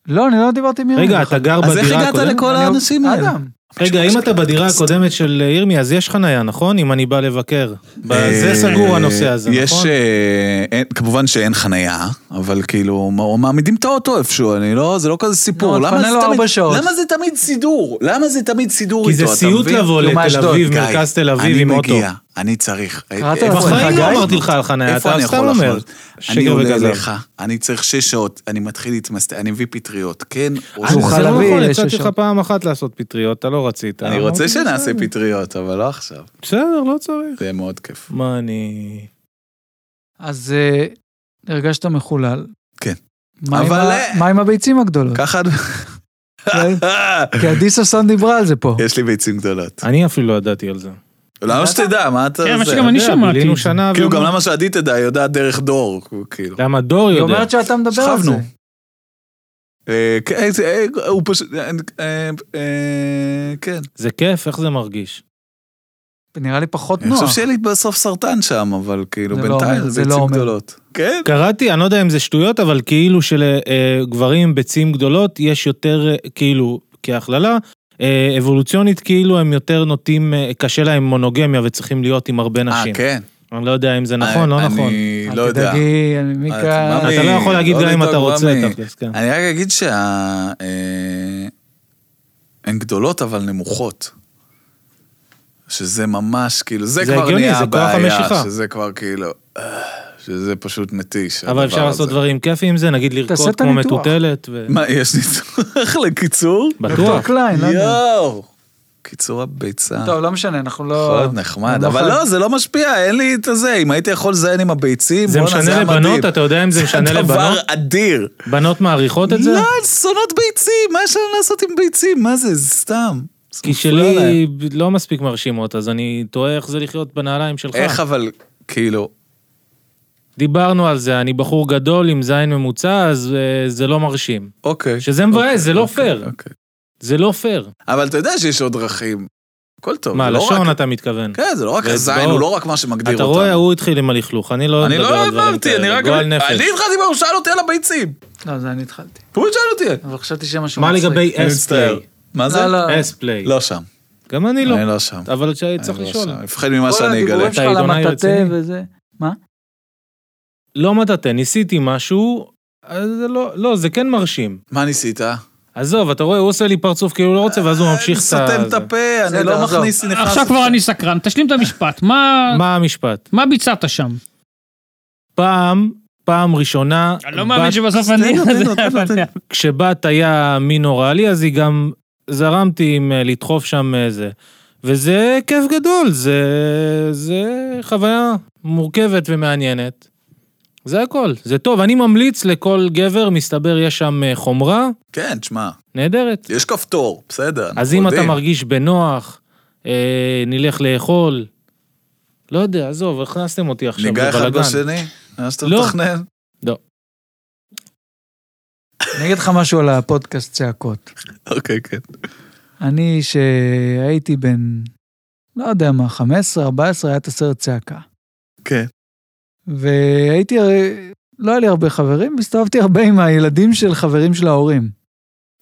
לא, אני לא דיברתי עם מירי.
רגע, אתה גר
אז איך
בדירה
הגעת
הקודמת?
לכל
אני-
האנשים האלה?
אדם.
רגע, אם אתה בדירה הקודמת של אה, ירמי, אז יש חנייה, נכון? אם אני בא לבקר. ב- זה
אה,
סגור הנושא הזה,
יש,
נכון?
אה, אין- כמובן שאין חנייה, אבל כאילו, מ- מעמידים את האוטו איפשהו, אני לא, זה לא כזה סיפור.
לא,
למה
תפנה
זה
לו
תמיד-
ארבע שעות.
למה זה תמיד סידור? למה זה תמיד סידור
כי
איתו,
זה
אתה
סיוט
מבין?
לבוא
כאילו,
לתל
מאשדוד.
אביב,
גיא,
מרכז תל אביב עם אוטו. לא
אני מגיע, אני צריך.
קראת
איפה
לעצמך,
אני
גיא?
יכול
אמרתי לך על חניה,
איפה
אתה
אני
סתם
יכול
אומר.
לחנות?
שקר
אני עולה
וכזב.
לך, אני צריך שש שעות, אני מתחיל להתמסטר, אני מביא פטריות, כן? או
אז
זה-
הוא
זה לא
חלבי,
נכון,
יש
הצעתי לך
שעות.
פעם אחת לעשות פטריות, אתה לא רצית.
אני
אמרתי,
רוצה שנעשה
בסדר.
פטריות, אבל לא עכשיו.
בסדר, לא צריך.
זה יהיה מאוד כיף.
*laughs* מה אני...
אז אה, הרגשת מחולל.
כן.
מה עם
אבל,
ה-
אה,
מה עם הביצים הגדולות?
ככה...
כן. כי אדיסה סון דיברה על זה פה.
*laughs* יש לי ביצים גדולות.
אני אפילו לא ידעתי על זה.
למה שתדע, מה אתה...
כן, מה
זה?
שגם אני
אתה יודע,
שמעתי.
בילינו שנה...
כאילו, גם
ואמרנו-
למה שעדי תדע, היא יודעת דרך דור, כאילו.
למה דור
היא
יודע.
אומרת שאתה מדבר על זה.
שכבנו. אה, כן, אה, אה, הוא פשוט... אה, אה, אה, כן.
זה כיף, איך זה מרגיש?
נראה לי פחות
אני חושב
נוח.
שיהיה לי בסוף סרטן שם, אבל כאילו,
זה לא
בינתיים
אומר,
זה
זה לא
ביצים
אומר.
גדולות. כן?
קראתי, אני לא יודע אם זה שטויות, אבל כאילו שלגברים עם ביצים גדולות יש יותר, אה, כאילו, כהכללה, אה, אבולוציונית, כאילו הם יותר נוטים, אה, קשה להם מונוגמיה וצריכים להיות עם הרבה
אה,
נשים.
כן. אה,
אני לא יודע אם זה נכון, לא
אני-
נכון.
אני
אל
לא יודע.
תדאגי, אני- מיקה...
את- ממי,
אתה לא יכול להגיד גם אם
לדאוג,
אתה רוצה,
ממי.
תכלס, כן.
אני רק אגיד שה... אה, הן גדולות אבל נמוכות. שזה ממש כאילו, זה,
זה
כבר
הגיוני,
נהיה
זה כוח המשיכה.
הבעיה, שזה כבר כאילו, אה, שזה פשוט מתיש.
אבל
הדבר
אפשר לעשות
הזה.
דברים כיפיים עם זה, נגיד
תעשה
לרקוד
את
כמו
הניתוח.
מטוטלת. ו-
מה, יש ניתוח לקיצור?
בטוח.
קליין, לא יודע.
יואו! קיצור הביצה.
טוב, לא משנה, אנחנו לא...
יכול להיות נחמד,
אנחנו
אבל
חייב-
לא, זה לא משפיע, אין לי את הזה. אם הייתי יכול לזיין עם הביצים,
זה
בואנה,
משנה
היה
לבנות,
מדהים.
אתה יודע אם זה משנה
זה דבר
לבנות?
אדיר.
בנות מעריכות את זה?
לא, שונאות ביצים, מה יש לנו לעשות עם ביצים? מה זה, זה סתם. זה
כי
מפריע
שלי
להם.
לא מספיק מרשימות, אז אני תוהה איך זה לחיות בנעליים שלך.
איך אבל, כאילו,
דיברנו על זה, אני בחור גדול עם זין ממוצע, אז אה, זה לא מרשים.
אוקיי.
שזה מבאס,
אוקיי,
זה לא
אוקיי,
פייר.
אוקיי.
זה לא פייר.
אבל אתה יודע שיש עוד דרכים. הכל טוב.
מה,
זה לא
לשון
רק-
אתה מתכוון.
כן, זה לא רק הזין,
ואצבעות.
הוא לא רק מה שמגדיר
אתה
אותנו.
רואה, הוא התחיל עם הלכלוך, אני לא
אני
מדבר
לא
על דברים
הבנתי, אני
כאלה,
רק...
גועל
אני
נפש.
התחלתי, הוא שאל אותי על הביצים.
לא, זה אני התחלתי.
הוא שאל אותי.
אבל חשבתי שמשהו
מה
מצחיק.
לגבי
אני
אס-פליי?
מצטער. מה זה?
לא, לא.
אס-פליי.
לא שם.
גם אני לא.
אני לא שם.
אבל צריך
אני לא
לשאול.
שם. אני מפחד ממה
כל
שאני אגלה.
הדיבורים
אתה
שלך
עיתונאי
למטאטא
רציני?
וזה.
לא מטאטא, ניסיתי משהו, אז זה לא, לא, זה כן מרשים.
מה ניסית?
עזוב, אתה רואה, הוא עושה לי פרצוף כאילו הוא לא רוצה, ואז הוא ממשיך את ה...
סתם אה, את
זה.
הפה, אני
בסדר,
לא
עזוב.
מכניס, נכנס...
אה, עכשיו כבר אני סקרן, תשלים את המשפט, מה-
מה המשפט?
מה ביצעת שם?
פעם, פעם ראשונה,
אני לא מאמין
בת-
שבסוף
תן
אני...
לו, תן לו, תן לו, תן לו.
כשבת היה מין אוראלי, אז היא גם זרמתי עם אה, לדחוף שם אה, זה. וזה כיף גדול, זה, זה חוויה מורכבת ומעניינת. זה הכל, זה טוב, אני ממליץ לכל גבר, מסתבר יש שם אה, חומרה
כן, תשמע,
נהדרת.
יש כפתור, בסדר.
אז
אנחנו
אם אתה
יודעים.
מרגיש בנוח, אה, נלך לאכול. לא יודע, עזוב, הכנסתם אותי עכשיו
ניגע אחד
לבלגן.
בשני, מה שאתה
לא.
מתכנן.
אני אגיד לך משהו על הפודקאסט צעקות.
אוקיי, כן.
אני, שהייתי בן, לא יודע מה, 15, 14, היה את הסרט צעקה.
כן.
והייתי, הרי- לא היה לי הרבה חברים, הסתובבתי הרבה עם הילדים של חברים של ההורים,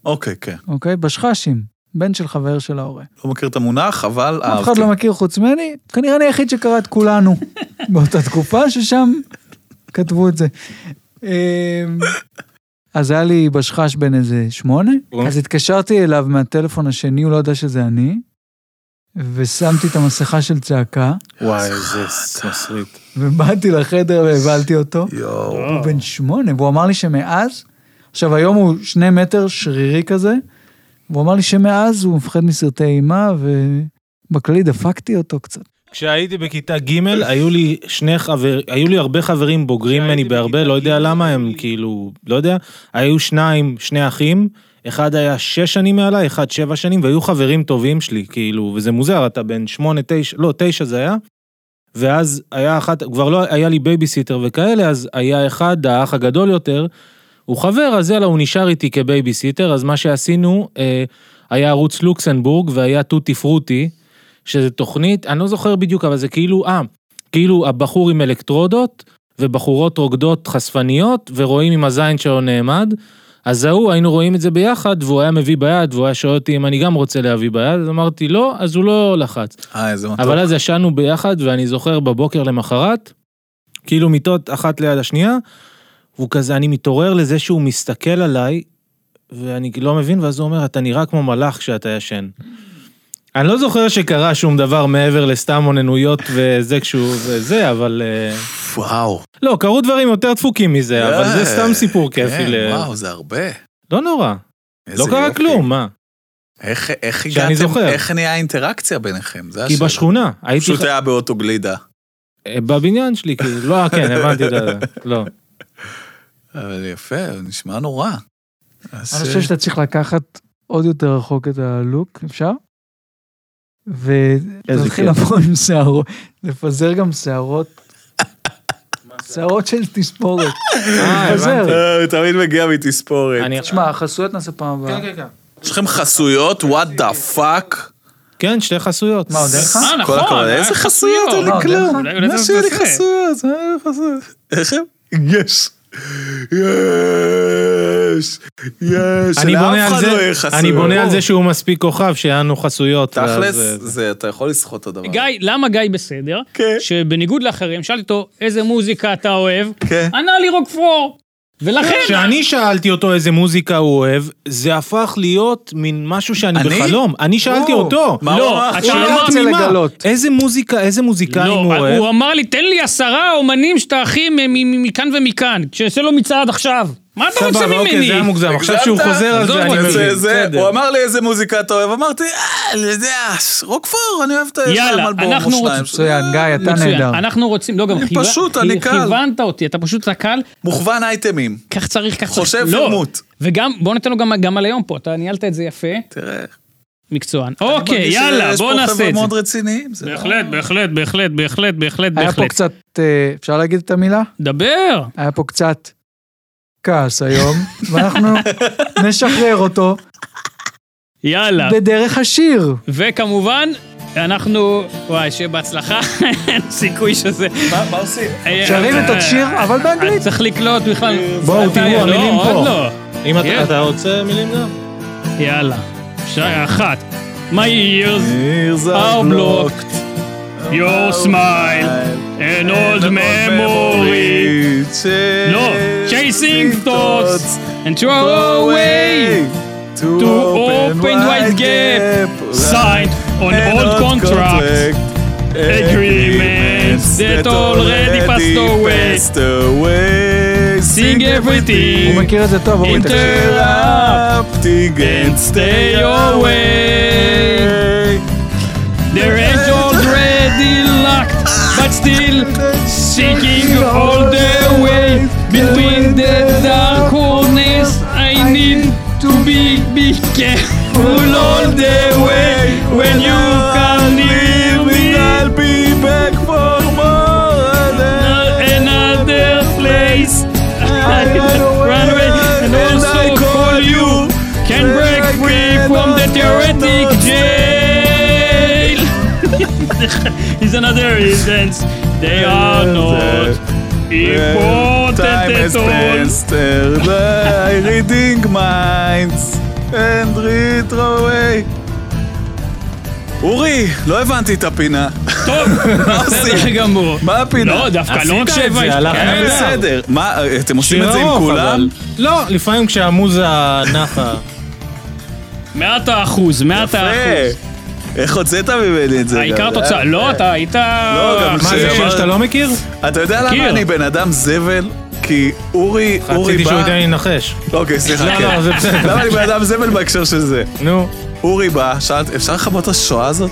אוקיי, כן.
אוקיי? בשח"שים, בן של חבר של ההורה.
לא מכיר את המונח, אבל
אף אחד
אהבתי.
לא מכיר חוץ ממני, כנראה אני היחיד שקרא את כולנו באותה תקופה ששם כתבו את זה. אמ, אז היה לי בשחש בן איזה שמונה,
אוקיי.
אז התקשרתי אליו מהטלפון השני, הוא לא ידע שזה אני, ושמתי את המסכה של צעקה,
וואי, איזה
*laughs*
מסריט.
ובאתי לחדר והבהלתי אותו.
יואו.
הוא בן שמונה, והוא אמר לי שמאז, עכשיו היום הוא שני מטר שרירי כזה, והוא אמר לי שמאז הוא מפחד מסרטי אימה, ובכללי דפקתי אותו קצת.
כשהייתי בכיתה ג' היו לי שני חבר... היו לי הרבה חברים בוגרים ממני בהרבה, לא יודע למה הם כאילו, לא יודע. היו שניים, שני אחים, אחד היה שש שנים מעליי, אחד שבע שנים, והיו חברים טובים שלי, כאילו, וזה מוזר, אתה בן שמונה, תשע, לא, תשע זה היה. ואז היה אחת, כבר לא היה לי בייביסיטר וכאלה, אז היה אחד, האח הגדול יותר, הוא חבר, אז יאללה, הוא נשאר איתי כבייביסיטר, אז מה שעשינו, אה, היה ערוץ לוקסנבורג והיה טוטי פרוטי, שזה תוכנית, אני לא זוכר בדיוק, אבל זה כאילו, אה, כאילו הבחור עם אלקטרודות, ובחורות רוקדות חשפניות, ורואים אם הזין שלו נעמד. אז ההוא, היינו רואים את זה ביחד, והוא היה מביא ביד, והוא היה שואל אותי אם אני גם רוצה להביא ביד, אז אמרתי לא, אז הוא לא לחץ.
אה, איזה מתוק.
אבל אז ישנו ביחד, ואני זוכר בבוקר למחרת, כאילו מיטות אחת ליד השנייה, והוא כזה, אני מתעורר לזה שהוא מסתכל עליי, ואני לא מבין, ואז הוא אומר, אתה נראה כמו מלאך כשאתה ישן. אני לא זוכר שקרה שום דבר מעבר לסתם אוננויות וזה כשהוא וזה, אבל... אה,
וואו.
לא, קרו דברים יותר דפוקים מזה, אבל זה
אה,
סתם סיפור כיפי.
כן,
ל-
וואו, זה הרבה.
לא נורא,
איזה
לא קרה
יופי.
כלום, מה?
איך איך
שאני
הגעתם,
זוכר.
איך נהיה האינטראקציה ביניכם? זה
כי
השאלה.
בשכונה, הייתי... אה,
פשוט היה באוטו גלידה.
בבניין שלי, כאילו, לא, כן, הבנתי את זה, לא.
אבל יפה, הוא נשמע נורא. אז, אה,
אני חושב שאתה צריך לקחת עוד יותר רחוק את הלוק, אפשר? ולהתחיל
כיף.
לבוא עם שערות, לפזר גם שערות, שערות של תספורת.
אה,
לפזר.
הבנתי.
אה, הוא תמיד מגיע מתספורת.
אני
כן,
תשמע, החסויות נעשה פעם הבאה.
יש לכם חסויות? וואט דה פאק?
כן, שתי חסויות.
מה, עוד אין לך?
אה,
כל
נכון.
הכבוד,
היה
איזה
חצי
חסויות,
יום.
אין לי
לא, עוד אין לך?
כלום.
אולי- אולי
מה
זה
שיהיה לי
מפצה.
חסויות, אה, חסויות. איך הם? יש. יש. יש.
אני
לאף
בונה
אחד
על
לא
זה,
יהיה חסויות.
אני בונה על זה שהוא מספיק כוכב, שיהיה לנו חסויות.
תכלס,
ואז, אה,
זה, אתה יכול לסחוט את הדבר.
גיא, למה גיא בסדר?
כן.
שבניגוד לאחרים, שאלתי אותו, איזה מוזיקה אתה אוהב?
כן.
ענה לי רוק פרור. ולכן...
כשאני שאלתי אותו איזה מוזיקה הוא אוהב, זה הפך להיות מין משהו שאני
אני?
בחלום. אני שאלתי
או,
אותו.
מה
לא,
הוא אמר?
אתה
שאלה
אמרת
תמימה.
לגלות.
איזה מוזיקה, איזה מוזיקאים
לא,
הוא אוהב.
הוא אמר לי, תן לי עשרה אומנים שאתה הכי מ- מ- מ- מכאן ומכאן, שיעשה לו מצעד עכשיו. מה אתה רוצה
סבבה, אוקיי, זה היה
ממני?
מוגזם. עכשיו שהוא
הגזמת?
חוזר על
עזוב
זה, אני
אותי.
מבין.
זה- זה-
בסדר.
הוא אמר לי איזה מוזיקה אתה אוהב, אמרתי, אה, אני יודע, רוקפור, אני אוהב את
יאללה,
יש להם אלבום
אנחנו
או שניים.
רוצים-
מצוין, גיא, אתה
מצוין,
נהדר.
אנחנו רוצים,
*laughs*
לא, גם
אני
חיו-
פשוט,
חי-
אני קל.
כיוונת אותי, אתה פשוט אתה קל,
מוכוון אייטמים,
כך צריך, כך צריך.
חושב
לא.
פרמוט.
וגם, בוא ניתן לו גם- גם על היום פה, אתה ניהלת את זה יפה,
תראה.
מקצוען.
אני
אוקיי,
מרגיש
יאללה,
שיש
בוא
פה
נעשה
חבר'ה
את זה. נכון.
מאוד רציניים. זה לא-
בהחלט, בהחלט, בהחלט, בהחלט, בהחלט,
היה פה
בהחלט.
קצת, אה, אפשר להגיד את המילה?
דבר.
היה פה קצת כעס
*laughs*
היום, ואנחנו נשחרר אותו
יאללה.
בדרך השיר.
אה. וכמובן, אנחנו... וואי, שיהיה בהצלחה, *laughs* אין סיכוי שזה... אה,
מה מה עושים?
שרים את השיר, אבל באנגלית.
צריך לקלוט בכלל.
בואו,
אתה-
תראו,
לא,
המילים
עוד
פה.
לא.
אם אתה-
כן.
אתה רוצה מילים גם?
יאללה. שעה אחת. My ears
Here's a
are
block,
blocked. Your smile. An old memory.
chasing
No, chasing thoughts. And throw away.
to
To open wide gap. Signed on
and
old contracts.
Agreements
that already passed away.
passed away.
Sing everything.
הוא מכיר את זה טוב, אורי, תקשיב.
Interrupting and
stay
stay
away.
away.
Their hands already locked, but still seeking all the way between the dark corners. I need to be be careful all the way when you come near me.
I'll be back for more.
Another place, I run away and also call you. Can break free from the theoretic jail. *laughs* It's another instance. They are not important
Time
at
has
all.
passed and I reading minds and read away. אורי, לא הבנתי את הפינה. *laughs*
טוב, בסדר גמור.
מה הפינה? אה,
לא, דווקא לא רק
עשית את זה,
שהבנתי.
הלך
כן,
נהדר.
בסדר.
בסדר. מה, אתם עושים
שיר
את זה עם
ארוך,
כולם?
אבל- לא, לפעמים כשהמוזה נחה.
מאת האחוז, מאת
יפה.
האחוז.
איך הוצאת ממני את זה?
העיקר
גם? אה.
תוצאה. לא, אתה היית...
גם
מה, זה שיר שאתה לא מכיר?
אתה יודע
מכיר.
למה אני בן אדם זבל? כי אורי, אורי
כאילו. רציתי שהוא
בא...
ייתן לי לנחש.
אוקיי, סליחה,
לא,
כן.
לא, זה
*laughs*
בסדר.
למה אני בן אדם זבל בהקשר של זה?
נו.
אורי בא, שאל, אפשר לכבות את השואה
*laughs*
הזאת?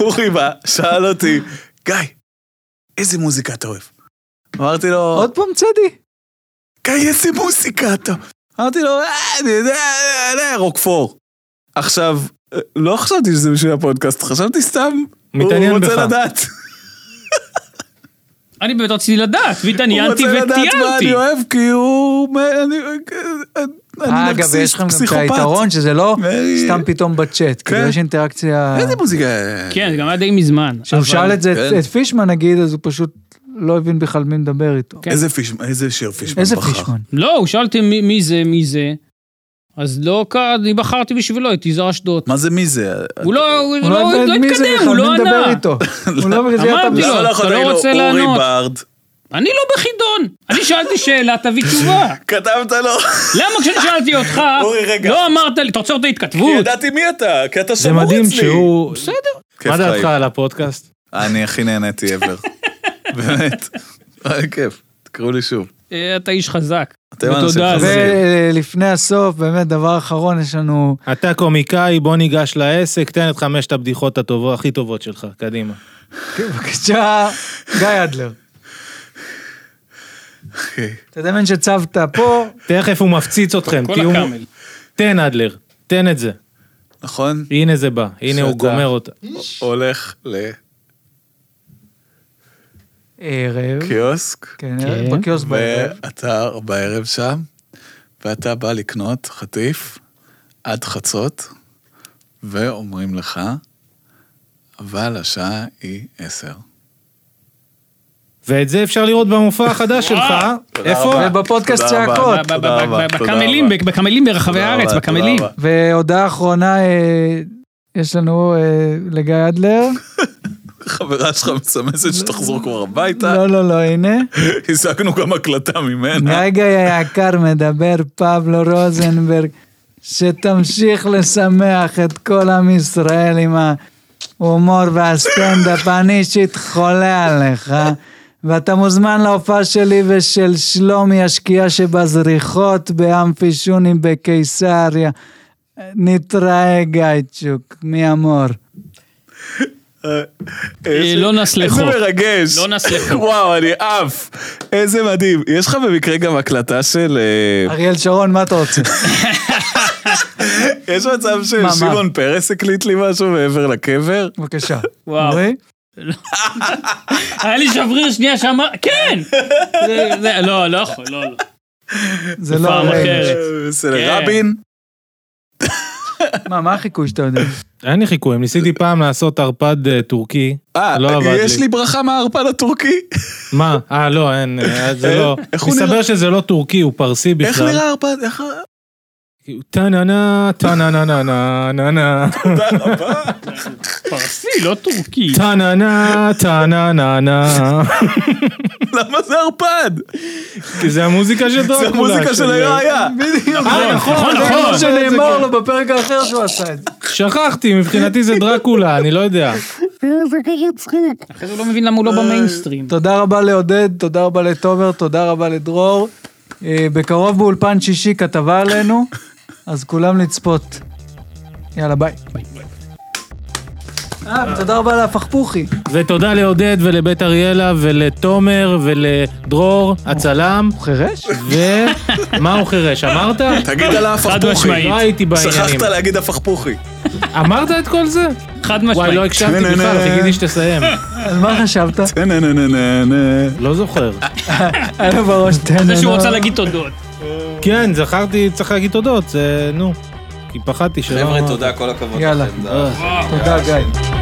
אורי בא, שאל אותי, גיא, איזה מוזיקה אתה אוהב? אמרתי לו,
עוד פעם צדי.
גיא, איזה מוזיקה אתה? אמרתי לו, "אה, אני יודע, אה, אה, רוקפור. עכשיו, אה, לא חשבתי שזה בשביל הפודקאסט, חשבתי סתם,
מתעניין
הוא
בך.
רוצה לדעת.
אני באמת רציתי לדעת, והתעניינתי
הוא רוצה לדעת מה
וטיילתי.
אני אוהב, כי הוא... אני, אני
אגב, ויש לכם גם את
פסיכופת.
היתרון שזה לא
מרי.
סתם פתאום בצ'אט, כאילו יש אינטראקציה...
איזה מוזיקה?
כן, זה גם היה די מזמן.
כשהוא
אבל-
שאל את זה
כן.
את פישמן נגיד, אז הוא פשוט לא הבין בכלל מי מדבר איתו.
איזה פישמן, איזה שיר פישמן
איזה
בחר?
פישמן?
לא, הוא שאל אותי מי, מי זה, מי זה. אז לא, ק- אני בחרתי בשבילו את יזהר אשדוד.
מה זה מי זה?
הוא לא, הוא לא,
יודע
הוא לא
מי זה
התקדם,
בכלל,
הוא לא
מי מדבר
ענה.
איתו. הוא לא מבין,
אמרתי לו,
למה
אתה
יכולת
לא
להגיד לו,
רוצה
אורי
לענות."
ברד,
אני לא בחידון. אני שאלתי שאלה, תביא
*laughs*
תשובה.
כתבת לו,
למה כשאני שאלתי אותך,
אורי, רגע.
לא אמרת לי, אתה רוצה עוד
כי
ההתכתבות?
ידעתי מי אתה, כי אתה
זה
שמור אצלי.
מדהים שהוא...
בסדר.
כיף
מה דעתך
חיים.
על הפודקאסט?
אני הכי נהניתי ever. באמת. היה כיף, תקראו לי שוב.
אה, אתה איש חזק.
אתם אנשים
ותודה על זה.
חזקים.
ולפני הסוף, באמת, דבר אחרון, יש לנו...
אתה קומיקאי, בוא ניגש לעסק, תן את חמשת הבדיחות הטובות, הכי טובות שלך, קדימה.
בבקשה, גיא אדלר.
אוקיי.
אתה יודע, מן שצבת פה,
תכף הוא מפציץ אתכם,
כל
תהיו...
הקאמל.
תן אדלר, תן את זה.
נכון?
הנה זה בא, הנה הוא
שאתה-
גומר אותה.
הולך
ערב.
לקיוסק.
כן, ערב, בקיוסק בערב.
ואתה בערב שם, ואתה בא לקנות חטיף עד חצות,
ואומרים לך, אבל השעה היא עשר.
ואת זה אפשר לראות במופע
*laughs*
החדש שלך. איפה?
ובפודקאסט
תודה רבה.
צעקות.
תודה רבה, תודה
בקמלים,
רבה.
בקמלים ברחבי
תודה
הארץ,
רבה,
בקמלים.
תודה רבה.
והודעה אחרונה, אה, יש לנו אה, לגיא אדלר.
חברה שלך מסמסת שתחזור כבר הביתה,
לא, לא, לא, הנה.
השגנו גם הקלטה ממנה.
גיא היקר מדבר פבלו רוזנברג, שתמשיך לשמח את כל עם ישראל עם ההומור והסטנדאפ, אני אישית חולה עליך. ואתה מוזמן להופעה שלי ושל שלומי השקיעה שבזריחות באמפי שוני בקיסריה. נתראה גייצ'וק, מי אמור.
איזה-
לא נס לחו.
איזה מרגש.
לא נס
*laughs*
לחו.
וואו, אני עף. איזה מדהים. יש לך במקרה גם הקלטה של... אה,
אריאל שרון, מה אתה רוצה?
יש מצב
מה, מה?
ששמעון פרס הקליט לי משהו מעבר לקבר?
בבקשה. אוקיי?
וואו.
אורי?
היה לי שבריר שנייה שאמר,
*laughs*
כן! זה- זה- לא, לא יכול, לא, *laughs* לא.
זה לא...
פעם
אריאל.
אחרת.
אה, של
כן.
רבין?
מה, מה החיקוי שאתה יודע?
אה,
אין לי חיקויים, ניסיתי פעם לעשות ערפד אה, טורקי.
אה,
לא עבד
יש
לי.
לי ברכה מהערפד הטורקי.
מה? אה, לא, אין, אה, זה לא...
איך הוא
מסתבר
נראה?
שזה לא טורקי, הוא פרסי בכלל.
איך נראה הערפד? איך...
כאילו, טה-נה-נה, טה-נה-נה-נה,
*laughs*
נה-נה,
פרסי, לא טורקי.
טה-נה-נה, טה-נה-נה-נה.
למה זה ערפד?
כי זה המוזיקה של
*laughs*
דרקולה. כאילו.
זה המוזיקה של הראייה.
בדיוק.
אה, נכון,
זה
נכון.
כמו שנאמר לו בפרק האחר שהוא עשה את זה.
שכחתי, מבחינתי
*laughs*
זה דרקולה, אני לא יודע.
אחרי זה הוא לא מבין למה הוא
אה.
לא במיינסטרים.
תודה רבה לעודד, תודה רבה לתומר, תודה רבה לדרור. אה, בקרוב באולפן שישי כתבה עלינו, אז כולם לצפות. יאללה, ביי. אה, ותודה רבה להפכפוכי.
ותודה לעודד ולבית אריאלה ולתומר ולדרור הצלם,
הוא חירש?
ומה הוא
*laughs*
חירש, אמרת?
תגיד על
משמעית.
ההפכפוכי.
לא הייתי בעניינים.
שכחת להגיד הפכפוכי.
אמרת את כל זה?
חד
וואי, לא
משמעית.
הקשבתי בכלל, חיכיתי שתסיים.
על מה חשבת?
נה, נה, נה, נה, נה.
לא זוכר.
אה.
היה לו בראש תן.
זה שהוא רוצה להגיד תודות.
כן, זכרתי, צריך להגיד תודות, זה... נו. כי פחדתי שלא...
יאללה.
כל הכבוד
אה.
יאללה. תודה, גיא.